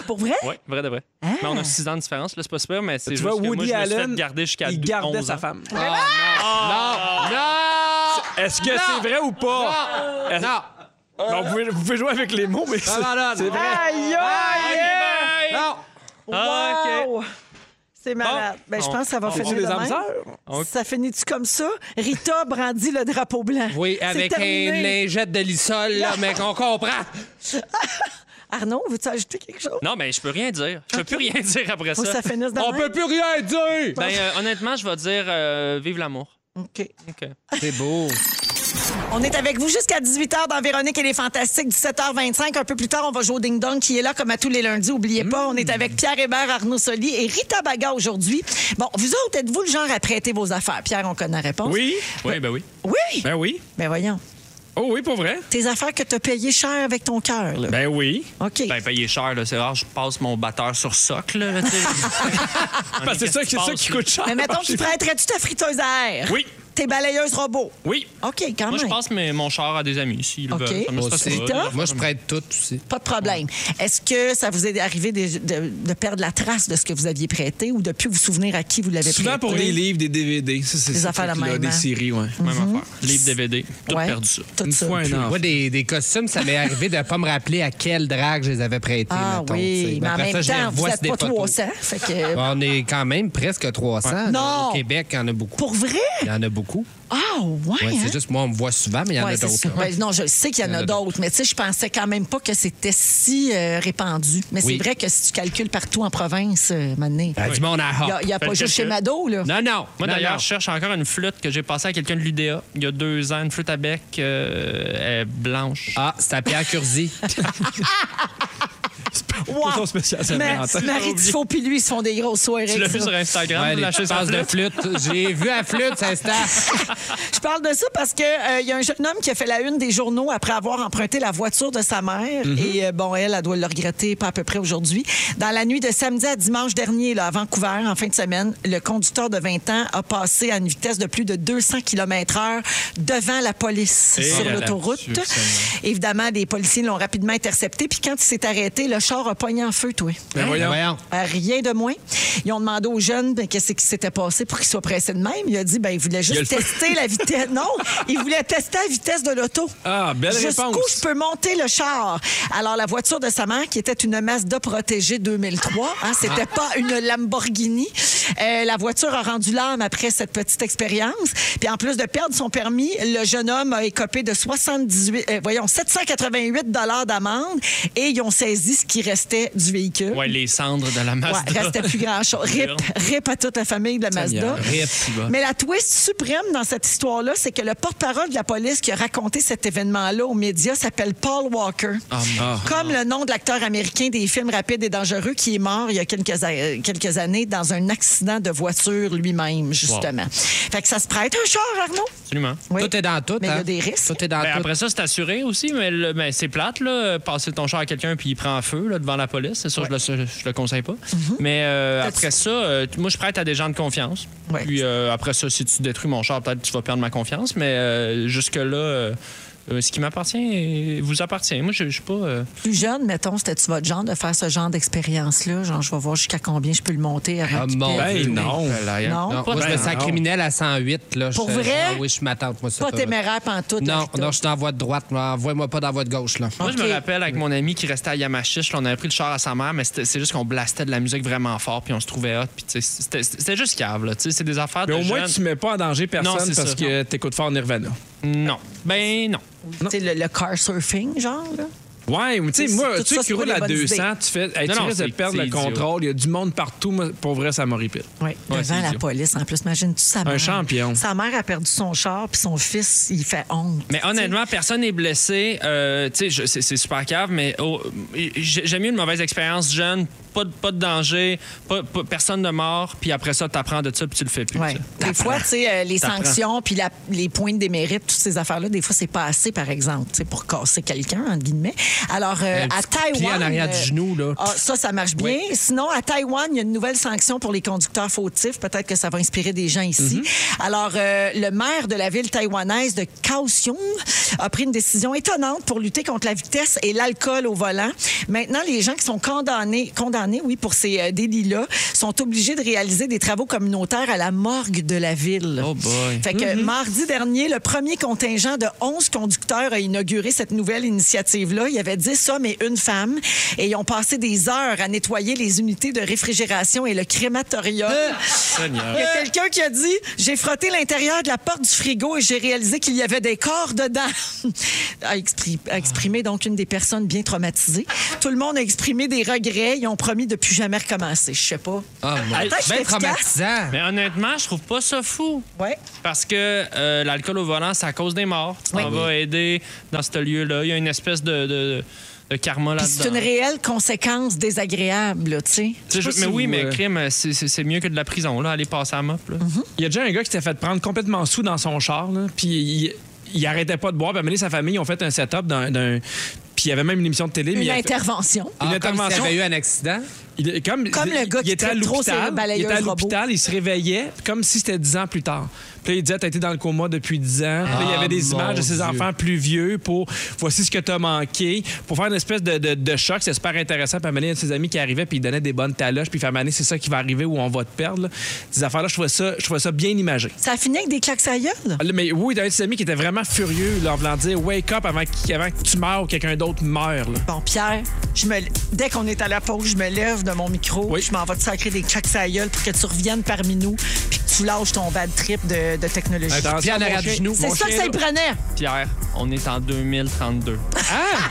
Speaker 2: Pour vrai
Speaker 4: Oui, vrai de vrai. Mais on a six ans de différence, là, c'est pas super, mais c'est
Speaker 3: Ah. Tu
Speaker 4: juste
Speaker 3: vois,
Speaker 4: que moi,
Speaker 3: Woody
Speaker 4: je me suis
Speaker 3: Allen,
Speaker 4: fait garder jusqu'à
Speaker 3: Il
Speaker 4: 12,
Speaker 3: gardait
Speaker 4: 11
Speaker 3: sa
Speaker 4: ans. Ah,
Speaker 3: femme.
Speaker 5: Ah, Non! Non!
Speaker 3: Ah! Est-ce que c'est vrai ou
Speaker 4: Ah!
Speaker 3: pas? Est-ce-
Speaker 5: Non!
Speaker 4: Euh.
Speaker 3: Bon, vous, pouvez, vous pouvez jouer avec les mots, Oh, mais c'est
Speaker 5: non,
Speaker 3: c'est vrai.
Speaker 2: Aïe aïe.
Speaker 5: Non!
Speaker 4: Ah,
Speaker 2: Wow! C'est malade. Ben, je
Speaker 4: On-
Speaker 2: pense que ça va
Speaker 4: on-
Speaker 3: C'est
Speaker 2: finir
Speaker 3: des
Speaker 2: de
Speaker 3: âmes
Speaker 2: même.
Speaker 3: sœurs?
Speaker 2: Ça finit-tu comme ça? Rita brandit le drapeau blanc.
Speaker 5: Oui,
Speaker 2: C'est
Speaker 5: avec
Speaker 2: terminé.
Speaker 5: une lingette de lissol, là, mais qu'on comprend.
Speaker 2: Arnaud, veux-tu ajouter quelque chose?
Speaker 4: Non, mais je peux rien dire. Je peux plus rien dire après
Speaker 2: Faut que
Speaker 4: ça.
Speaker 2: ça finisse de
Speaker 5: On
Speaker 2: même.
Speaker 5: peut plus rien dire!
Speaker 4: Ben, euh, honnêtement, je vais dire euh, vive l'amour.
Speaker 2: OK.
Speaker 4: OK.
Speaker 5: C'est beau.
Speaker 2: On est avec vous jusqu'à 18h dans Véronique et les Fantastiques, 17h25. Un peu plus tard, on va jouer au Ding Dong qui est là comme à tous les lundis. Oubliez pas, on est
Speaker 5: Hmm.
Speaker 2: avec Pierre Hébert, Arnaud Soli et Rita Baga aujourd'hui. Bon, vous autres, êtes-vous le genre à prêter vos affaires? Pierre, on connaît la réponse.
Speaker 3: Oui. Oui, ben oui.
Speaker 2: Oui?
Speaker 3: Ben oui.
Speaker 2: Ben voyons.
Speaker 3: Oh oui, pour vrai.
Speaker 2: Tes affaires que t'as payées cher avec ton cœur, là.
Speaker 3: Ben oui.
Speaker 2: OK.
Speaker 4: Ben, payer cher, là, c'est rare. Je passe mon batteur sur socle. là, tu sais.
Speaker 3: Parce que Ah, c'est ça, c'est ça qui coûte cher.
Speaker 2: Mais mettons, tu prêterais-tu ta friteuse à air?
Speaker 3: Oui.
Speaker 2: T'es balayeuse robot.
Speaker 4: Oui.
Speaker 2: OK, quand
Speaker 4: Moi, je
Speaker 2: même.
Speaker 4: passe mes- mon char à des amis, s'ils
Speaker 2: OK.
Speaker 4: veulent. Ça me
Speaker 2: Moi
Speaker 4: stresse
Speaker 2: aussi.
Speaker 4: pas.
Speaker 5: Moi, je prête tout aussi.
Speaker 2: Pas de problème. Est-ce que ça vous est arrivé de, de- de perdre la trace de ce que vous aviez prêté ou de plus vous souvenir à qui vous l'avez prêté?
Speaker 3: Souvent pour des livres, des DVD, ça, c'est
Speaker 2: Des
Speaker 3: ces
Speaker 2: affaires de
Speaker 3: trucs-là,
Speaker 2: même, hein?
Speaker 3: Des séries, ouais.
Speaker 4: Même affaire. Livre DVD, tout
Speaker 2: Ouais,
Speaker 4: perdu ça.
Speaker 2: tout
Speaker 3: Une
Speaker 2: ça.
Speaker 3: fois un an.
Speaker 5: Moi, des, des costumes, ça m'est arrivé de pas me rappeler à quelle drague je les avais prêtés.
Speaker 2: Ah
Speaker 5: mettons, tu sais.
Speaker 2: oui, mais en
Speaker 5: Après ça,
Speaker 2: même
Speaker 5: je les
Speaker 2: temps, vous
Speaker 5: revois sur
Speaker 2: n'êtes
Speaker 5: des
Speaker 2: pas
Speaker 5: photos.
Speaker 2: 300. Fait que,
Speaker 5: On est quand même presque 300.
Speaker 2: Non.
Speaker 5: Au Québec, il y en a beaucoup.
Speaker 2: pour vrai?
Speaker 5: Il y en a beaucoup.
Speaker 2: Ah, ouais.
Speaker 5: Ouais,
Speaker 2: hein?
Speaker 5: C'est juste, moi, on me voit souvent, mais il y en
Speaker 2: Ouais,
Speaker 5: a
Speaker 2: c'est
Speaker 5: d'autres. hein.
Speaker 2: ça.
Speaker 5: là.
Speaker 2: Ben, non, je le sais qu'il y en a d'autres, mais tu sais, je pensais quand même pas que c'était si euh, répandu. Mais
Speaker 5: Oui.
Speaker 2: c'est vrai que si tu calcules partout en province, euh, maintenant,
Speaker 5: Ah, Du monde à hop.
Speaker 2: il n'y a,
Speaker 4: Faites
Speaker 2: pas juste chez
Speaker 4: quelque-
Speaker 2: Mado, là.
Speaker 5: Non, non.
Speaker 4: Moi,
Speaker 5: non,
Speaker 4: d'ailleurs,
Speaker 5: non.
Speaker 4: je cherche encore une flûte que j'ai passée à quelqu'un de l'UDA il y a deux ans, une flûte à bec euh, elle est blanche.
Speaker 5: Ah, c'est à Pierre Curzi.
Speaker 3: Son spécial
Speaker 2: Mais
Speaker 3: Saint-Valentin.
Speaker 2: Marie Tifo puis lui, ils se font des grosses soirées.
Speaker 4: tu l'as
Speaker 2: avec
Speaker 4: vu
Speaker 2: ça.
Speaker 4: sur Instagram,
Speaker 5: ouais, les
Speaker 4: lâcher sa
Speaker 5: passes de
Speaker 4: flûte.
Speaker 5: flûte. J'ai vu à flûte, ça
Speaker 2: Je parle de ça parce que euh, il y a un jeune homme qui a fait la une des journaux après avoir emprunté la voiture de sa mère.
Speaker 3: Mm-hmm.
Speaker 2: Et euh, bon, elle, elle doit le regretter pas à peu près aujourd'hui. Dans la nuit de samedi à dimanche dernier, là, à Vancouver, en fin de semaine, le conducteur de 20 ans a passé à une vitesse de plus de 200 km/h devant la police
Speaker 4: Et
Speaker 2: sur
Speaker 4: là,
Speaker 2: l'autoroute.
Speaker 4: là-dessus, Seigneur.
Speaker 2: Évidemment, des policiers l'ont rapidement intercepté. Puis quand il s'est arrêté, le char a pogné en feu, toi.
Speaker 3: Ben voyons.
Speaker 2: Euh, Rien de moins. Ils ont demandé aux jeunes ben, qu'est-ce qui s'était passé pour qu'ils soient pressés de même. Il a dit ben il voulait
Speaker 3: Il a
Speaker 2: juste
Speaker 3: le feu.
Speaker 2: tester la vitesse. Non, il voulait tester la vitesse de l'auto.
Speaker 3: Ah, belle
Speaker 2: Jusqu'où
Speaker 3: réponse.
Speaker 2: je peux monter le char? Alors, la voiture de sa mère, qui était une Mazda protégée 2003, hein, c'était
Speaker 3: Ah.
Speaker 2: pas une Lamborghini. Euh, la voiture a rendu l'âme après cette petite expérience. Puis, en plus de perdre son permis, le jeune homme a écopé de 78, euh, voyons, 788 d'amende et ils ont saisi ce qui restait du véhicule.
Speaker 4: Ouais, les cendres de la masse.
Speaker 2: Ouais, restait plus grand-chose. RIP, RIP à toute la famille de la Mazda.
Speaker 4: Rip, c'est bon.
Speaker 2: Mais la twist suprême dans cette histoire-là, c'est que le porte-parole de la police qui a raconté cet événement-là aux médias s'appelle Paul Walker.
Speaker 4: Ah.
Speaker 6: Ah.
Speaker 2: Comme le nom de l'acteur américain des films rapides et dangereux qui est mort il y a quelques, a- euh, quelques années dans un accident de voiture lui-même, justement. Fait que ça se prête un char, Arnaud.
Speaker 4: Absolument.
Speaker 2: Oui.
Speaker 5: Tout est dans tout.
Speaker 2: Mais il y a
Speaker 5: hein.
Speaker 2: des risques.
Speaker 5: Tout est dans
Speaker 4: Ben,
Speaker 5: tout.
Speaker 4: après ça, c'est assuré aussi, mais, le- ben, c'est plate, là, passer ton char à quelqu'un puis il prend feu là, devant la police. C'est sûr, je, le, je le conseille pas. Mais euh,
Speaker 2: Mm-hmm. T'as-tu-
Speaker 4: après ça, euh, moi, je prête à des gens de confiance.
Speaker 2: Ouais.
Speaker 4: Puis euh, après ça, si tu détruis mon char, peut-être que tu vas perdre ma confiance. Mais euh, jusque-là, euh, euh, ce qui m'appartient euh, vous appartient. Moi, je je suis pas. euh,
Speaker 2: Plus jeune, mettons, c'était-tu votre genre de faire ce genre d'expérience-là? Genre, je vais voir jusqu'à combien je peux le monter avant
Speaker 5: Ah,
Speaker 2: qu'il
Speaker 5: mon
Speaker 2: pète.
Speaker 5: Dieu.
Speaker 3: Ben non.
Speaker 2: Non,
Speaker 5: Non,
Speaker 2: pas,
Speaker 5: moi, je
Speaker 4: Ben
Speaker 5: me sens
Speaker 3: non.
Speaker 5: criminel à 108. Là. Je-
Speaker 2: Pour vrai?
Speaker 5: Ah oui, je suis ma tante, moi, ça.
Speaker 2: pas
Speaker 5: pas-
Speaker 2: téméraire pantoute.
Speaker 5: Non,
Speaker 2: Rita.
Speaker 5: non, je suis dans la voie de droite. moi. Envoie-moi pas dans la voie de gauche, là.
Speaker 4: Moi, je
Speaker 2: Ok.
Speaker 4: me rappelle avec mon ami qui restait à Yamachiche, là, on avait pris le char à sa mère, mais c'était- c'est juste qu'on blastait de la musique vraiment fort, puis on se trouvait hot, puis tu sais, c'était c'était juste cave, là. tu sais, C'est des affaires
Speaker 3: Mais
Speaker 4: de
Speaker 3: au moins,
Speaker 4: jeunes.
Speaker 3: tu mets pas en danger personne
Speaker 4: Non, c'est
Speaker 3: parce
Speaker 4: ça.
Speaker 3: que t'écoutes fort Nirvana.
Speaker 4: Non. Ben non.
Speaker 2: Tu sais, le, le car surfing, genre, là.
Speaker 3: Ouais, mais tu sais,
Speaker 2: C'est-
Speaker 3: moi,
Speaker 2: tout
Speaker 3: tu
Speaker 2: ça,
Speaker 3: sais,
Speaker 2: c'est
Speaker 3: qui
Speaker 2: pas
Speaker 3: roule
Speaker 2: des
Speaker 3: à
Speaker 2: bonnes
Speaker 3: 200, tu fais. hey, tu
Speaker 4: Non, non,
Speaker 3: risques de
Speaker 4: c'est-
Speaker 3: perdre
Speaker 4: c'est
Speaker 3: le
Speaker 4: idiot.
Speaker 3: contrôle. Il y a du monde partout. moi, Pour vrai, ça m'horripile.
Speaker 2: Oui,
Speaker 3: c'est
Speaker 2: devant la
Speaker 3: idiot.
Speaker 2: police. En plus, imagine-tu sa mère.
Speaker 3: champion.
Speaker 2: Sa mère a perdu son char, puis son fils, il fait honte.
Speaker 4: Mais honnêtement, personne n'est blessé. Euh, tu sais, je- c'est c'est super cave, mais oh, j'ai- j'aime mieux une mauvaise expérience jeune, pas de, pas de danger, pas, pas- personne de mort, puis après ça, t'apprends de ça, puis tu le fais plus.
Speaker 2: Ouais.
Speaker 4: tu sais.
Speaker 2: Des fois, tu sais, euh, les
Speaker 4: T'apprends.
Speaker 2: sanctions, puis la- les points de démérite, toutes ces affaires-là, des fois, c'est pas assez, par exemple, tu sais, pour casser quelqu'un, entre guillemets. Alors, euh,
Speaker 5: Un
Speaker 2: à
Speaker 5: petit coup de pied
Speaker 2: Taïwan.
Speaker 5: en arrière du
Speaker 2: euh,
Speaker 5: genou, là.
Speaker 2: ah, ça, ça marche bien. Sinon, à Taïwan, il y a une nouvelle sanction pour les conducteurs fautifs. Peut-être que ça va inspirer des gens ici. Alors, euh, le maire de la ville taïwanaise de Kaohsiung a pris une décision étonnante pour lutter contre la vitesse et l'alcool au volant. Maintenant, les gens qui sont condamnés, condamnés oui, pour ces euh, délits-là, sont obligés de réaliser des travaux communautaires à la morgue de la ville.
Speaker 4: Oh boy.
Speaker 2: Fait que mardi dernier, le premier contingent de 11 conducteurs a inauguré cette nouvelle initiative-là. Il y avait 10 hommes et une femme. Et ils ont passé des heures à nettoyer les unités de réfrigération et le crématorium. Il y a quelqu'un qui a dit J'ai frotté l'intérieur de la porte du frigo et j'ai réalisé qu'il y avait des corps dedans. a expri- a exprimé donc une des personnes bien traumatisées. Tout le monde a exprimé des regrets. Ils ont promis de plus jamais recommencer. Je sais pas.
Speaker 5: Ah, mon
Speaker 2: Attends, je suis
Speaker 5: Ben
Speaker 2: efficace.
Speaker 5: traumatisant.
Speaker 4: Mais honnêtement, je trouve pas ça fou.
Speaker 2: Ouais.
Speaker 4: Parce que euh, l'alcool au volant, c'est à cause des morts. Tu t'en
Speaker 2: Oui.
Speaker 4: vas aider dans ce lieu-là. Il y a une espèce de, de, de karma
Speaker 2: Puis
Speaker 4: là-dedans.
Speaker 2: c'est une réelle conséquence désagréable, là, tu sais.
Speaker 4: Tu sais,
Speaker 3: Je sais
Speaker 4: je-
Speaker 3: pas
Speaker 4: mais
Speaker 3: si
Speaker 4: oui,
Speaker 3: vous,
Speaker 4: mais
Speaker 3: euh,
Speaker 4: crime, c'est- c'est c'est mieux que de la prison, là, aller passer à la mop. Là.
Speaker 2: Mhm.
Speaker 3: Il y a déjà un gars qui s'était fait prendre complètement sous dans son char, là, puis il, il arrêtait pas de boire. Puis à un moment donné, sa famille, ils ont fait un setup d'un. d'un- Puis il y avait même une émission de télé. mais
Speaker 2: Une
Speaker 3: il a fait-
Speaker 2: intervention.
Speaker 5: Ah,
Speaker 3: Une
Speaker 5: comme s'il y
Speaker 3: intervention.
Speaker 5: avait eu un accident.
Speaker 3: Il, comme,
Speaker 2: Comme le gars
Speaker 3: il
Speaker 2: qui
Speaker 3: était à
Speaker 2: traite trop ses
Speaker 3: l'hôpital, il
Speaker 2: balayeuses
Speaker 3: était à
Speaker 2: robots.
Speaker 3: l'hôpital, il se réveillait comme si c'était 10 ans plus tard. Puis là, il disait t'as été dans le coma depuis 10 ans. Puis là, Ah, il y avait des
Speaker 11: mon
Speaker 3: images de ses
Speaker 11: Dieu.
Speaker 3: enfants plus vieux pour voici ce que t'as manqué pour faire une espèce de, de- de choc, c'est super intéressant. Puis Amélie, un de ses amis qui arrivait puis il donnait des bonnes taloches puis il fait Amélie, c'est ça qui va arriver où on va te perdre. là. Ces affaires là, je trouvais ça je trouvais ça bien imagé.
Speaker 2: Ça finit avec des claques à gueule?
Speaker 3: Ah, là, Mais oui, il y a un de ses amis qui était vraiment furieux là, en voulant dire wake up avant, qu'il- avant que tu meurs ou quelqu'un d'autre meure. là.
Speaker 2: Bon, Pierre, je me... dès qu'on est à la pause, je me lève de mon micro,
Speaker 3: Oui.
Speaker 2: je m'en vais te sacrer des claques à gueule pour que tu reviennes parmi nous puis que tu lâches ton bad trip de, de technologie.
Speaker 3: Attention,
Speaker 5: Pierre
Speaker 3: mon
Speaker 5: Arrête
Speaker 3: chien.
Speaker 5: du genou.
Speaker 2: C'est
Speaker 3: Mon
Speaker 2: ça que
Speaker 3: chien,
Speaker 2: ça
Speaker 3: là.
Speaker 2: y prenait.
Speaker 4: Pierre, on est en 2032.
Speaker 3: Ah!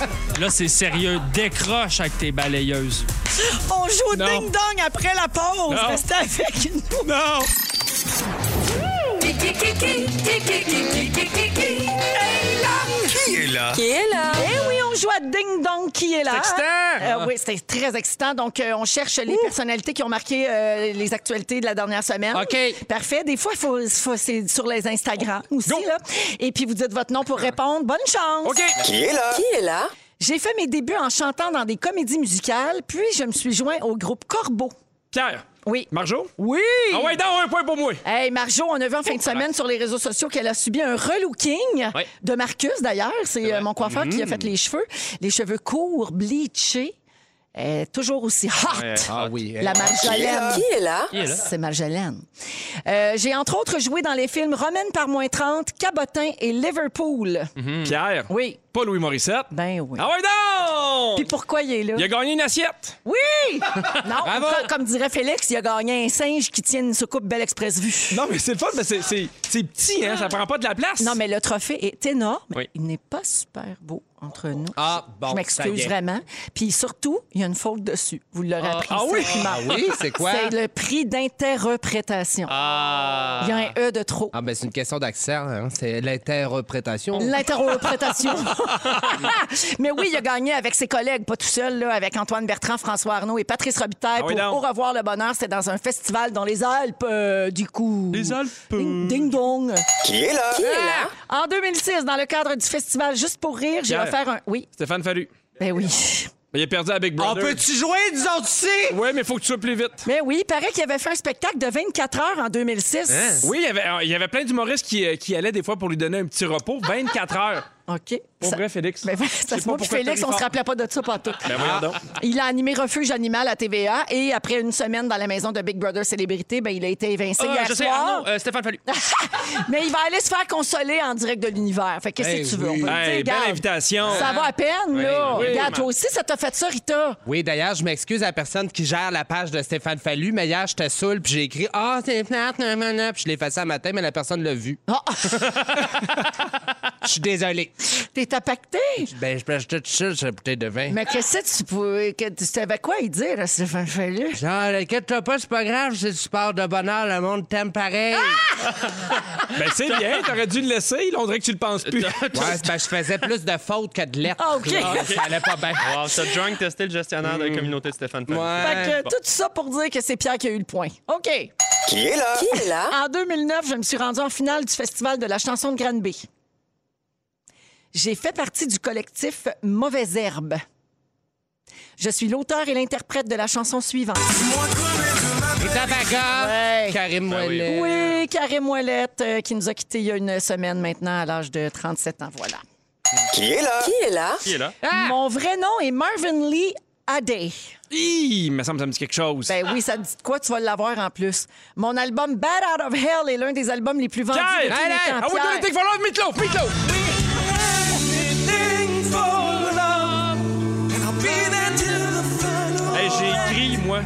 Speaker 2: Ah!
Speaker 4: Là, c'est sérieux. Décroche avec tes balayeuses.
Speaker 2: On joue au
Speaker 3: Non.
Speaker 2: ding-dong après la pause.
Speaker 3: Non.
Speaker 2: Restez avec nous.
Speaker 3: Non!
Speaker 6: Qui est là?
Speaker 7: Qui est là?
Speaker 2: Eh oui, on joue à Ding Dong qui est là.
Speaker 3: excitant!
Speaker 2: Euh, oui, c'était très excitant. Donc, euh, on cherche les personnalités qui ont marqué euh, les actualités de la dernière semaine.
Speaker 4: OK.
Speaker 2: Parfait. Des fois, faut, faut- c'est sur les Instagram aussi. Là. Et puis, vous dites votre nom pour répondre. Bonne chance.
Speaker 3: OK!
Speaker 7: Qui est là?
Speaker 2: J'ai fait mes débuts en chantant dans des comédies musicales, puis je me suis joint au groupe Corbeau.
Speaker 3: Pierre!
Speaker 2: Oui.
Speaker 3: Marjo?
Speaker 2: Oui!
Speaker 3: Ah ouais, non, un point pour moi!
Speaker 2: Hey, Marjo, on a vu en fin de semaine sur les réseaux sociaux qu'elle a subi un relooking
Speaker 4: Oui.
Speaker 2: de Marcus, d'ailleurs. C'est euh, mon coiffeur
Speaker 3: Mm.
Speaker 2: qui a fait les cheveux. Les cheveux courts, bleachés. Euh, toujours aussi hot.
Speaker 4: Ouais,
Speaker 5: Ah oui.
Speaker 2: La Marjolaine.
Speaker 7: Qui est là?
Speaker 4: Il est là.
Speaker 2: C'est Marjolaine. Euh, J'ai entre autres joué dans les films Romaine par moins 30, Cabotin et Liverpool.
Speaker 3: Mm-hmm. Pierre?
Speaker 2: Oui.
Speaker 3: Pas Louis Morissette?
Speaker 2: Ben oui.
Speaker 3: Ah ouais,
Speaker 2: Puis
Speaker 3: donc!
Speaker 2: pourquoi il est là?
Speaker 3: Il a gagné une assiette!
Speaker 2: Oui! Non, comme, comme dirait Félix, il a gagné un singe qui tient une soucoupe Belle Express vue.
Speaker 3: Non, mais c'est le fun, mais c'est, c'est, c'est petit, hein? Ça prend pas de la place.
Speaker 2: Non, mais le trophée est énorme.
Speaker 4: Oui.
Speaker 2: Il n'est pas super beau entre nous.
Speaker 5: Ah, bon, ça
Speaker 2: Je
Speaker 5: y
Speaker 2: m'excuse
Speaker 5: est.
Speaker 2: vraiment. Puis surtout, il y a une faute dessus. Vous l'aurez appris.
Speaker 5: ah oui?
Speaker 2: certainement.
Speaker 5: Ah oui, c'est quoi?
Speaker 2: C'est le prix d'interprétation.
Speaker 4: Ah.
Speaker 2: Il y a un E de trop.
Speaker 5: Ah, ben, c'est une question d'accent, hein. C'est l'interprétation.
Speaker 2: L'interprétation. Mais oui, il a gagné avec ses collègues, pas tout seul, là, avec Antoine Bertrand, François Arnaud et Patrice Robitaille
Speaker 3: Ah oui,
Speaker 2: pour
Speaker 3: donc.
Speaker 2: Au revoir le bonheur. C'était dans un festival dans les Alpes, euh, du coup.
Speaker 3: Les Alpes.
Speaker 2: Ding, ding dong.
Speaker 7: Qui est là?
Speaker 2: En 2006, dans le cadre du festival Juste pour rire, j'ai
Speaker 3: Pierre.
Speaker 2: offert un. Oui,
Speaker 3: Stéphane Fallu.
Speaker 2: ben oui.
Speaker 3: Mais Il a perdu à Big
Speaker 5: On
Speaker 3: Brother.
Speaker 5: peut-tu jouer, disons, tu sais?
Speaker 3: Oui, mais faut que tu sois plus vite.
Speaker 2: Mais oui, il paraît qu'il avait fait un spectacle de 24 heures en
Speaker 5: Hein?
Speaker 2: 2006.
Speaker 3: Hein? Oui, il y avait, il y avait plein d'humoristes qui, euh, qui allaient des fois pour lui donner un petit repos, 24 heures.
Speaker 2: OK.
Speaker 3: Pour
Speaker 2: Ça-
Speaker 3: vrai, Félix.
Speaker 2: Ben,
Speaker 3: Je sais pas
Speaker 2: ça, c'est moi puis
Speaker 3: pourquoi
Speaker 2: Félix,
Speaker 3: t'as
Speaker 2: on
Speaker 3: ri
Speaker 2: se
Speaker 3: fort.
Speaker 2: rappelait pas de ça pas tout.
Speaker 3: Ben voyons donc.
Speaker 2: Il a animé Refuge Animal à TVA et après une semaine dans la maison de Big Brother Célébrité, ben, il a été évincé
Speaker 4: Ah,
Speaker 2: hier
Speaker 4: je sais,
Speaker 2: soir.
Speaker 4: ah non, euh, Stéphane Fallu.
Speaker 2: Mais il va aller se faire consoler en direct de l'univers. Fait qu'est-ce
Speaker 5: Eh
Speaker 2: que tu veux?
Speaker 5: oui.
Speaker 2: On peut le
Speaker 3: Hey,
Speaker 2: dire,
Speaker 3: belle
Speaker 2: regarde,
Speaker 3: invitation.
Speaker 2: Ça va à peine, là.
Speaker 4: oui.
Speaker 2: Regarde, toi aussi, ça t'a fait ça, Rita.
Speaker 5: Oui, d'ailleurs, je m'excuse à la personne qui gère la page de Stéphane Fallu, mais hier, j'étais saoul, puis j'ai écrit Ah, c'est plate, nan, nan, nan puis je l'ai fait ça le matin, mais la personne l'a vu.
Speaker 2: Ah,
Speaker 5: Je suis désolé.
Speaker 2: t'es impacté.
Speaker 5: Ben, je peux tout ça, cette bouteille de vin.
Speaker 2: Mais qu'est-ce que tu pouvais. que- tu savais quoi y dire à Stéphane Fallu?
Speaker 5: Genre, inquiète-toi pas, c'est pas grave, c'est du sport de bonheur, le monde t'aime pareil.
Speaker 2: Ah!
Speaker 3: Ben, c'est bien, t'aurais dû le laisser. Là, on dirait que tu le penses plus.
Speaker 5: Ouais, c'est parce que je faisais plus de fautes que de lettres.
Speaker 2: Ah, OK.
Speaker 5: Là, Ça allait pas bien.
Speaker 4: Wow, t'as drunk testé le gestionnaire de la communauté de Stéphane Fallu.
Speaker 2: Fait
Speaker 5: Ouais.
Speaker 2: que tout ça pour dire que c'est Pierre qui a eu le point. OK.
Speaker 7: Qui est là?
Speaker 2: En 2009, je me suis rendue en finale du Festival de la chanson de Granby. J'ai fait partie du collectif Mauvaise Herbe. Je suis l'auteur et l'interprète de la chanson suivante.
Speaker 5: Et Tabaga,
Speaker 2: Ouais.
Speaker 5: Karim
Speaker 7: Ben
Speaker 5: Ouellet.
Speaker 2: Oui, Karim Ouellette, euh, qui nous a quittés il y a une semaine maintenant à l'âge de 37 ans. Voilà.
Speaker 7: Qui est là?
Speaker 4: Qui est là?
Speaker 3: Ah!
Speaker 2: Mon vrai nom est Marvin Lee Aday.
Speaker 3: Hi, me semble que ça me dit quelque chose.
Speaker 2: Ben oui, ça te dit de quoi? Tu vas l'avoir en plus. Mon album Bad Out of Hell est l'un des albums les plus vendus de tous les
Speaker 3: Ah
Speaker 2: temps. Pierre.
Speaker 3: for love, Meatloaf, Meatloaf. Hey, j'ai écrit, moi.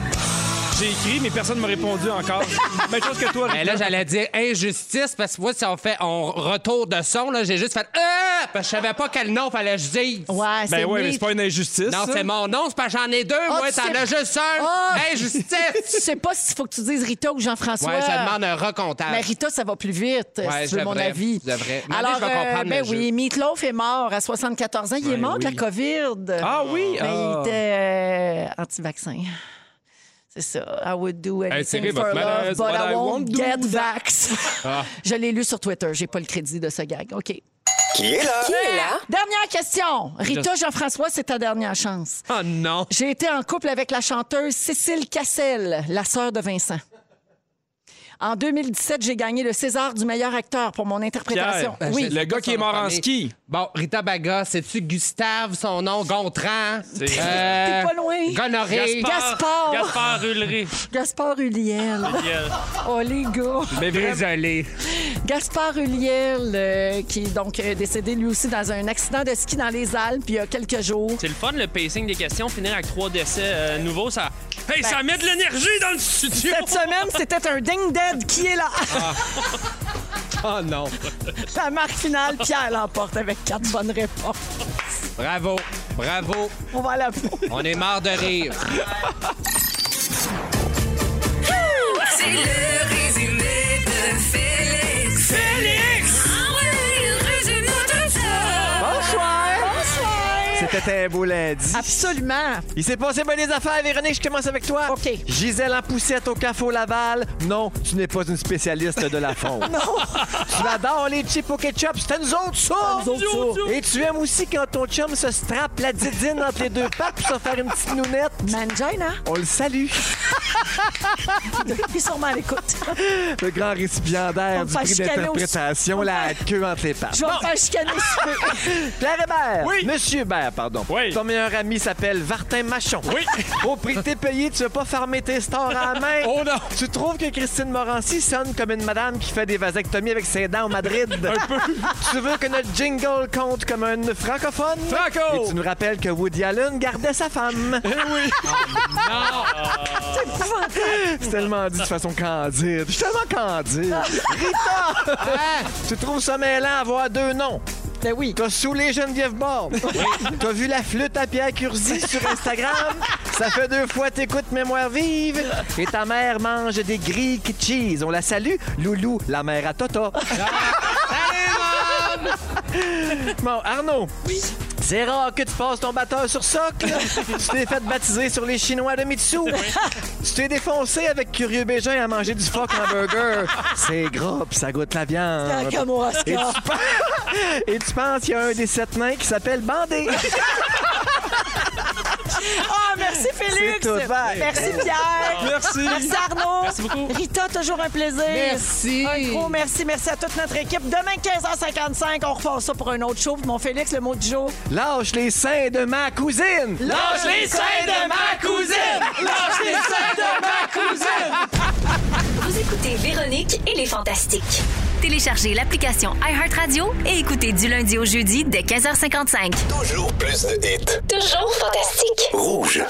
Speaker 3: J'ai écrit, mais personne ne m'a répondu encore. Même chose que toi,
Speaker 5: Ben
Speaker 3: Rita.
Speaker 5: là, j'allais dire injustice parce que moi, si on fait on retour de son, là, j'ai juste fait Ah! Parce que je savais pas quel nom fallait que je dise.
Speaker 2: Ouais, c'est
Speaker 3: Ben ouais,
Speaker 2: né.
Speaker 3: mais c'est pas une injustice.
Speaker 5: Non,
Speaker 3: ça.
Speaker 5: c'est mon nom, c'est parce que j'en ai deux,
Speaker 2: Ah,
Speaker 5: moi,
Speaker 2: tu
Speaker 5: t'en
Speaker 2: sais-
Speaker 5: as juste un.
Speaker 2: Ah! Tu
Speaker 5: Injustice!
Speaker 2: sais pas Ah, s'il faut que tu dises Rita ou Jean-François.
Speaker 5: ouais, je demande un
Speaker 2: Mais
Speaker 5: recomptage.
Speaker 2: Rita, ça va plus vite,
Speaker 5: Ouais,
Speaker 2: si tu veux
Speaker 5: je
Speaker 2: mon
Speaker 5: devrais,
Speaker 2: avis.
Speaker 5: je devrais. Mais
Speaker 2: Alors,
Speaker 5: allez, je vais comprendre
Speaker 2: ben
Speaker 5: le
Speaker 2: oui,
Speaker 5: jeu.
Speaker 2: Meatloaf est mort à 74 ans. Il est mort de la COVID.
Speaker 3: Ah oui,
Speaker 2: Mais
Speaker 3: ah.
Speaker 2: il était euh, anti-vaccin. C'est ça. I would do anything
Speaker 3: serrez
Speaker 2: for
Speaker 3: votre
Speaker 2: love,
Speaker 3: malaise,
Speaker 2: but I won't
Speaker 3: do
Speaker 5: Ah.
Speaker 2: get vax. Je l'ai lu sur Twitter. J'ai pas le crédit de ce gag. OK.
Speaker 7: Qui est là? Qui est là?
Speaker 2: Dernière question. Rita Jean-François, c'est ta dernière chance.
Speaker 4: Ah non.
Speaker 2: J'ai été en couple avec la chanteuse Cécile Cassel, la sœur de Vincent. En 2017, j'ai gagné le César du meilleur acteur pour mon interprétation.
Speaker 5: Ben,
Speaker 3: Pierre,
Speaker 2: oui.
Speaker 3: le gars qui est mort en ski.
Speaker 5: Bon, Rita Baga, c'est-tu Gustave, son nom, Gontran?
Speaker 4: C'est-
Speaker 5: euh,
Speaker 2: T'es pas loin.
Speaker 5: Gonoré.
Speaker 2: Gaspard.
Speaker 4: Gaspard Ulrich.
Speaker 2: Gaspard Huliel. Oh, les gars.
Speaker 5: Mais désolé.
Speaker 2: Gaspard Huliel, euh, qui est donc euh, décédé lui aussi dans un accident de ski dans les Alpes il y a quelques jours.
Speaker 4: C'est le fun, le pacing des questions. Finir avec trois décès euh, nouveaux, ça. Hey,
Speaker 2: Ben,
Speaker 4: ça met de l'énergie dans le studio!
Speaker 2: Cette semaine, c'était un ding dead qui est là.
Speaker 5: Oh non.
Speaker 2: La marque finale, Pierre l'emporte avec quatre bonnes réponses.
Speaker 5: Bravo. Bravo.
Speaker 2: On va à la pause.
Speaker 5: On est marre de rire.
Speaker 1: C'est le résumé de Félix. Félix! Ah oui, il résume tout ça.
Speaker 9: Bonsoir! C'était un beau lundi.
Speaker 2: Absolument.
Speaker 9: Il s'est passé bien des affaires, Véronique, je commence avec toi.
Speaker 2: OK.
Speaker 9: Gisèle en poussette au Cafo Laval. Non, tu n'es pas une spécialiste de la fonte. non. Tu adores les chips au ketchup, c'est à nous autres ça.
Speaker 2: Nous autres,
Speaker 9: Et tu aimes aussi quand ton chum se strappe la didine entre les deux pattes pour se faire une petite nounette.
Speaker 2: ça. Mangina,
Speaker 9: On le salue.
Speaker 2: hein? il est sûrement à l'écoute.
Speaker 9: Le grand récipiendaire
Speaker 2: On
Speaker 9: du
Speaker 2: fait
Speaker 9: prix
Speaker 2: chicaner
Speaker 9: d'interprétation, la queue entre les pattes.
Speaker 2: Je vais me faire chicaner si tu veux.
Speaker 9: Pierre Hébert. Monsieur Hébert, pardon.
Speaker 3: Oui.
Speaker 9: Ton meilleur ami s'appelle Martin Machon. Oui. Au prix que t'es payé, tu veux pas farmer tes stores à la main.
Speaker 3: Oh non!
Speaker 9: Tu trouves que Christine Morancy sonne comme une madame qui fait des vasectomies avec ses dents au Madrid? Un peu. Tu veux que notre jingle compte comme un francophone?
Speaker 3: Franco!
Speaker 9: Et tu nous rappelles que Woody Allen gardait sa femme. Eh oui. C'est tellement dit de façon candide. Je suis tellement candide. Rita! Tu trouves ça mêlant avoir deux noms?
Speaker 2: Ben oui.
Speaker 9: T'as saoulé Geneviève Borne. T'as vu la flûte à Pierre Curzi sur Instagram. Ça fait deux fois t'écoutes Mémoire vive. Et ta mère mange des Greek cheese. On la salue. Loulou, la mère à Tota. Toto. Bon, Arnaud. C'est rare que tu passes ton batteur sur socle. tu t'es fait baptiser sur les Chinois de Mitsu. tu t'es défoncé avec Curieux Bégin à manger du fuck hamburger. C'est gras, pis ça goûte la viande.
Speaker 2: Ah, comme au Oscar.
Speaker 9: Et tu penses qu'il y a un des sept nains qui s'appelle Bandé.
Speaker 2: Ah, merci Félix.
Speaker 9: C'est tout vert.
Speaker 2: Merci Pierre. Merci. Merci Arnaud.
Speaker 4: Merci beaucoup.
Speaker 2: Rita, toujours un plaisir.
Speaker 5: Merci.
Speaker 2: Un gros merci. Merci à toute notre équipe. Demain, 15h55, on refait ça pour un autre show. Mon Félix, le mot du jour.
Speaker 9: Lâche les seins de ma cousine.
Speaker 2: Lâche les seins de ma cousine. Lâche les seins de ma cousine.
Speaker 1: Vous écoutez Véronique et les Fantastiques. Téléchargez l'application iHeartRadio et écoutez du lundi au jeudi dès 15h55.
Speaker 6: Toujours plus de hits.
Speaker 1: Toujours fantastique.
Speaker 6: Rouge.